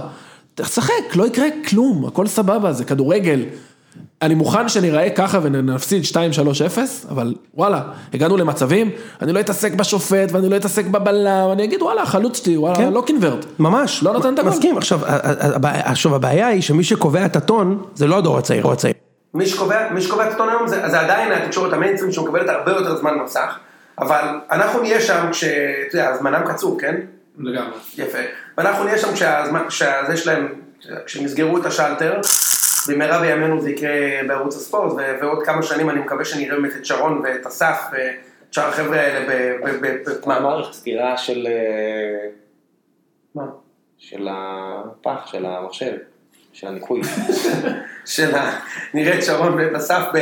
Speaker 3: תשחק, לא יקרה כלום, הכל סבבה, זה כדורגל. אני מוכן שניראה ככה ונפסיד 2-3-0, אבל וואלה, הגענו למצבים, אני לא אתעסק בשופט ואני לא אתעסק בבלם, אני אגיד וואלה, החלוץ שלי, וואלה,
Speaker 4: כן.
Speaker 3: לא קינברט.
Speaker 4: ממש.
Speaker 3: לא נתן את הגול.
Speaker 4: מסכים, עכשיו, ה- ה- הבע- עכשיו הבעיה היא שמי שקובע את הטון, זה לא הדור הצעיר, הוא הצעיר.
Speaker 2: מי שקובע, מי שקובע את הטון היום זה, זה עדיין התקשורת המיינסטרים שמקבלת הרבה יותר זמן מסך, אבל אנחנו נהיה שם כש... אתה יודע, הזמנם קצור, כן?
Speaker 3: לגמרי.
Speaker 2: יפה. ואנחנו נהיה שם כשהזמן, כשזה שלהם, כשהם יסגרו את השלטר, במהרה בימינו זה יקרה בערוץ הספורט, ו- ועוד כמה שנים אני מקווה שנראה באמת את שרון ואת אסף ואת שאר החבר'ה האלה ב... ב- ב- ב-
Speaker 5: מה מעריך? סתירה של... אה,
Speaker 2: מה?
Speaker 5: של הפח, של המחשב, של הניקוי.
Speaker 2: של ה... נראה את שרון ואת אסף, ב...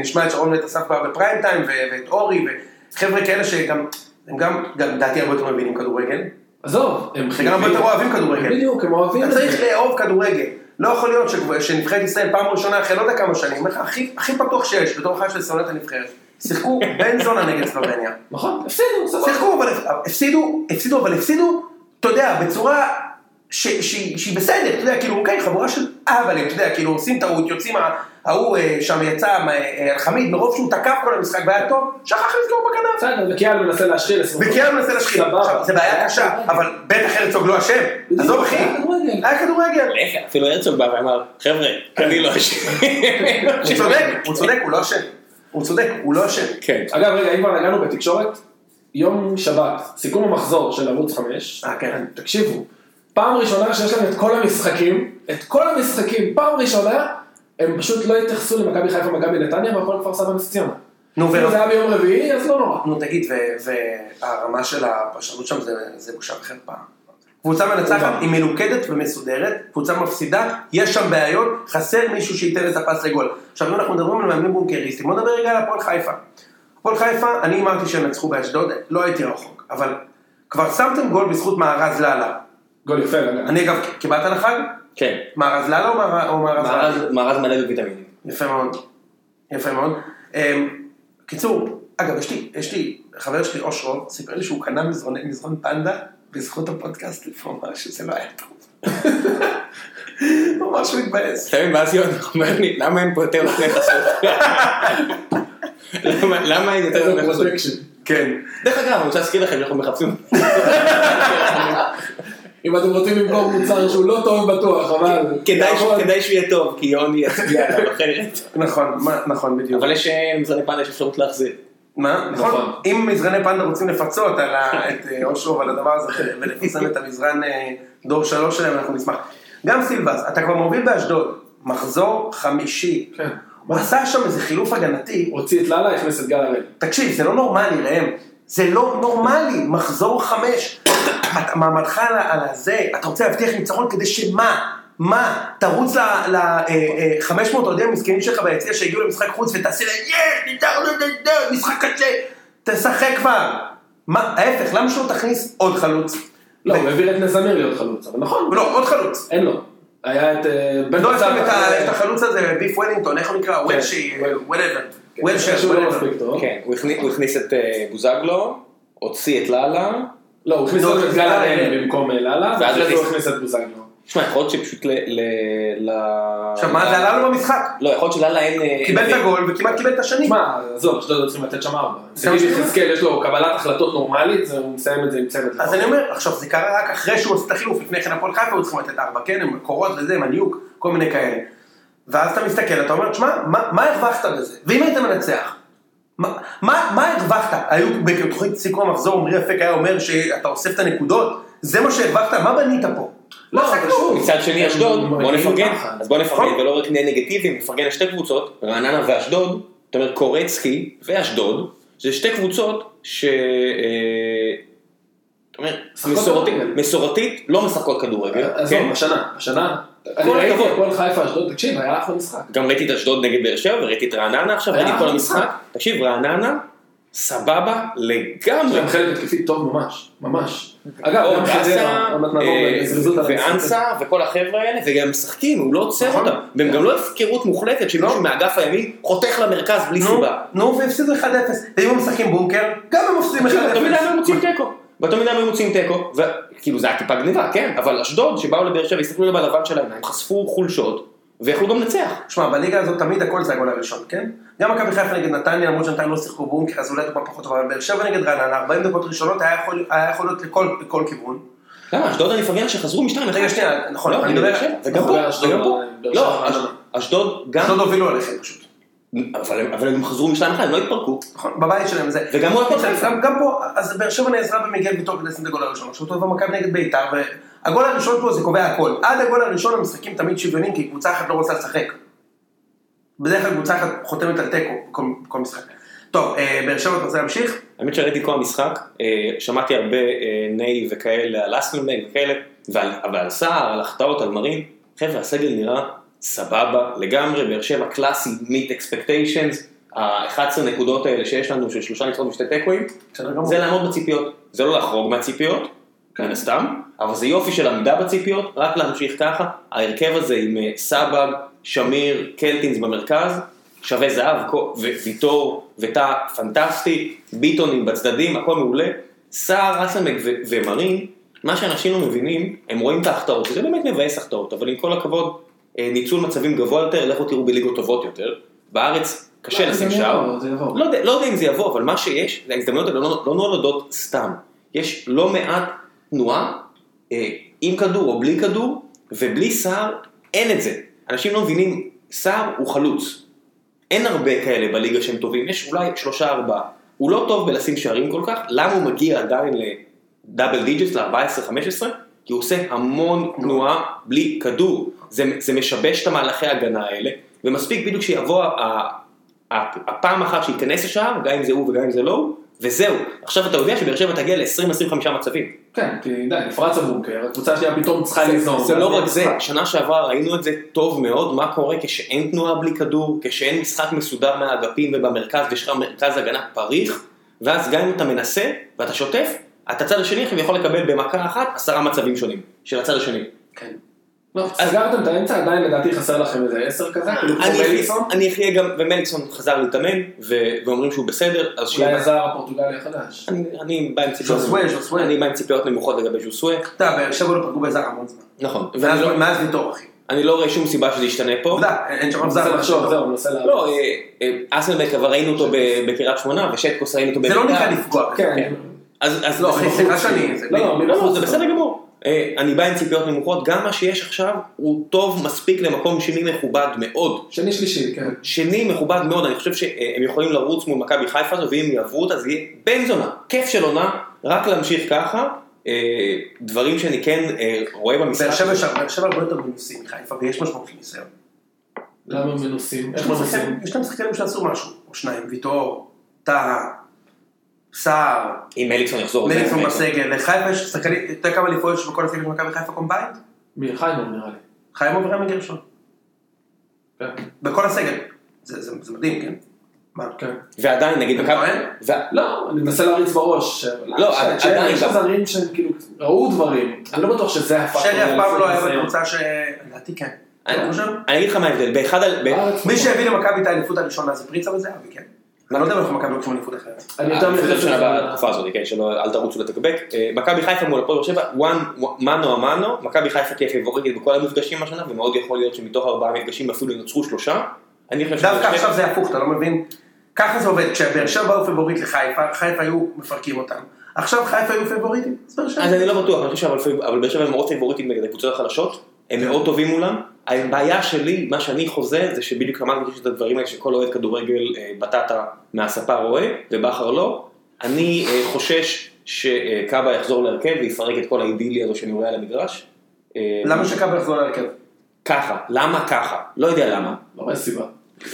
Speaker 2: נשמע את שרון ואת אסף ב- בפריים טיים, ו... ואת אורי, וחבר'ה כאלה שגם, הם גם, גם דעתי הרבה יותר מבינים כדורגל,
Speaker 3: עזוב, הם
Speaker 2: וגם הרבה יותר אוהבים כדורגל.
Speaker 3: בדיוק, הם אוהבים
Speaker 2: אתה
Speaker 3: את זה.
Speaker 2: צריך לאהוב כדורגל. לא יכול להיות שכבר- שנבחרת ישראל פעם ראשונה אחרי לא יודע כמה שנים, אומר לך, הכי הכי פתוח שיש, בתור אחד של סוללת הנבחרת. שיחקו בן זונה נגד סלובניה.
Speaker 3: נכון, הפסידו, סבבה.
Speaker 2: שיחקו אבל הפסידו, הפסידו אבל הפסידו, אתה יודע, בצורה ש- שהיא שהיא בסדר, אתה יודע, כאילו, אוקיי, חבורה של אבלים, אתה יודע, כאילו, עושים טעות, יוצאים, ה- ההוא אה, שם יצא, אה, אה, אלחמיד, מרוב שהוא תקף כל המשחק והיה טוב, שכח לסגור בכנף.
Speaker 3: בסדר, וקיאל מנסה להשחיל.
Speaker 2: וכאילו מנסה להשחיל.
Speaker 3: סבבה.
Speaker 2: עכשיו, זה בעיה קשה, אבל בטח הרצוג לא אשם.
Speaker 3: בדיוק,
Speaker 2: עזוב אחי,
Speaker 3: היה כדורגל.
Speaker 2: היה כדורגל.
Speaker 5: להפך, אפילו הרצוג בא ואמר, חבר'ה, אני לא אשם.
Speaker 2: הוא צודק, הוא צודק, הוא לא אשם. הוא צודק, הוא לא אשם.
Speaker 5: כן.
Speaker 3: אגב, רגע, אם כבר נגענו בתקשורת, יום שבת, סיכום המחזור של ערוץ 5,
Speaker 2: אה, כן.
Speaker 3: תקשיבו, פעם ראשונה שיש להם את כל המשחקים, את כל המשחקים, פעם ראשונה, הם פשוט לא התייחסו למכבי חיפה, מכבי נתניה, והפועל כפר סבא נס ציונה.
Speaker 2: נו,
Speaker 3: אם
Speaker 2: ולא.
Speaker 3: זה היה ביום רביעי, אז לא נורא.
Speaker 2: נו, תגיד, ו- והרמה של הפרשנות שם זה- זה בושה וחרפה. קבוצה מנצחת היא מלוכדת ומסודרת, קבוצה מפסידה, יש שם בעיות, חסר מישהו שייתן את הפס לגול. עכשיו, אם אנחנו מדברים על מאמנים בונקריסטים, בוא נדבר רגע על הפועל חיפה. הפועל חיפה, אני אמרתי שהם ינצחו באשדוד, לא הייתי רחוק, אבל כבר שמתם גול בזכות מארז לאלה.
Speaker 3: גול יפה, אגב.
Speaker 2: אני אגב, קיבלת לחג?
Speaker 5: כן.
Speaker 2: מארז לאלה או מאר- או מארז לאלה?
Speaker 5: מארז- מארז מלא בוויטמינים.
Speaker 2: יפה מאוד, יפה מאוד. אמ, קיצור, אגב, יש לי, יש לי, חבר שלי אושרו, סיפר לי שהוא קנה מזרון, מזרון פנדה בזכות הפודקאסט, והוא אמר שזה לא היה טוב. הוא אמר שהוא התבאס.
Speaker 5: אתה מבין, ואז יוני אומר לי, למה אין פה יותר נותני חסות? למה- למה אין יותר נותני חסות?
Speaker 2: כן.
Speaker 5: דרך אגב, אני רוצה להזכיר לכם שאנחנו מחפשים.
Speaker 3: אם אתם רוצים למכור מוצר שהוא לא טוב בטוח, אבל...
Speaker 5: כדאי שהוא- כדאי שהוא יהיה טוב, כי יוני יצביע עליו אחרת.
Speaker 2: נכון, מה, נכון, בדיוק.
Speaker 5: אבל יש אה, מזרני פאנל, יש אפשרות להחזיר.
Speaker 2: מה? נכון.
Speaker 3: נכון.
Speaker 2: אם מזרני פנדה רוצים לפצות על ה- את אה, אושרו ועל הדבר הזה, כן, ולפרסם את המזרן אה, דור שלוש שלהם, אנחנו נשמח. גם סילבס, אתה כבר מוביל באשדוד, מחזור חמישי.
Speaker 3: כן.
Speaker 2: הוא עשה שם איזה חילוף הגנתי.
Speaker 3: הוציא את לאללה, הכניס את גל הראל.
Speaker 2: תקשיב, זה לא נורמלי, ראם. זה לא נורמלי, מחזור חמש. אתה- מעמדך על, ה- על הזה, אתה רוצה להבטיח ניצחון כדי שמה? מה? תרוץ אה, ל-500 אוהדים המסכנים שלך ביציע שהגיעו למשחק חוץ ותעשה להם יש, ניצחנו, ניצחנו, משחק קשה. תשחק כבר. מה, ההפך, למה שלא תכניס עוד חלוץ?
Speaker 3: לא,
Speaker 2: ו-
Speaker 3: הוא העביר את נס זמיר להיות חלוץ, אבל נכון,
Speaker 2: לא, עוד חלוץ.
Speaker 3: אין לו. היה את אה, בן
Speaker 2: לא, יש
Speaker 3: בסט,
Speaker 2: גם את
Speaker 3: אה,
Speaker 2: ה- את החלוץ הזה, ביף וולינגטון, איך הוא נקרא? וולשי, אה,
Speaker 3: וול-
Speaker 2: וולאבר.
Speaker 3: כן,
Speaker 2: וולשר,
Speaker 3: שהוא לא
Speaker 2: וולאבר.
Speaker 3: מספיק טוב.
Speaker 5: כן, הוא הכניס- הוא הכניס את אה, בוזגלו, הוציא את לאללה,
Speaker 3: לא, הוא הכניס
Speaker 2: לא,
Speaker 3: אותו את
Speaker 2: זה
Speaker 3: גל
Speaker 2: גל הראל.
Speaker 3: הראל במקום אה, לאללה,
Speaker 5: ואז
Speaker 3: ואחרי זה הוא
Speaker 5: הכניס-
Speaker 3: הכניס את בוזגלו.
Speaker 5: תשמע, יכול להיות שפשוט ל... ל- ל-
Speaker 2: עכשיו, מה זה עלה לו במשחק?
Speaker 5: לא, יכול להיות שלאללה אין... אה,
Speaker 2: קיבל את
Speaker 5: אין-
Speaker 2: הגול וכמעט קיבל את השני.
Speaker 3: שמע, עזוב, אשדוד לא צריכים לתת שם ארבע.
Speaker 2: זה
Speaker 3: שגיב
Speaker 2: מה שאני
Speaker 3: יחזקאל יש לו קבלת החלטות נורמלית, זה- הוא מסיים את זה עם צוות.
Speaker 2: אז אני אומר, עכשיו זה קרה רק אחרי שהוא עושה את החילוף, לפני כן הפועל חיפה היו צריכים לתת ארבע, כן, עם קורות וזה, עם הניוק, כל מיני כאלה. ואז אתה מסתכל, אתה אומר, תשמע, מה, מה הרווחת בזה? ואם היית מנצח? מה, מה, מה הרווחת? היו בתוכנית סיכום המחזור, עמרי אפק היה אומר שאתה אוסף את הנקודות? זה מה שהרווחת? מה בנית פה?
Speaker 3: לא,
Speaker 2: עשה
Speaker 3: אבל
Speaker 2: כלום.
Speaker 3: שוב,
Speaker 5: מצד שני אשדוד, בוא
Speaker 3: מגיעים
Speaker 5: נפרגן,
Speaker 3: ככה.
Speaker 5: אז בוא נפרגן
Speaker 2: נכון.
Speaker 5: ולא רק נהיה נגטיביים, נפרגן לשתי קבוצות, רעננה ואשדוד, זאת אומרת קורצקי ואשדוד, זה שתי קבוצות ש... אה, זאת אומרת,
Speaker 3: משחקות
Speaker 5: מסורתית-
Speaker 3: כדורגל.
Speaker 5: מסורתית לא משחקות כדורגל,
Speaker 2: אה,
Speaker 3: עזוב,
Speaker 5: כן?
Speaker 3: השנה, השנה. אני
Speaker 5: כל
Speaker 3: ראיתי
Speaker 5: הכבוד.
Speaker 3: הפועל חיפה אשדוד, תקשיב, היה אחלה משחק.
Speaker 5: גם ראיתי את אשדוד נגד באר שבע, וראיתי את רעננה עכשיו,
Speaker 3: היה
Speaker 5: ראיתי את כל
Speaker 3: אחלה
Speaker 5: המשחק,
Speaker 3: משחק.
Speaker 5: תקשיב רעננה, סבבה
Speaker 3: יש
Speaker 5: לגמרי,
Speaker 3: להם חלק התקפי טוב ממש, ממש. אגב,
Speaker 5: אור
Speaker 3: גם
Speaker 5: גסה,
Speaker 3: חדרה, עוד מעט נעבור
Speaker 5: לא, אה,
Speaker 3: בזריזות על המשחק הזה.
Speaker 5: ואנסה וכל החבר'ה האלה, וגם משחקים, הוא לא עוצר
Speaker 2: נכון.
Speaker 5: אותם. והם גם לא הפקרות מוחלטת שמישהו מהאגף הימין חותך למרכז בלי
Speaker 2: נו,
Speaker 5: סיבה.
Speaker 2: נו, והפסידו 1-0. ואם הם משחקים בונקר, גם הם מפסידים 1-0.
Speaker 5: תקשיב, באותה מידה הם מוצאים תיקו. באותה מידה הם מוצאים תיקו, וכאילו זה היה טיפה גניבה, כן, אבל אשדוד שבאו לבאר שבע, הסתכלו להם בלבן של העיניים, חשפו חולשות, ויכלו גם לנצח.
Speaker 2: שמע, בליגה הזאת תמיד הכל זה הגול הראשון, כן? גם מכבי חיפה נגד נתניה, למרות שנתניה לא שיחקו בונקר, אז אולי דוגמה פחות טובה, אבל באר שבע נגד רעננה, 40 דקות ראשונות היה יכול, היה יכול להיות לכל, לכל כיוון.
Speaker 5: למה, אשדוד אני מפרגן שחזרו משתיים.
Speaker 2: רגע,
Speaker 5: אחד.
Speaker 2: שנייה, נכון,
Speaker 5: לא,
Speaker 2: אני
Speaker 5: אני
Speaker 2: מדבר-
Speaker 5: מדבר, וגם
Speaker 3: נכון,
Speaker 5: פה,
Speaker 3: אשדוד,
Speaker 5: וגם פה.
Speaker 3: באר שבע,
Speaker 5: לא,
Speaker 3: רעננה.
Speaker 5: אשדוד גם,
Speaker 2: אשדוד הובילו עליכם לא פשוט.
Speaker 5: אבל אבל הם חזרו משתיים אחד, הם לא התפרקו.
Speaker 2: נכון, בבית שלהם לא, זה.
Speaker 5: וגם הוא הפועל חיפה.
Speaker 2: גם, גם פה, אז באר שבע נעזרה במיגל בתור כדי לשים את הגול הראשון. עכשיו אותו דבר מכבי נגד בית"ר, והגול הראשון פה זה קובע הכל. עד הגול הראשון המשחקים תמיד שוויוניים, כי קבוצה אחת לא רוצה לשחק. בדרך כלל קבוצה אחת חותמת על תיקו בכל, בכל משחק. טוב, אה, באר שבע אתה רוצה להמשיך?
Speaker 5: האמת שראיתי כל המשחק, אה, שמעתי הרבה אה, ניי וכאלה, על אסלמנג וכאלה, ועל, אבל על סער, על החטאות, על מרין, חבר'ה, הסגל נראה סבבה לגמרי, באר שבע קלאסי, meet expectations, ה-11 נקודות האלה שיש לנו, של שלושה ניצחונות ושתי תיקואים,
Speaker 2: בסדר גמור.
Speaker 5: זה לעמוד בציפיות, זה לא לחרוג מהציפיות, מן הסתם, אבל זה יופי של עמידה בציפיות, רק להמשיך ככה, ההרכב הזה עם אה, סבג, שמיר, קלטינס במרכז, שווה זהב, ко- וויטור, וטא פנטסטי, ביטונים בצדדים, הכל מעולה, סער, אסלמק ו- ומרין, מה שאנשים לא מבינים, הם רואים את ההחטאות, וזה באמת מבאס החטאות, אבל עם כל הכבוד, אה, ניצול מצבים גבוה יותר, לכו תראו בליגות טובות יותר, בארץ קשה
Speaker 3: לא,
Speaker 5: לשים
Speaker 3: זה
Speaker 5: שער,
Speaker 3: יבוא, זה יבוא.
Speaker 5: לא יודע, לא יודע אם זה יבוא, אבל מה שיש, זה ההזדמנויות האלה לא, לא נולדות סתם. יש לא מעט תנועה, אה, עם כדור או בלי כדור, ובלי סער אין את זה. אנשים לא מבינים, סער הוא חלוץ. אין הרבה כאלה בליגה שהם טובים, יש אולי שלושה ארבעה. הוא לא טוב בלשים שערים כל כך, למה הוא מגיע עדיין לדאבל דיג'ס, ל-14-15? כי הוא עושה המון תנועה בלי כדור. זה, זה משבש את המהלכי ההגנה האלה, ומספיק בדיוק שיבוא ה- ה- הפעם אחת שייכנס לשער, גם אם זה הוא וגם אם זה לא הוא, וזהו. עכשיו אתה יודע שבאר שבע תגיע ל-20-25 מצבים.
Speaker 3: כן, כי די, נפרץ הבונקר, הקבוצה השנייה פתאום צריכה ליזום.
Speaker 5: זה לא רק זה, שנה שעברה ראינו את זה טוב מאוד, מה קורה כשאין תנועה בלי כדור, כשאין משחק מסודר מהאגפים ובמרכז, ויש לך מרכז הגנה פריך, ואז גם אם אתה מנסה ואתה שוטף, את הצד השני עכשיו יכול לקבל במכה אחת עשרה מצבים שונים, של הצד השני.
Speaker 3: לא, סגרתם את האמצע, עדיין לדעתי חסר לכם איזה עשר כזה, כאילו כמו
Speaker 5: אני אחיה-
Speaker 3: מליסון,
Speaker 5: אני אחיה גם, ומליקסון חזר להתאמן, ו- ואומרים שהוא בסדר, אז
Speaker 3: אולי
Speaker 5: שיהיה...
Speaker 3: הזר הפורטוגלי החדש.
Speaker 5: אני- אני בא עם ציפיות
Speaker 2: ז'וסווה,
Speaker 5: נמוכות.
Speaker 2: ז'וסווה.
Speaker 5: אני בא עם ציפיות נמוכות לגבי ז'וסווה,
Speaker 2: אתה יודע, באר שבע לא פגעו בזר המון זמן.
Speaker 5: נכון, ואני
Speaker 2: מאז-
Speaker 5: לא-
Speaker 2: מאז ויטור, אחי.
Speaker 5: אני לא רואה שום סיבה שזה ישתנה פה.
Speaker 2: עובדה, אין שם
Speaker 3: אני
Speaker 2: אף זר.
Speaker 3: מנסה לחשוב, זהו, אני מנסה לה...
Speaker 5: לא, אה, אה, אסלבק אבל ראינו אותו ב- בקריית שמונה, ושטקוס ראינו אותו
Speaker 2: זה לא
Speaker 5: בביתר.
Speaker 2: נקרא לפגוע. בזה.
Speaker 3: כן,
Speaker 5: אז אוקיי. אז
Speaker 2: לא,
Speaker 5: זה
Speaker 2: אחי,
Speaker 5: בחוץ.
Speaker 2: סליחה שאני... זה-
Speaker 3: לא, לא,
Speaker 5: לא, לא, זה
Speaker 3: מחוץ.
Speaker 5: בסדר גמור. אה, אני בא עם ציפיות נמוכות, גם מה שיש עכשיו הוא טוב מספיק למקום שני מכובד מאוד.
Speaker 3: שני שלישי, כן.
Speaker 5: שני מכובד מאוד, אני חושב שהם יכולים לרוץ מול מכבי חיפה הזו, ואם יעברו אותה זה יהיה בן זונה, כיף של עונה, רק להמשיך ככה. אה, דברים שאני כן אה, רואה
Speaker 2: באר
Speaker 5: במשחק.
Speaker 2: שבע שם- באר שבע הרבה יותר מנוסים מחיפה, ויש משמעות לניסיון.
Speaker 3: למה מנוסים? איך
Speaker 2: יש להם
Speaker 3: מנוסים?
Speaker 2: שחקנים- יש להם שחקנים שעשו משהו, או שניים, ויטור, טאה, סער,
Speaker 5: אם מליקסון יחזור. זה
Speaker 3: אוקיי,
Speaker 2: מליקסון
Speaker 5: מליקסון.
Speaker 2: בסגל, לחיפה יש שחקנים, אתה יודע כמה לפעול יש בכל הסגל של מכבי חיפה קומביינד?
Speaker 3: מי? חיימוב נראה לי.
Speaker 2: חיים עוברה מגרשון,
Speaker 3: כן.
Speaker 2: בכל הסגל. זה זה- זה מדהים, כן? מה?
Speaker 3: כן.
Speaker 5: ועדיין נגיד
Speaker 2: אתה
Speaker 5: מכבי...
Speaker 2: טוען?
Speaker 5: וה-
Speaker 3: לא, אני מנסה להריץ בראש.
Speaker 5: לא,
Speaker 3: ש-
Speaker 5: עדיין-
Speaker 3: ש- יש הזרים שהם כאילו ראו דברים. אני לא בטוח שזה הפך.
Speaker 2: שרי אף פעם לא היה
Speaker 3: לניסיון.
Speaker 2: בקבוצה ש... לדעתי כן.
Speaker 5: אני
Speaker 2: אתה חושב?
Speaker 5: אני אגיד לך מה ההבדל, באחד על... ב-
Speaker 3: בארץ-
Speaker 2: מי שהביא למכבי את האליפות הראשונה זה פריצה וזה, אבי כן. אני לא יודע אם אנחנו מכבי לוקחים אליפות אחרת.
Speaker 3: אני יותר
Speaker 5: לפני
Speaker 3: מנסה
Speaker 5: שנה בתקופה הזאת, כן, שלא, אל תרוצו לתקבק. אה, מכבי חיפה מול הפועל באר שבע, וואן מנו a מנו, מכבי חיפה תהיה פיבוריטית בכל המפגשים השנה, ומאוד יכול להיות שמתוך ארבעה מפגשים אפילו ינצחו שלושה. אני חושב
Speaker 2: דווקא
Speaker 5: שבאר
Speaker 2: עכשיו
Speaker 5: שבע-
Speaker 2: זה הפוך, אתה לא מבין? ככה זה עובד, כשבאר שבע היו פיבוריט לחיפה, חיפה היו מפרקים אותם. עכשיו חיפה היו פיבוריטים, אז באר שבע.
Speaker 5: אז אני לא בטוח, אני חושב אבל- אבל באר שבע הם מאוד פיבוריטים נגד הקבוצות החלשות, הם מאוד טובים מולם. הבעיה שלי, מה שאני חוזה, זה שבדיוק אמרתי שיש את הדברים האלה שכל אוהד כדורגל אה, בטטה מהספה רואה, ובכר לא. אני אה, חושש שקאבה יחזור להרכב ויפרק את כל האידיליה הזו שאני רואה על המגרש. אה,
Speaker 2: למה שקאבה יחזור להרכב?
Speaker 5: ככה, למה ככה? לא יודע למה.
Speaker 3: לא רואה סיבה.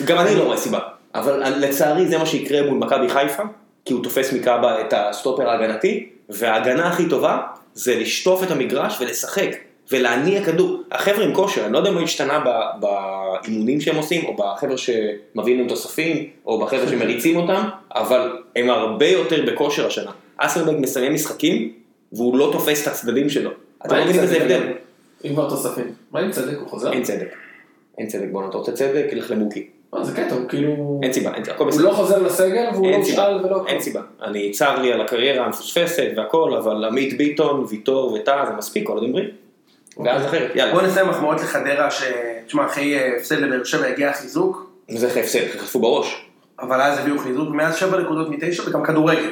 Speaker 5: גם אני לא רואה סיבה. אבל לצערי זה מה שיקרה מול מכבי חיפה, כי הוא תופס מקאבה את הסטופר ההגנתי, וההגנה הכי טובה זה לשטוף את המגרש ולשחק, ולהניע כדור. החבר'ה עם כושר, אני לא יודע מה השתנה ב- באימונים שהם עושים, או בחבר'ה שמביאים להם תוספים, או בחבר'ה שמריצים אותם, אבל הם הרבה יותר בכושר השנה. אסלבג מסיים משחקים, והוא לא תופס את הצדדים שלו. אתם לא מבינים איזה הבדל.
Speaker 3: אם כבר תוספים. מה עם צדק? הוא חוזר?
Speaker 5: אין צדק. אין צדק בואנה, אתה רוצה צדק? לך למוקי.
Speaker 3: מה, זה קטע, הוא כאילו...
Speaker 5: אין סיבה, אין- הכל
Speaker 3: הוא
Speaker 5: בסדר.
Speaker 3: לא חוזר לסגל והוא לא
Speaker 5: אין סיבה,
Speaker 3: הושאל ולא...
Speaker 5: אין סיבה. אני, צר לי על הקריירה המפוספסת והכל, אבל עמית ביטון, ויטור וטאה, זה מספיק, כל עוד הם בריאים. ואז אחרת, יאללה.
Speaker 2: בוא נסיים מחמאות לחדרה, ש... תשמע, אחרי אה, הפסד לבאר שבע הגיע החיזוק,
Speaker 5: זה איך הפסד, חטפו בראש,
Speaker 2: אבל אז הביאו חיזוק, מאז שבע נקודות מתשע וגם כדורגל.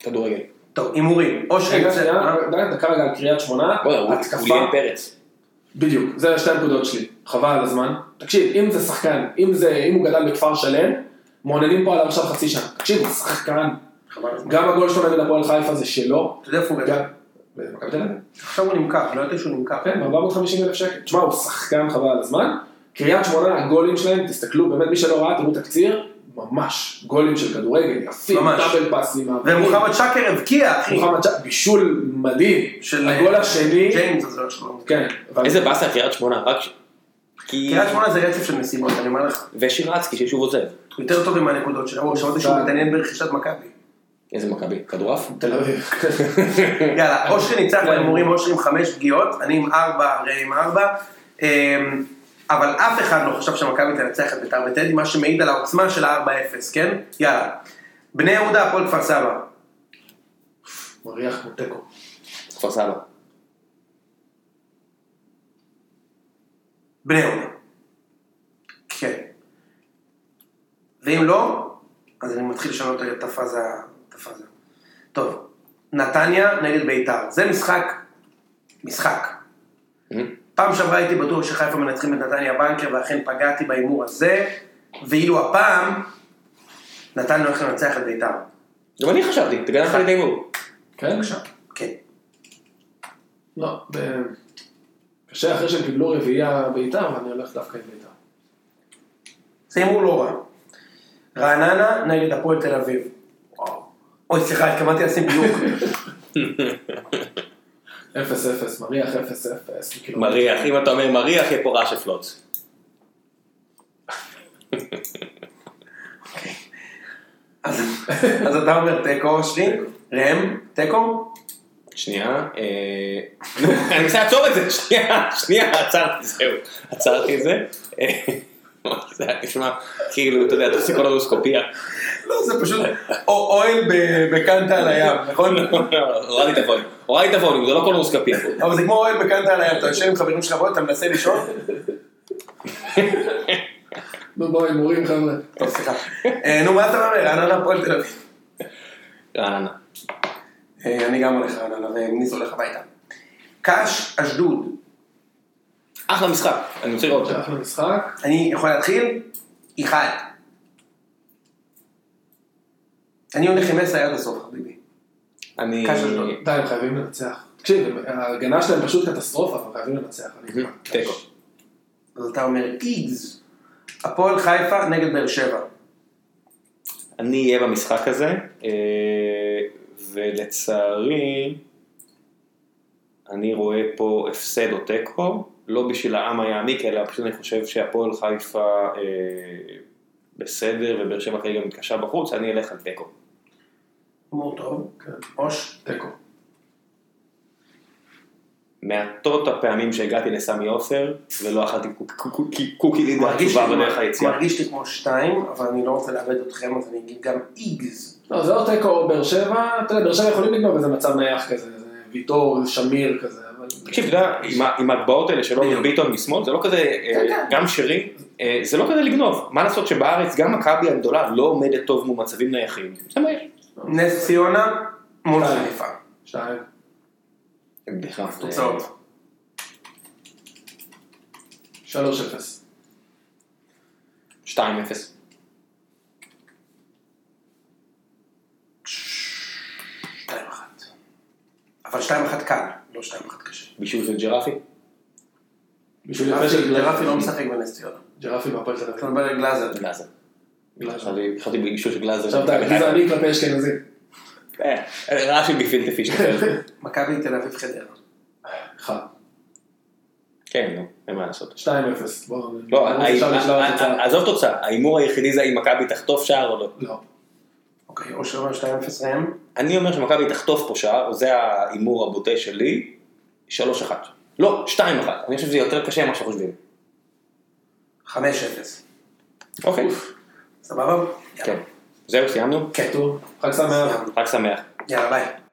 Speaker 5: כדורגל.
Speaker 2: טוב, הימורים. אושרי
Speaker 3: רגע,
Speaker 2: יוצא,
Speaker 3: שנייה,
Speaker 2: אה?
Speaker 3: די, דקה רגע על קריית שמונה,
Speaker 5: בוא'נה, הוא- הוא
Speaker 3: התקפה.
Speaker 5: ליאן פרץ.
Speaker 3: בדיוק, זה שתי הנקודות שלי, חבל על הזמן. תקשיב, אם זה שחקן, אם זה, אם הוא גדל בכפר שלם, מעוננים פה עליו עכשיו חצי שנה. תקשיב, הוא שחקן.
Speaker 2: חבל על הזמן.
Speaker 3: גם הגול שלו נגד הפועל חיפה זה שלו.
Speaker 2: אתה יודע איפה הוא גדל?
Speaker 3: גם- במכבי תל אביב.
Speaker 2: עכשיו הוא נמכר, לא ידעתי שהוא נמכר.
Speaker 3: כן, 450 אלף שקל. תשמע, הוא שחקן חבל על הזמן. קריית שמונה, הגולים שלהם, תסתכלו, באמת מי שלא ראה, תראו תקציר, ממש, גולים של כדורגל, יפים,
Speaker 2: ממש.
Speaker 3: דאבל פאסים, מעבירים.
Speaker 2: ומוחמד שקר הבקיע, אחי.
Speaker 3: מוחמד ש- בישול מדהים.
Speaker 2: של- אה,
Speaker 3: הגול השני,
Speaker 2: ג'יימס הזוהר שלו.
Speaker 3: כן. אבל-
Speaker 5: איזה באסה קריית שמונה, רק ש... כי...
Speaker 2: קריית שמונה זה רצף של מסיבות, אני אומר לך.
Speaker 5: ושירצקי ששוב עוזב.
Speaker 2: הוא יותר טוב עם הנקודות שלו, הוא שמעתי שהוא
Speaker 3: אתה-
Speaker 2: מתעניין ברכישת מכבי.
Speaker 5: איזה מכבי, כדורעף?
Speaker 3: תל אביב.
Speaker 2: יאללה, אושרי ניצח
Speaker 3: כן.
Speaker 2: בהימורים, אושרי עם חמש פגיעות, אני עם ארבע, ראם עם ארבע. אמ, אבל אף אחד לא חשב שמכבי תנצח את בית"ר וטדי, מה שמעיד על העוצמה של ה-4-0, כן? יאללה. בני יהודה, הפועל כפר סבא.
Speaker 3: מריח כמו תיקו.
Speaker 5: כפר סבא.
Speaker 2: בני יהודה. כן. ואם לא, אז אני מתחיל לשנות את הפאזה. את הפאזה. טוב, נתניה נגד בית"ר. זה משחק, משחק. פעם שעברה הייתי בטוח שחיפה מנצחים את נתניה בנקר, ואכן פגעתי בהימור הזה, ואילו הפעם, נתניה הולך לנצח את בית"ר.
Speaker 5: גם אני חשבתי, תגנה לך את ההימור.
Speaker 3: כן?
Speaker 2: כן.
Speaker 3: לא, ב- קשה אחרי שהם קיבלו רביעייה בעיטה, אבל אני הולך דווקא עם בעיטה.
Speaker 2: זה הימור לא רע. רעננה נגד הפועל תל אביב. וואו. אוי, סליחה, התכוונתי לשים דיוק.
Speaker 3: 0-0, מריח 0-0. כאילו,
Speaker 5: מריח, אם אתה אומר מריח, יהיה פה רעש אפלוץ.
Speaker 2: אז אז אתה אומר תיקו שלי, ראם, תיקו?
Speaker 5: שנייה, אה, נו, אני מנסה לעצור את זה, שנייה, שנייה, עצרתי, זהו, עצרתי את זה. אה, זה היה נשמע כאילו, אתה יודע, אתה עושה קולונוסקופיה.
Speaker 2: לא, זה פשוט אוהל בקנטה על הים, נכון?
Speaker 5: הורדתי את הווליום, הורדתי את הווליום, זה לא קולונוסקופיה.
Speaker 2: אבל זה כמו אוהל בקנטה על הים, אתה יושב עם חברים שלך בו, אתה מנסה לישון?
Speaker 3: נו, בואו, הימורים, חבר'ה.
Speaker 2: טוב, סליחה. אה, נו, מה אתה אומר? רעננה הפועל תל אביב.
Speaker 5: רעננה.
Speaker 2: אה, אני גם הולך רעננה, וניס הולך הביתה. קאש, אשדוד.
Speaker 5: אחלה משחק, אני רוצה לראות אותה.
Speaker 3: שייך למשחק.
Speaker 2: אני יכול להתחיל? אחד. אני הולך עם עשר עד הסוף, חביבי.
Speaker 5: אני...
Speaker 2: קש אשדוד.
Speaker 3: די, הם חייבים לנצח. תקשיב, הם- ההגנה שלהם פשוט קטסטרופה, אבל חייבים לנצח. אני-
Speaker 5: תיקו.
Speaker 2: אז אתה אומר איגז. הפועל חיפה נגד באר שבע.
Speaker 5: אני אהיה במשחק הזה, אה, ולצערי, אני רואה פה הפסד או תיקו, לא בשביל העם היעמיק, אלא פשוט אני חושב שהפועל חיפה אה, בסדר, ובאר שבע כרגע מתקשה בחוץ, אני אלך על תיקו.
Speaker 2: הימור טוב.
Speaker 3: כן.
Speaker 2: אוש.
Speaker 3: תיקו.
Speaker 5: מעטות הפעמים שהגעתי לסמי עופר ולא אכלתי קוק- קוק- קוק- קוקי לידה
Speaker 2: מרגיש
Speaker 5: עצובה
Speaker 2: לי
Speaker 5: בדרך
Speaker 2: כמו-
Speaker 5: היציאה.
Speaker 2: מרגיש לי כמו שתיים, אבל אני לא רוצה לאבד אתכם, אז אני אגיד גם איגז.
Speaker 3: לא, זה או תיקו או באר שבע, אתה יודע, באר שבע יכולים לגנוב איזה מצב נייח כזה, איזה ויטור, שמיר כזה, אבל...
Speaker 5: תקשיב, אתה יודע, עם ה- עם ההטבעות האלה שלו וביטון משמאל, זה לא כזה, אה, גם שרי, אה, זה לא כזה לגנוב. מה לעשות שבארץ גם מכבי הגדולה לא עומדת טוב מול מצבים נייחים. זה מה יש.
Speaker 2: נס ציונה מול
Speaker 3: שתיים.
Speaker 2: חיפה.
Speaker 5: אה.
Speaker 3: שתיים.
Speaker 5: בדיחה.
Speaker 2: תוצאות.
Speaker 3: שלוש אפס.
Speaker 5: 2-0.
Speaker 2: שתיים אחת. אבל שתיים אחת קל, לא שתיים אחת קשה.
Speaker 5: בישול של ג'רפי.
Speaker 3: בשביל יפה של
Speaker 2: גרפי
Speaker 3: גלאזר.
Speaker 2: לא משחק בנס ציונה.
Speaker 3: ג'רפי בהפועל תל אביב.
Speaker 2: אתה מדבר על גלאזר.
Speaker 5: גלאזר. לא,
Speaker 3: גלאזר.
Speaker 5: חשבתי- חשבתי בישול של גלאזר.
Speaker 3: עכשיו אתה גזעני כלפי אשכנזי.
Speaker 5: אה, רעש של גפילטע פיש. כזה.
Speaker 2: מכבי תל אביב חדרה.
Speaker 3: אחד.
Speaker 5: כן, נו, אין מה לעשות.
Speaker 3: שתיים אפס. בואו.
Speaker 5: לא,
Speaker 3: בואו אפשר
Speaker 5: ה-
Speaker 3: לשלב
Speaker 5: ה-
Speaker 3: התוצאה.
Speaker 5: ה- עזוב תוצאה, ההימור היחידי זה אם מכבי תחטוף שער או לא.
Speaker 3: לא.
Speaker 2: אוקיי, אושר אומר שתיים אפס ראם.
Speaker 5: אני אומר שמכבי תחטוף פה שער, זה ההימור הבוטה שלי, 3-1. לא, 2-1. אני חושב שזה יותר קשה ממה שחושבים.
Speaker 2: חמש אפס.
Speaker 5: אוקיי.
Speaker 2: סבבה? יאללה.
Speaker 5: כן. זהו, סיימנו?
Speaker 2: כן.
Speaker 3: טוב. חג שמח.
Speaker 5: חג שמח.
Speaker 2: יאללה ביי.